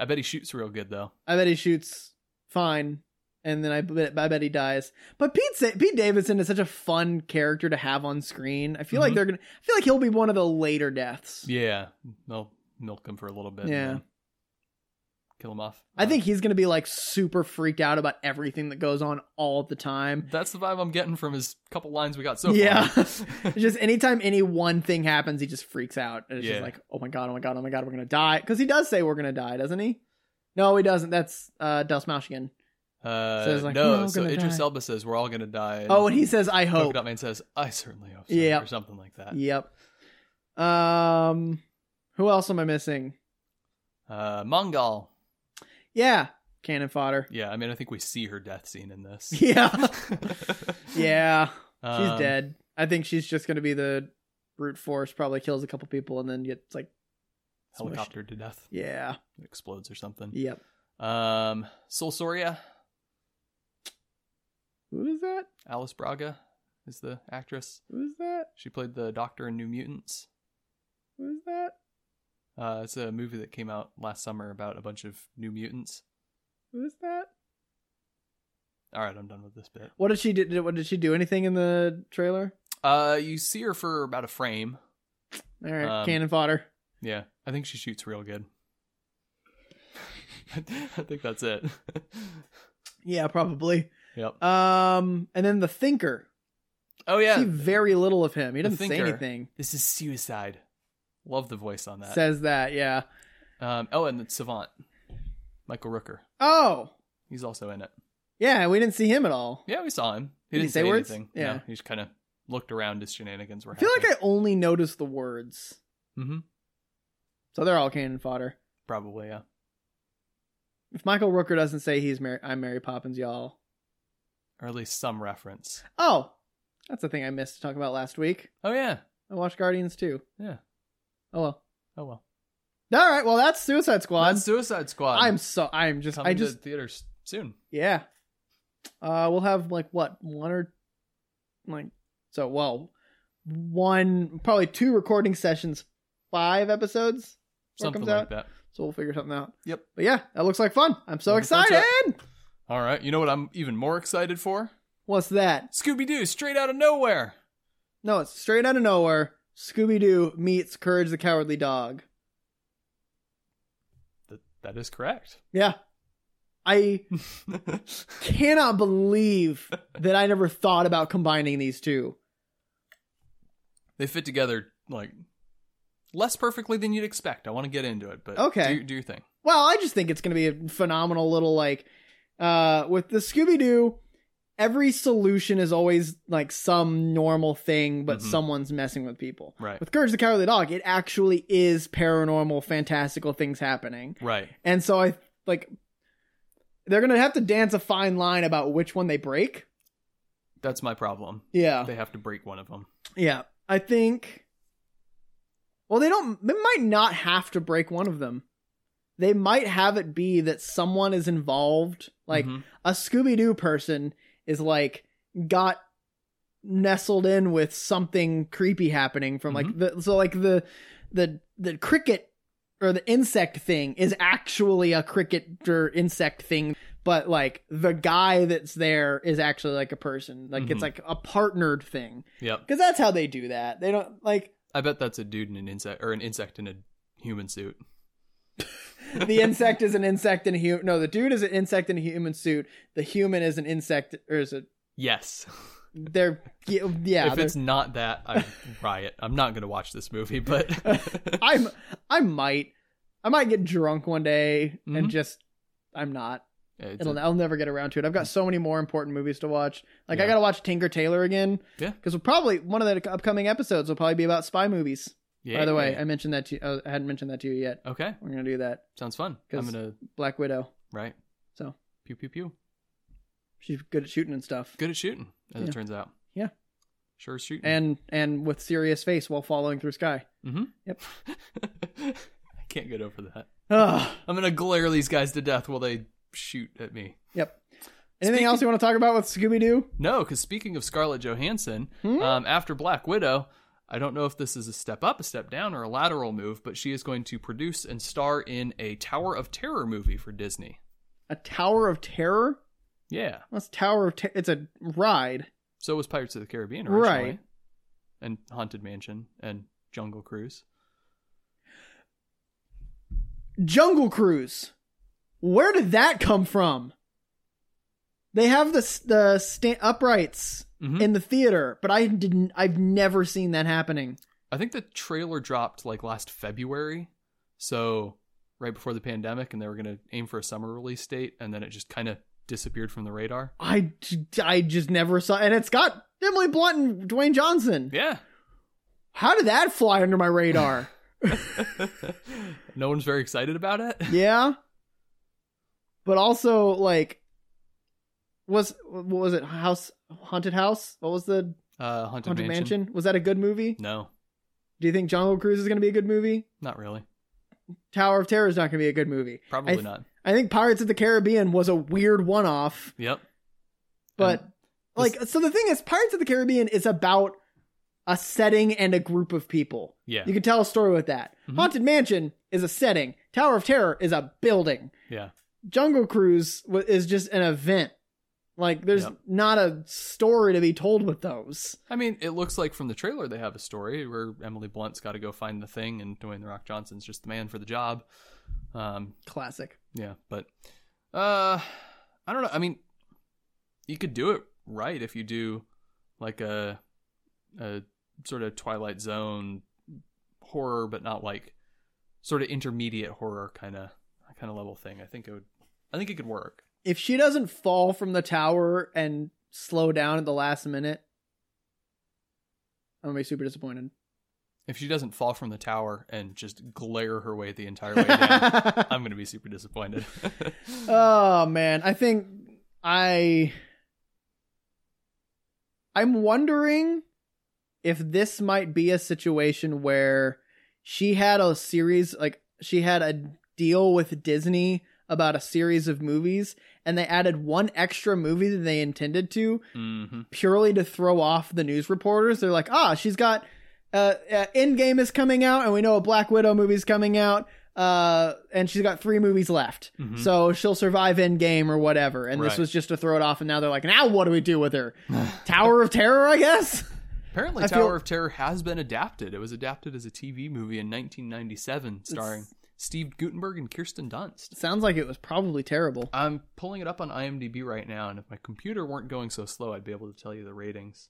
S2: I bet he shoots real good though.
S1: I bet he shoots fine, and then I bet I bet he dies. But Pete Sa- Pete Davidson is such a fun character to have on screen. I feel like
S2: Mhm.
S1: they're gonna. I feel like he'll be one of the later deaths.
S2: Yeah, they'll milk him for a little bit. and
S1: Yeah.
S2: then kill him off.
S1: I
S2: Uh,
S1: think he's gonna be like super freaked out about everything that goes on all the time.
S2: Uh, that's the vibe I'm getting from his couple lines we got so
S1: Yeah.
S2: far.
S1: It's just anytime any one thing happens, he just freaks out. And it's just
S2: Yeah.
S1: like, oh my god, oh my god, oh my god, we're gonna die. Because he does say we're gonna die, doesn't he? No, he doesn't. That's uh, Dust Moushkin.
S2: uh,
S1: So it's like, we're
S2: no,
S1: all
S2: so
S1: gonna
S2: Idris
S1: die.
S2: Elba says we're all gonna die.
S1: Oh, and he says, "I hope."
S2: Polka Dot Man says, "I certainly hope so,"
S1: Yeah.
S2: or something like that.
S1: Yep. Um, who else am I missing?
S2: Uh, Mongol.
S1: Yeah, cannon fodder.
S2: Yeah, I mean, I think we see her death scene in this.
S1: Yeah, yeah. She's
S2: Um,
S1: dead. I think she's just gonna be the brute force. Probably kills a couple people and then gets like smushed.
S2: Helicoptered to death.
S1: Yeah.
S2: It explodes or something.
S1: Yep.
S2: Um, Sol Soria,
S1: Who is that?
S2: Alice Braga is the actress.
S1: Who is that?
S2: She played the Doctor in New Mutants.
S1: Who is that?
S2: Uh, it's a movie that came out last summer about a bunch of New Mutants.
S1: Who is that?
S2: All right, I'm done with this bit.
S1: What did she do? did- What did she do? Anything in the trailer?
S2: Uh, you see her for about a frame.
S1: All right,
S2: Um,
S1: cannon fodder.
S2: Yeah, I think she shoots real good. I think that's it.
S1: Yeah, probably.
S2: yep.
S1: Um, and then the thinker.
S2: Oh yeah,
S1: See very little of him. He
S2: The
S1: doesn't say
S2: Thinker.
S1: anything.
S2: this is suicide. Love the voice on that.
S1: Says that. Yeah.
S2: Um, oh, and the Savant, Michael Rooker.
S1: Oh,
S2: He's also in it.
S1: yeah. We didn't see him at all.
S2: Yeah, we saw him. He
S1: Did he
S2: didn't
S1: say words?
S2: anything.
S1: Yeah.
S2: no, he just kind of looked around as shenanigans were
S1: I feel
S2: happening.
S1: like I only noticed the words.
S2: hmm
S1: So they're all cannon fodder.
S2: Probably, yeah.
S1: If Michael Rooker doesn't say he's Mary, I'm Mary Poppins, y'all.
S2: Or at least some reference.
S1: Oh, that's the thing I missed to talk about last week.
S2: Oh yeah.
S1: I watched Guardians too.
S2: Yeah.
S1: Oh well.
S2: Oh well.
S1: All right. Well, that's Suicide Squad.
S2: That's Suicide Squad.
S1: I'm so. I'm just.
S2: coming
S1: I just.
S2: to theaters soon.
S1: Yeah. Uh, we'll have like what one or like so. Well, one probably two recording sessions, five episodes. Before it
S2: Something
S1: comes
S2: like
S1: out.
S2: that.
S1: So we'll figure something out.
S2: Yep.
S1: But yeah, that looks like fun. I'm so
S2: Looking forward to
S1: excited.
S2: it. All right. You know what I'm even more excited for?
S1: What's that?
S2: Scooby Doo, straight out of nowhere.
S1: No, it's straight out of nowhere. Scooby Doo meets Courage the Cowardly Dog.
S2: That that is correct.
S1: Yeah. I cannot believe that I never thought about combining these two.
S2: they fit together like less perfectly than you'd expect. I want to get into it, but
S1: Okay.
S2: do, do your thing.
S1: Well, I just think it's going to be a phenomenal little like uh with the Scooby Doo every solution is always like some normal thing but
S2: Mhm.
S1: someone's messing with people.
S2: Right.
S1: With Courage the Cowardly Dog, it actually is paranormal fantastical things happening.
S2: Right.
S1: And so I like they're going to have to dance a fine line about which one they break.
S2: That's my problem.
S1: Yeah.
S2: They have to break one of them.
S1: Yeah. I think Well, they don't they might not have to break one of them. They might have it be that someone is involved, like
S2: Mhm.
S1: a Scooby Doo person is like got nestled in with something creepy happening from like the so like the the the cricket or the insect thing is actually a cricket or insect thing but like the guy that's there is actually like a person like
S2: Mhm.
S1: it's like a partnered thing
S2: Yep.
S1: because that's how they do that they don't like
S2: I bet that's a dude in an insect or an insect in a human suit.
S1: the insect is an insect in a human no the dude is an insect in a human suit the human is an insect or is it
S2: Yes.
S1: they're yeah
S2: if
S1: they're-
S2: it's not that, I riot. I'm not going to watch this movie, but
S1: I'm I might I might get drunk one day
S2: Mhm.
S1: and just I'm not.
S2: It's
S1: It'll
S2: a-
S1: I'll never get around to it. I've got so many more important movies to watch. Like I
S2: Yeah.
S1: got to watch Tinker Tailor again.
S2: Yeah.
S1: Because we'll probably one of the upcoming episodes will probably be about spy movies.
S2: yeah,
S1: By the way,
S2: yeah.
S1: I mentioned that to you. oh, I hadn't mentioned that to you yet.
S2: okay,
S1: We're gonna do that.
S2: sounds fun.
S1: 'Cause-
S2: I'm gonna
S1: Black Widow.
S2: right.
S1: So.
S2: pew pew pew.
S1: She's good at shooting and stuff.
S2: Good at shooting, as
S1: Yeah.
S2: it turns out.
S1: Yeah.
S2: sure is shooting.
S1: And and with serious face while following through sky.
S2: I can't get over that.
S1: Ugh.
S2: I'm gonna glare these guys to death while they shoot at me.
S1: Yep. Anything
S2: Speaking-
S1: else you want to talk about with Scooby Doo?
S2: No, because speaking of Scarlett Johansson,
S1: Hmm?
S2: um, after Black Widow, I don't know if this is a step up, a step down, or a lateral move, but she is going to produce and star in a Tower of Terror movie for Disney.
S1: A Tower of Terror?
S2: Yeah,
S1: That's Tower of Ter- It's a ride.
S2: so was Pirates of the Caribbean
S1: Right.
S2: originally, and Haunted Mansion and Jungle Cruise.
S1: Jungle Cruise. Where did that come from? They have the s- the sta- uprights
S2: Mhm.
S1: in the theater, but I didn't. I've never seen that happening.
S2: I think the trailer dropped like last February, so right before the pandemic, and they were gonna aim for a summer release date, and then it just kind of disappeared from the radar.
S1: I, j- I just never saw, and it's got Emily Blunt and Dwayne Johnson.
S2: Yeah,
S1: How did that fly under my radar?
S2: no one's very excited about it.
S1: yeah, but also like, was what was it House Haunted House? What was the
S2: Uh, Haunted,
S1: Haunted
S2: Mansion.
S1: Mansion? Was that a good movie?
S2: No,
S1: Do you think Jungle Cruise is going to be a good movie?
S2: not really.
S1: Tower of Terror is not going to be a good movie.
S2: Probably
S1: th-
S2: not.
S1: I think Pirates of the Caribbean was a weird one off,
S2: Yep.
S1: but
S2: And
S1: like, so the thing is, Pirates of the Caribbean is about a setting and a group of people.
S2: yeah,
S1: You can tell a story with that.
S2: Mhm.
S1: Haunted Mansion is a setting, Tower of Terror is a building,
S2: yeah,
S1: Jungle Cruise wa- is just an event. Like, there's
S2: Yep.
S1: not a story to be told with those.
S2: I mean, it looks like from the trailer they have a story where Emily Blunt's got to go find the thing, and Dwayne the Rock Johnson's just the man for the job. Um,
S1: Classic.
S2: yeah, but uh, I don't know. I mean, you could do it right if you do like a a sort of Twilight Zone horror, but not like sort of intermediate horror kind of kind of level thing. I think it would. I think it could work.
S1: If she doesn't fall from the tower and slow down at the last minute, I'm going to be super disappointed.
S2: If she doesn't fall from the tower and just glare her way the entire way down, I'm going to be super disappointed.
S1: oh man, I think I I'm wondering if this might be a situation where she had a series like she had a deal with Disney about a series of movies and they added one extra movie than they intended to
S2: hmm
S1: purely to throw off the news reporters. They're like, ah, she's got uh, uh Endgame is coming out, and we know a Black Widow movie's coming out, uh, and she's got three movies left,
S2: Mhm.
S1: so she'll survive Endgame or whatever. And this
S2: Right.
S1: was just to throw it off, and now they're like, now what do we do with her? Tower of Terror, I guess.
S2: Apparently,
S1: I feel-
S2: Tower of Terror has been adapted. It was adapted as a TV movie in 1997, starring Steve Gutenberg and Kirsten Dunst.
S1: Sounds like it was probably terrible.
S2: I'm pulling it up on IMDb right now, and if my computer weren't going so slow, I'd be able to tell you the ratings.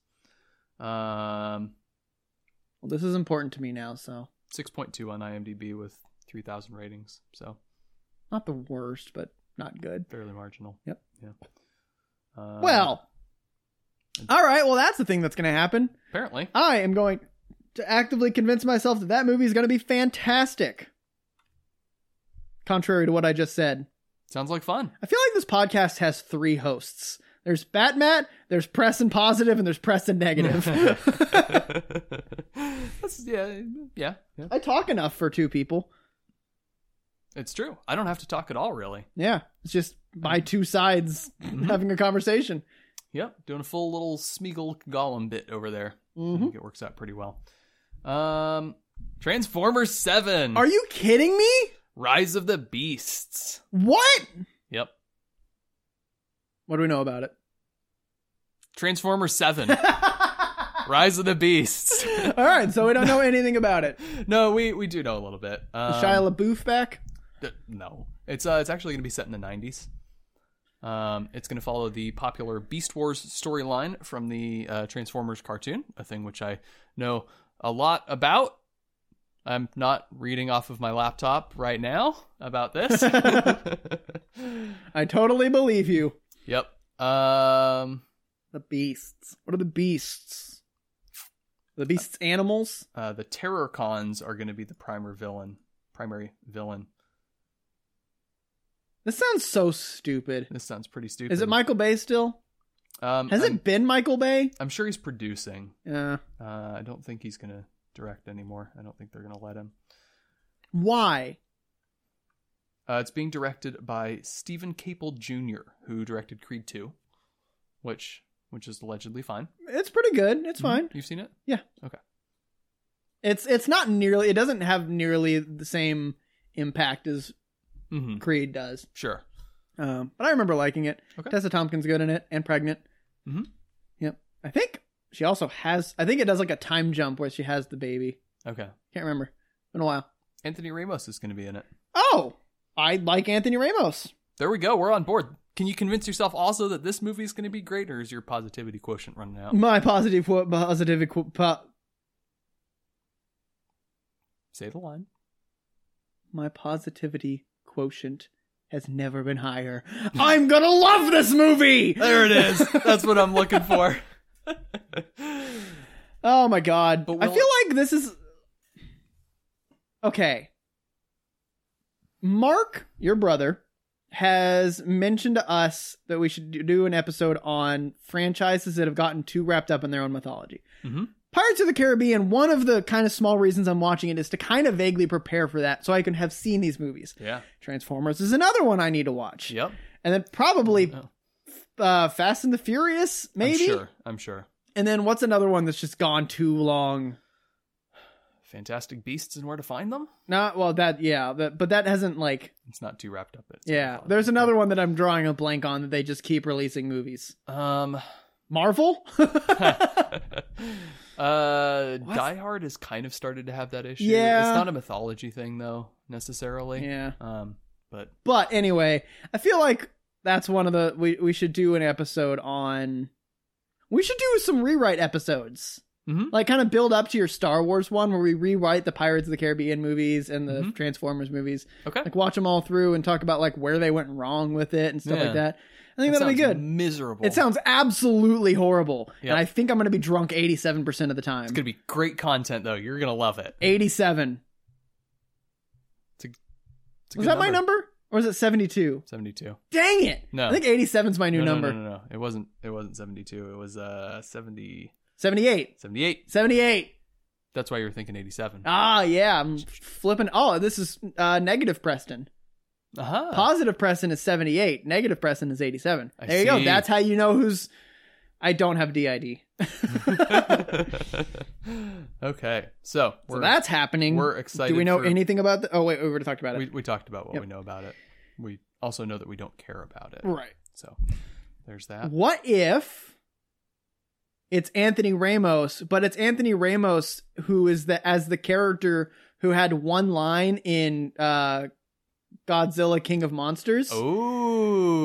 S2: Um,
S1: Well, this is important to me now, so
S2: 6.2 on IMDb with 3,000 ratings. So
S1: Not the worst, but not good.
S2: fairly marginal.
S1: Yep.
S2: Yeah. Um,
S1: well, all right. Well, that's the thing that's going to happen.
S2: apparently.
S1: I am going to actively convince myself that that movie is going to be fantastic. Contrary to what I just said,
S2: Sounds like fun.
S1: I feel like this podcast has three hosts. There's Batmat, there's Press and Positive, and there's Press and Negative.
S2: That's, yeah, yeah, yeah.
S1: I talk enough for two people.
S2: It's true. I don't have to talk at all, really.
S1: Yeah, it's just by two sides having a conversation.
S2: Yep, doing a full little Smeagol Gollum bit over there. I
S1: Mhm.
S2: think it works out pretty well. Um, Transformers Seven:
S1: Are you kidding me?
S2: Rise of the Beasts.
S1: What?
S2: Yep,
S1: What do we know about it?
S2: Transformers Seven: Rise of the Beasts.
S1: All right, so we don't know anything about it.
S2: no, we we do know a little bit. Um,
S1: Is Shia LaBeouf back?
S2: D- no, it's uh, it's actually going to be set in the '90s. Um, it's going to follow the popular Beast Wars storyline from the uh, Transformers cartoon, a thing which I know a lot about. I'm not reading off of my laptop right now about this.
S1: I totally believe you.
S2: yep. Um,
S1: The beasts. What are the beasts? The beasts animals?
S2: uh, the Terrorcons are going to be the primary villain. Primary villain.
S1: This sounds so stupid.
S2: This sounds pretty stupid.
S1: Is it Michael Bay still?
S2: Um,
S1: Has
S2: I'm,
S1: it been Michael Bay?
S2: I'm sure he's producing.
S1: Uh,
S2: Uh, I don't think he's going to direct anymore. I don't think they're going to let him.
S1: why?
S2: Uh, it's being directed by Stephen Caple Jr., who directed Creed 2, which which is allegedly fine.
S1: It's pretty good. It's fine.
S2: Mhm. You've seen it?
S1: It's it's not nearly. It doesn't have nearly the same impact as
S2: Mm-hmm.
S1: Creed does.
S2: Sure.
S1: Um, but I remember liking it.
S2: Okay.
S1: Tessa Tompkins good in it and pregnant.
S2: Mhm.
S1: Yep. I think she also has. I think it does like a time jump where she has the baby.
S2: Okay.
S1: Can't remember. Been a while.
S2: Anthony Ramos is going to be in it.
S1: Oh, I like Anthony Ramos.
S2: There we go. We're on board. Can you convince yourself also that this movie is going to be great, or is your positivity quotient running out?
S1: My positive po- positive equi- po-
S2: Say the line.
S1: my positivity quotient has never been higher. I'm gonna love this movie.
S2: There it is. That's what I'm looking for.
S1: Oh my god.
S2: But
S1: I
S2: will-
S1: feel like this is Okay. Mark, your brother, has mentioned to us that we should do- do an episode on franchises that have gotten too wrapped up in their own mythology.
S2: Mhm.
S1: Pirates of the Caribbean, one of the kind of small reasons I'm watching it is to kind of vaguely prepare for that so I can have seen these movies.
S2: yeah.
S1: Transformers is another one I need to watch.
S2: Yep.
S1: And then probably
S2: Oh,
S1: uh, Fast and the Furious, maybe?
S2: I'm sure. I'm sure.
S1: And then what's another one that's just gone too long?
S2: Fantastic Beasts and Where to Find Them?
S1: Not well that yeah, that, but that hasn't like
S2: It's not too wrapped up. It's
S1: yeah. There's another one that I'm drawing a blank on that they just keep releasing movies.
S2: Um.
S1: Marvel?
S2: uh,
S1: What?
S2: Die Hard has kind of started to have that issue.
S1: Yeah.
S2: It's not a mythology thing though, necessarily.
S1: yeah.
S2: Um, but
S1: But anyway, I feel like that's one of the we we should do an episode on we should do some rewrite episodes.
S2: Mhm.
S1: Like kind of build up to your Star Wars one where we rewrite the Pirates of the Caribbean movies and the
S2: Mhm.
S1: Transformers movies.
S2: okay.
S1: Like watch them all through and talk about like where they went wrong with it and stuff
S2: Yeah.
S1: like that. I think
S2: That
S1: that'll be
S2: sounds
S1: good.
S2: Miserable.
S1: It sounds absolutely horrible.
S2: Yeah.
S1: And I think I'm going to be drunk 87% of the time.
S2: It's gonna be great content though. You're gonna love it.
S1: 87.
S2: It's a
S1: Was
S2: good
S1: that my number? Or is it 72?
S2: Seventy-two.
S1: Dang it.
S2: No.
S1: I think 87's my new
S2: no, no,
S1: number.
S2: No, no, no, It wasn't. It wasn't seventy-two. It was uh 70,
S1: 78.
S2: 78.
S1: 78.
S2: That's why you were thinking eighty-seven.
S1: Ah, yeah. I'm flipping. Oh, this is uh, negative Preston.
S2: Uh-huh.
S1: Positive Preston is 78. Negative Preston is 87.
S2: I
S1: there you go.
S2: see.
S1: That's how you know who's. I don't have DID. so
S2: okay. So we're
S1: that's happening.
S2: we're excited.
S1: Do we know
S2: for-
S1: anything about the. Oh, wait. We already talked about it.
S2: We, we talked about what
S1: Yep.
S2: we know about it. We also know that we don't care about it.
S1: right.
S2: So there's that.
S1: What if it's Anthony Ramos, but it's Anthony Ramos who is the as the character who had one line in uh Godzilla King of Monsters.
S2: Oh.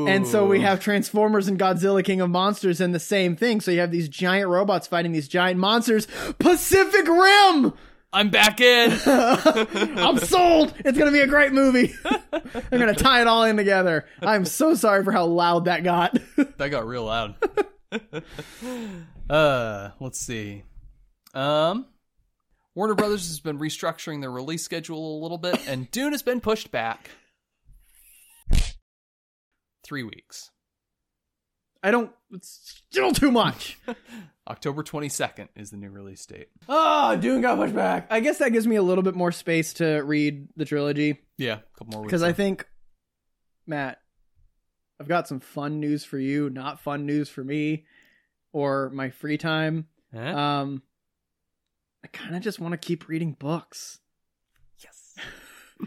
S1: And so we have Transformers and Godzilla King of Monsters and the same thing. So you have these giant robots fighting these giant monsters. Pacific Rim!
S2: I'm back in.
S1: I'm sold. It's gonna be a great movie. I'm gonna tie it all in together. I'm so sorry for how loud that got.
S2: That got real loud. uh, let's see. Um, Warner Brothers has been restructuring their release schedule a little bit, and Dune has been pushed back three weeks.
S1: I don't. It's still too much.
S2: October 22nd is the new release date.
S1: Oh, Dune got pushed back. I guess that gives me a little bit more space to read the trilogy
S2: Yeah, a couple more weeks.
S1: because I
S2: left.
S1: think, Matt, I've got some fun news for you, not fun news for me, or my free time.
S2: Huh?
S1: Um, I kind of just want to keep reading books.
S2: yes.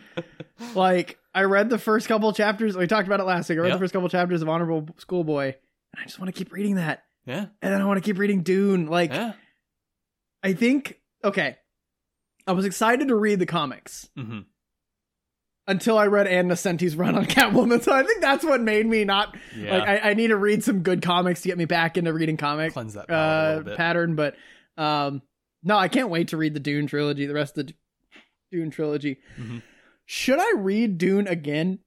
S1: like I read the first couple chapters. We talked about it last week. I read
S2: Yep.
S1: the first couple chapters of Honorable Schoolboy, and I just want to keep reading that.
S2: Yeah.
S1: And then I want to keep reading Dune. Like
S2: Yeah.
S1: I think okay, I was excited to read the comics
S2: Mm-hmm.
S1: until I read Anne Nesenti's run on Catwoman. So I think that's what made me not
S2: Yeah.
S1: like I, I need to read some good comics to get me back into reading comic
S2: Cleanse that palate a
S1: uh,
S2: little bit.
S1: pattern. But um, no, I can't wait to read the Dune trilogy. The rest of the Dune trilogy.
S2: Mhm.
S1: Should I read Dune again?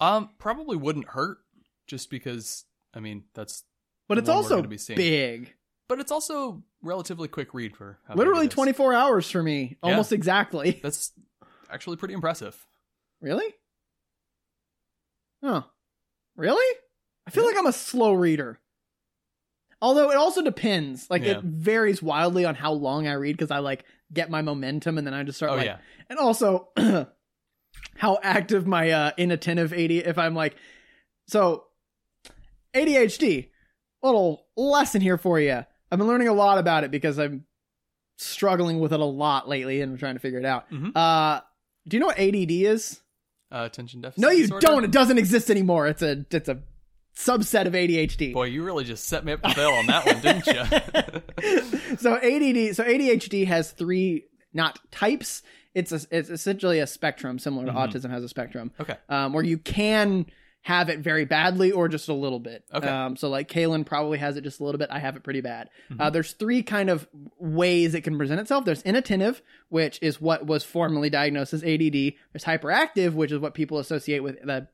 S2: um, probably wouldn't hurt just because I mean that's
S1: But
S2: the
S1: it's
S2: one we're
S1: also
S2: gonna be seeing.
S1: big.
S2: but it's also relatively quick read for how big Oh, it
S1: Literally
S2: is.
S1: 24 hours for me,
S2: Yeah.
S1: almost exactly.
S2: That's actually pretty impressive.
S1: Really? Oh, really? I feel like I'm a slow reader. Although it also depends. Like
S2: Yeah.
S1: it varies wildly on how long I read because I like get my momentum and then I just start
S2: Oh
S1: like
S2: yeah.
S1: and also how active my uh, inattentive AD if I'm like so ADHD little lesson here for you. I've been learning a lot about it because I'm struggling with it a lot lately and I'm trying to figure it out.
S2: Mhm.
S1: Uh, do you know what ADD is?
S2: Uh, attention deficit.
S1: No, you
S2: disorder?
S1: don't. It doesn't exist anymore. It's a it's a subset of ADHD.
S2: Boy, you really just set me up to fail on that one, didn't you?
S1: so ADD, so ADHD has three not types. It's a, it's essentially a spectrum, similar to
S2: Mhm.
S1: autism has a spectrum.
S2: Okay.
S1: um, where you can have it very badly or just a little bit.
S2: Okay.
S1: um, so like Kalen probably has it just a little bit. I have it pretty bad. Uh,
S2: Mhm.
S1: there's three kind of ways it can present itself. There's inattentive, which is what was formerly diagnosed as ADD. There's hyperactive, which is what people associate with the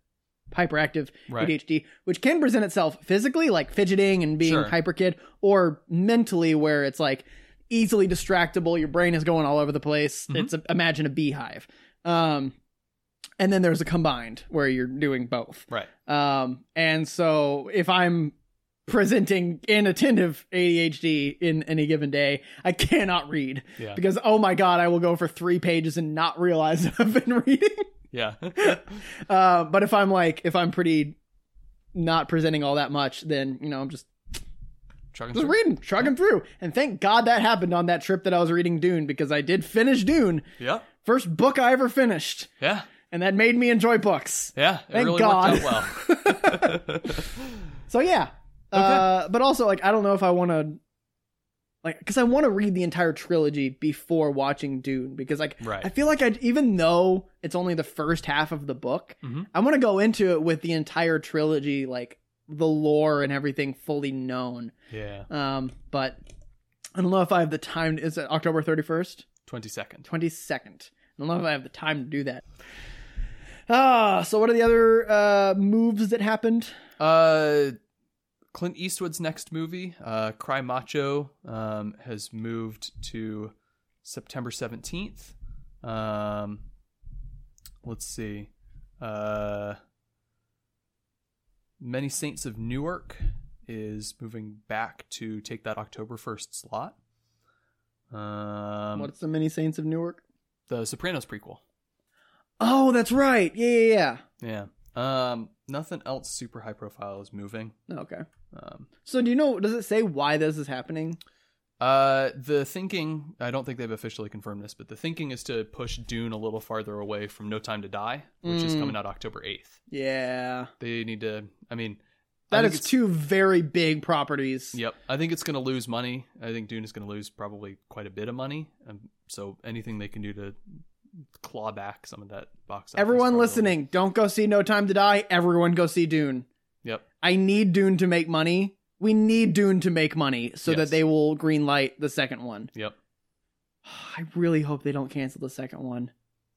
S1: hyperactive
S2: right.
S1: ADHD, which can present itself physically, like fidgeting and being
S2: Sure.
S1: hyper kid, or mentally, where it's like easily distractible. Your brain is going all over the place.
S2: Mhm.
S1: It's a, imagine a beehive. Um, and then there's a combined where you're doing both.
S2: Right.
S1: Um, and so if I'm presenting inattentive ADHD in any given day, I cannot read
S2: Yeah.
S1: because oh my god, I will go for three pages and not realize that I've been reading.
S2: Yeah.
S1: Uh, but if I'm like, if I'm pretty not presenting all that much, then you know I'm just
S2: Chugging
S1: just
S2: through.
S1: reading, chugging through. And thank God that happened on that trip that I was reading Dune because I did finish Dune,
S2: Yeah.
S1: first book I ever finished,
S2: Yeah.
S1: and that made me enjoy books.
S2: Yeah. It
S1: Thank
S2: really
S1: God.
S2: worked out well.
S1: So yeah, uh, but also like I don't know if I want to. Like, because I want to read the entire trilogy before watching Dune, because like
S2: Right.
S1: I feel like I, even though it's only the first half of the book,
S2: Mhm.
S1: I want to go into it with the entire trilogy, like the lore and everything fully known.
S2: yeah.
S1: Um, but I don't know if I have the time. Is it October thirty first,
S2: Twenty second.
S1: twenty second? I don't know if I have the time to do that. Ah, so what are the other uh moves that happened?
S2: Uh, Clint Eastwood's next movie, uh, Cry Macho, um, has moved to September 17th. Um, let's see. Uh, Many Saints of Newark is moving back to take that October 1st slot. Um,
S1: What's the Many Saints of Newark?
S2: the Sopranos prequel.
S1: Oh, that's right. Yeah, yeah,
S2: Yeah. Um, nothing else super high profile is moving.
S1: yeah. Oh, Okay.
S2: Um,
S1: So do you know? Does it say why this is happening?
S2: Uh, the thinking, I don't think they've officially confirmed this, but the thinking is to push Dune a little farther away from No Time to Die, which is
S1: Mm.
S2: coming out October 8th.
S1: Yeah,
S2: They need to, I mean, I
S1: that
S2: think
S1: is
S2: it's-
S1: two very big properties.
S2: Yep. I think it's going to lose money. I think Dune is going to lose probably quite a bit of money. Um, so anything they can do to claw back some of that box office
S1: Everyone
S2: probably will.
S1: listening, don't go see No Time to Die. Everyone go see Dune.
S2: Yep.
S1: I need Dune to make money. We need Dune to make money so
S2: Yes.
S1: that they will greenlight the second one.
S2: Yep.
S1: I really hope they don't cancel the second one.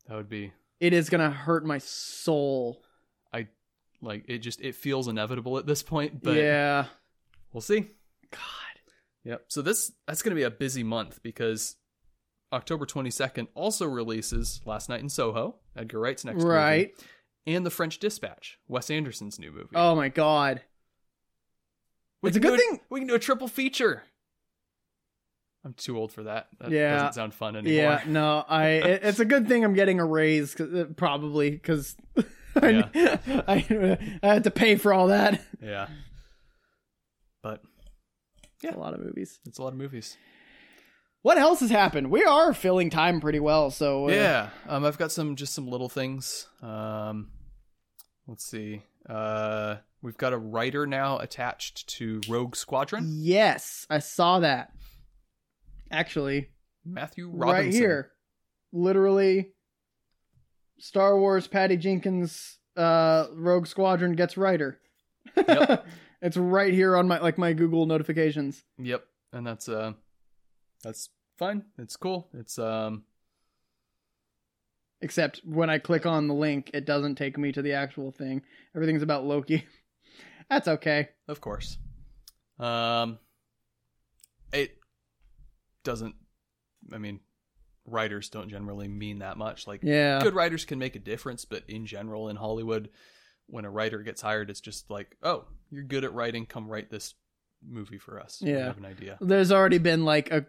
S2: That would be
S1: It is gonna hurt my soul.
S2: like it just it feels inevitable at this point, but
S1: yeah.
S2: we'll see.
S1: God.
S2: Yep. So this that's going to be a busy month because October 22nd also releases Last Night in Soho, Edgar Wright's next movie,
S1: right.
S2: and The French Dispatch, Wes Anderson's new movie.
S1: Oh my god.
S2: we
S1: it's a
S2: can
S1: good
S2: do
S1: thing-
S2: We can do a triple feature. I'm too old for that. That
S1: Yeah.
S2: doesn't sound fun anymore.
S1: Yeah. No. I. It, it's a good thing I'm getting a raise, 'cause- uh, probably because. I, I, I had to pay for all that.
S2: Yeah. But Yeah.
S1: A lot of movies.
S2: it's a lot of movies.
S1: What else has happened? We are filling time pretty well, so uh,
S2: Yeah, um, I've got some just some little things. Um, let's see. Uh, we've got a writer now attached to Rogue Squadron,
S1: Yes, I saw that. Actually,
S2: Matthew Robinson.
S1: right here, literally, Star Wars Patty Jenkins, uh, Rogue Squadron gets writer.
S2: Yep.
S1: it's right here on my like my Google notifications.
S2: Yep, and that's uh, that's fine. It's cool. It's um,
S1: Except when I click on the link, it doesn't take me to the actual thing. Everything's about Loki. That's okay.
S2: of course. Um, it doesn't. I mean, writers don't generally mean that much. Like,
S1: Yeah.
S2: good writers can make a difference, but in general in Hollywood, when a writer gets hired, it's just like, oh, you're good at writing, come write this movie for us. We
S1: Yeah.
S2: have an idea.
S1: There's already been like a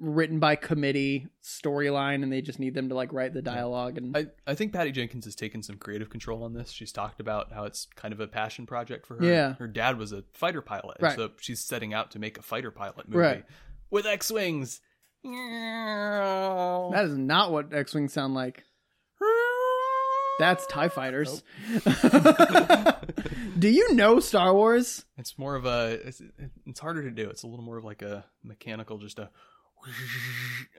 S1: written by committee storyline, and they just need them to like write the dialogue and
S2: I, I think Patty Jenkins has taken some creative control on this. She's talked about how it's kind of a passion project for her.
S1: Yeah.
S2: Her dad was a fighter pilot,
S1: Right.
S2: so she's setting out to make a fighter pilot movie
S1: Right.
S2: with X wings.
S1: That is not what X Wings sound like. That's TIE fighters. Do you know Star Wars?
S2: It's more of a. It's, it's harder to do. It's a little more of like a mechanical, just a.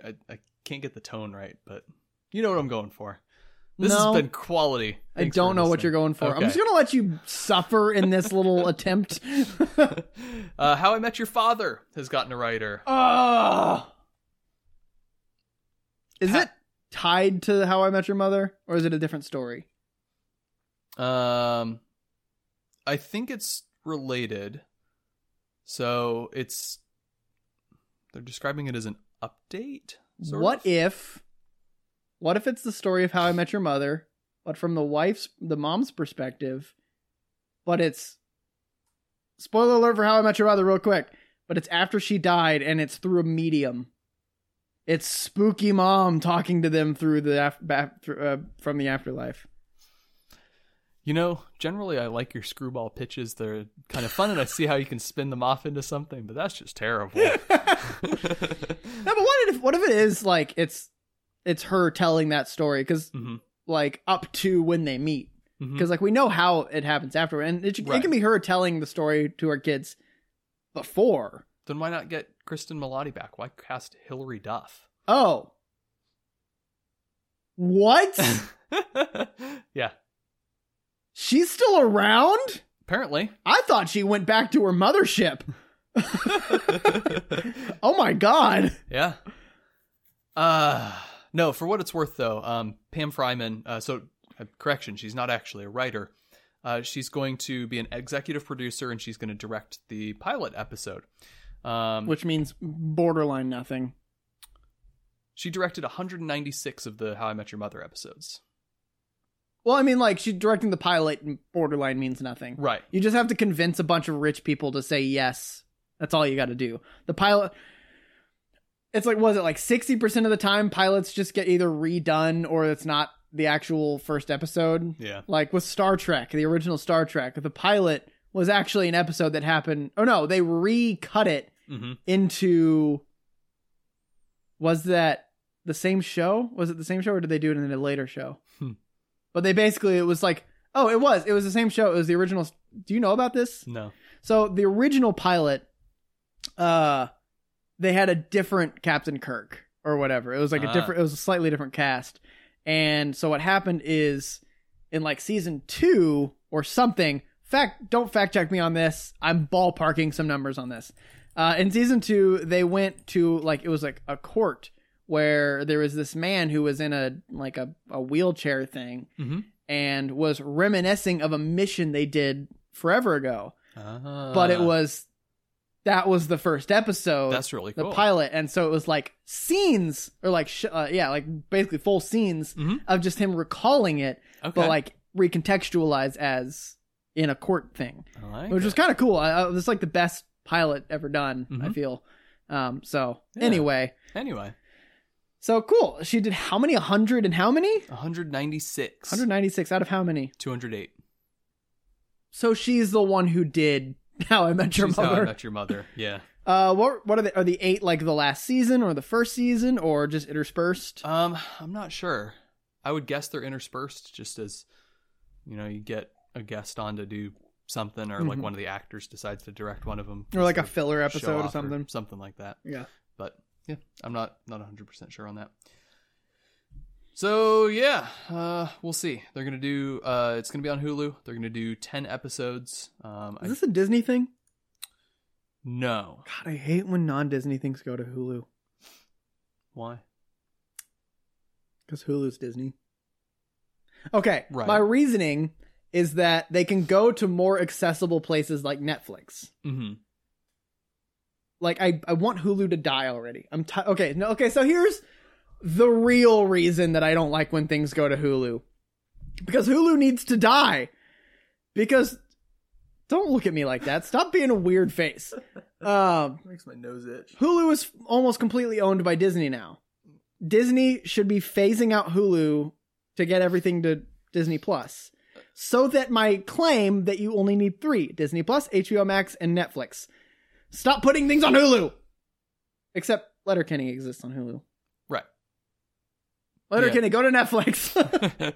S2: I, I can't get the tone right, but you know what I'm going for. This
S1: No.
S2: has been quality.
S1: I don't know what you're going for. I'm
S2: Okay.
S1: just going to let you suffer in this little attempt.
S2: going. uh, How I Met Your Father has gotten a writer.
S1: Oh. Is
S2: Ha-
S1: it tied to How I Met Your Mother or is it a different story?
S2: Um, I think it's related. So it's they're describing it as an update. sort
S1: what
S2: of.
S1: if what if it's the story of How I Met Your Mother, but from the wife's the mom's perspective, but it's spoiler alert for How I Met Your Mother real quick, but it's after she died and it's through a medium. It's spooky mom talking to them through the af- back, through, uh, from the afterlife.
S2: You know, generally I like your screwball pitches. They're kind of fun, and I see how you can spin them off into something. But that's just terrible.
S1: No, but what if what if it is like it's it's her telling that story because
S2: Mhm.
S1: like up to when they meet
S2: Mhm.
S1: because like we know how it happens afterward and it, it
S2: Right.
S1: can be her telling the story to her kids before
S2: Then why not get Kristen Milotti back? Why cast Hilary Duff?
S1: oh what
S2: yeah,
S1: she's still around
S2: apparently.
S1: i thought she went back to her mothership oh my god
S2: yeah. Uh no. For what it's worth, though, um, Pam Fryman. Uh, so uh, correction, she's not actually a writer. Uh, she's going to be an executive producer, and she's going to direct the pilot episode. Um,
S1: which means borderline nothing
S2: She directed 196 of the How I Met Your Mother episodes.
S1: well i mean like she's directing the pilot and borderline means nothing
S2: Right.
S1: You just have to convince a bunch of rich people to say yes. That's all you got to do. The pilot. It's like, was it like 60% of the time pilots just get either redone or it's not the actual first episode?
S2: Yeah.
S1: Like with Star Trek, the original Star Trek, the pilot was actually an episode that happened. Oh no, they recut it
S2: hmm
S1: into. Was that the same show? Was it the same show or did they do it in a later show?
S2: Hmm.
S1: But they basically, it was like, oh, it was. It was the same show. It was the original. Do you know about this?
S2: No.
S1: So the original pilot, uh, they had a different Captain Kirk or whatever. It was like a
S2: Ah.
S1: different. It was a slightly different cast. And so what happened is, in like season two or something. Fact, don't fact check me on this. I'm ballparking some numbers on this. Uh, in season two, they went to like it was like a court where there was this man who was in a like a, a wheelchair thing
S2: Mhm.
S1: and was reminiscing of a mission they did forever ago.
S2: Ah,
S1: but it was that was the first episode
S2: Uh, that's really
S1: the
S2: cool.
S1: pilot and so it was like scenes or like sh- uh, yeah like basically full scenes
S2: Mhm.
S1: of just him recalling it
S2: okay.
S1: but like recontextualized as in a court thing
S2: I like
S1: which
S2: it.
S1: was kind of cool I, I, it was like the best pilot ever done i
S2: Mhm.
S1: feel um so
S2: Yeah.
S1: anyway
S2: anyway,
S1: so cool she did how many 100 and how many
S2: 196,
S1: 196 out of how many
S2: 208.
S1: so she's the one who did how i met your
S2: She's How I
S1: mother
S2: Met Your Mother. Yeah.
S1: Uh, what what are the are the eight like the last season or the first season or just interspersed?
S2: Um, I'm not sure. I would guess they're interspersed, just as you know, you get a guest on to do something, or like
S1: Mhm.
S2: one of the actors decides to direct one of them,
S1: or like a filler episode or
S2: off
S1: something.
S2: something like that.
S1: Yeah.
S2: But yeah, I'm not not 100 percent sure on that. So yeah, uh, we'll see. They're gonna do. Uh, it's gonna be on Hulu. They're gonna do 10 episodes. Um, I,
S1: Is this a Disney thing?
S2: no,
S1: God, I hate when non Disney things go to Hulu
S2: why?
S1: because Hulu's Disney. Okay,
S2: Right.
S1: my reasoning is that they can go to more accessible places like Netflix.
S2: Mm-hmm.
S1: Like I I want Hulu to die already. I'm ti okay no okay so here's the real reason that I don't like when things go to Hulu because Hulu needs to die because don't look at me like that. Stop being a weird face. Um,
S2: Makes my nose itch.
S1: Hulu is almost completely owned by Disney now. Disney should be phasing out Hulu to get everything to Disney Plus. So that my claim that you only need three Disney Plus, HBO Max, and Netflix. Stop putting things on Hulu. Except Letterkenny exists on Hulu.
S2: Right.
S1: Letterkenny, go to Netflix.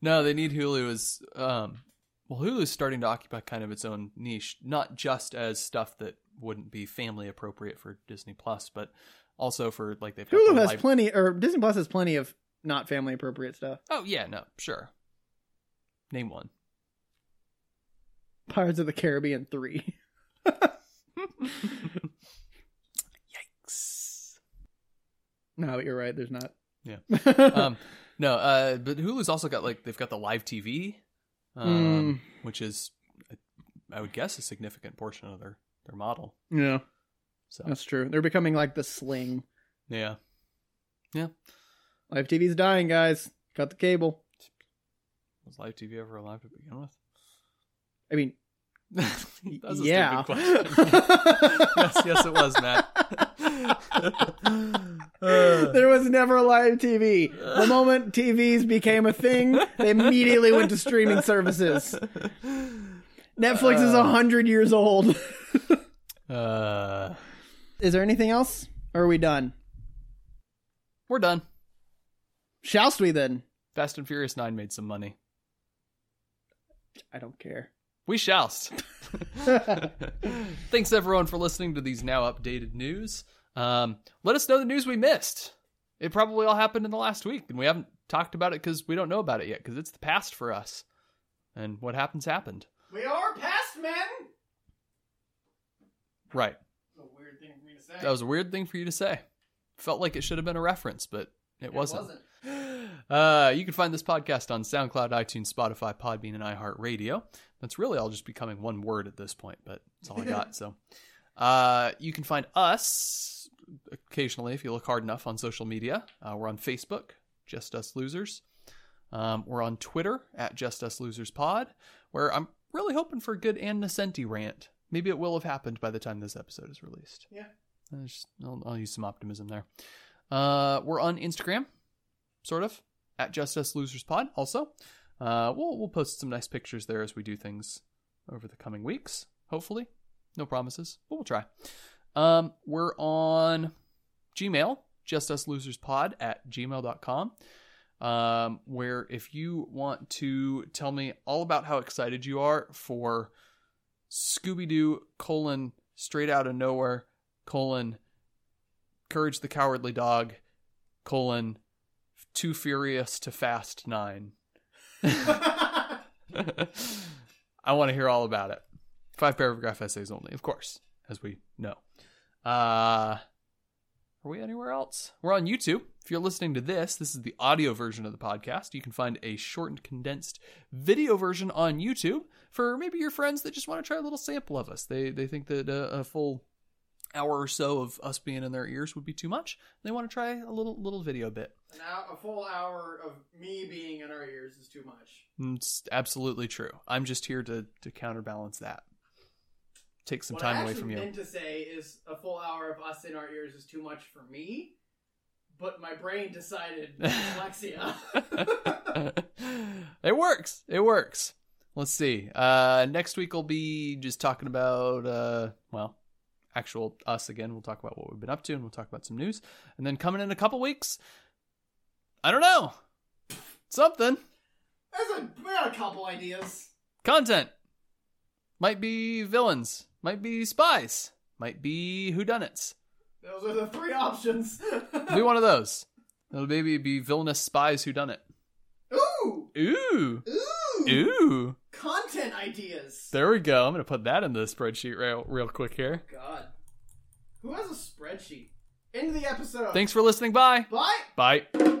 S2: no, they need Hulu as um well Hulu's starting to occupy kind of its own niche, not just as stuff that wouldn't be family appropriate for Disney Plus, but also for like they've got
S1: Hulu
S2: the
S1: has
S2: live-
S1: plenty, or Disney Plus has plenty of not family appropriate stuff.
S2: Oh yeah, no, sure. Name one.
S1: Pirates of the Caribbean 3. No, but you're right. There's not.
S2: Yeah.
S1: um,
S2: um no, uh but Hulu's also got like they've got the live TV um
S1: Hmm.
S2: which is I- I would guess a significant portion of their their model.
S1: Hmm, yeah,
S2: So
S1: that's true. They're becoming like the sling.
S2: yeah.
S1: Live TV's dying, guys. Cut the cable.
S2: Was live TV ever alive to begin with?
S1: I mean,
S2: That's a stupid
S1: yeah.
S2: question. yes, yes, it was, Matt.
S1: there was never a live TV. The moment TVs became a thing, they immediately went to streaming services. Netflix is
S2: Uh.
S1: a hundred years old.
S2: Uh,
S1: is there anything else? Or are we done?
S2: we're done.
S1: Shallst we then?
S2: Fast and Furious 9 made some money.
S1: I don't care.
S2: We shallst. Thanks, everyone, for listening to these now updated news. Um, let us know the news we missed. It probably all happened in the last week, and we haven't talked about it because we don't know about it yet because it's the past for us. And what happens, happened.
S1: We are past men.
S2: Right.
S1: That's a weird thing for me to say.
S2: That was a weird thing for you to say. Felt like it should have been a reference, but it, wasn't. Uh, you can find this podcast on SoundCloud, iTunes, Spotify, Podbean, and iHeartRadio. That's really all just becoming one word at this point, but that's all I got. so uh, you can find us occasionally if you look hard enough on social media. Uh, we're on Facebook, Just Us Losers. Um, we're on Twitter at Just Us Losers Pod, where I'm really hoping for a good Ann Nesenti rant. Maybe it will have happened by the time this episode is released.
S1: Yeah.
S2: I'll, just, I'll, I'll use some optimism there. Uh, we're on Instagram, sort of, at Just Us Losers Pod. Also, uh, we'll we'll post some nice pictures there as we do things over the coming weeks. Hopefully, no promises, but we'll try. Um, we're on Gmail, Just Us Losers Pod at gmail.com. Um, where if you want to tell me all about how excited you are for Scooby Doo colon straight out of nowhere colon Courage the Cowardly Dog, colon, Too Furious to Fast Nine. I want to hear all about it. Five paragraph essays only, of course, as we know. Uh, Are we anywhere else? We're on YouTube. If you're listening to this, this is the audio version of the podcast. You can find a shortened, condensed video version on YouTube for maybe your friends that just want to try a little sample of us. They they think that uh, a full hour or so of us being in their ears would be too much. They want to try a little little video bit.
S1: An hour, a full hour of me being in our ears is too much.
S2: Mm, It's absolutely true. I'm just here to to counterbalance that. Take some
S1: what I
S2: time away
S1: actually
S2: from you.
S1: meant to say is a full hour of us in our ears is too much for me, but my brain decided dyslexia.
S2: it works. It works. Let's see. Uh, next week we'll be just talking about uh, well, actual us again. We'll talk about what we've been up to, and we'll talk about some news. And then coming in a couple weeks, I don't know, something
S1: There's a, we got a couple ideas.
S2: content might be villains, might be spies, might be whodunits.
S1: Those are the three options.
S2: Be one of those. It'll maybe be villainous spies who done it.
S1: Ooh,
S2: Ooh,
S1: ooh,
S2: ooh.
S1: content ideas.
S2: There we go. I'm gonna put that in the spreadsheet real, real quick here.
S1: God, who has a spreadsheet? End of the episode.
S2: Thanks for listening. Bye.
S1: Bye.
S2: Bye.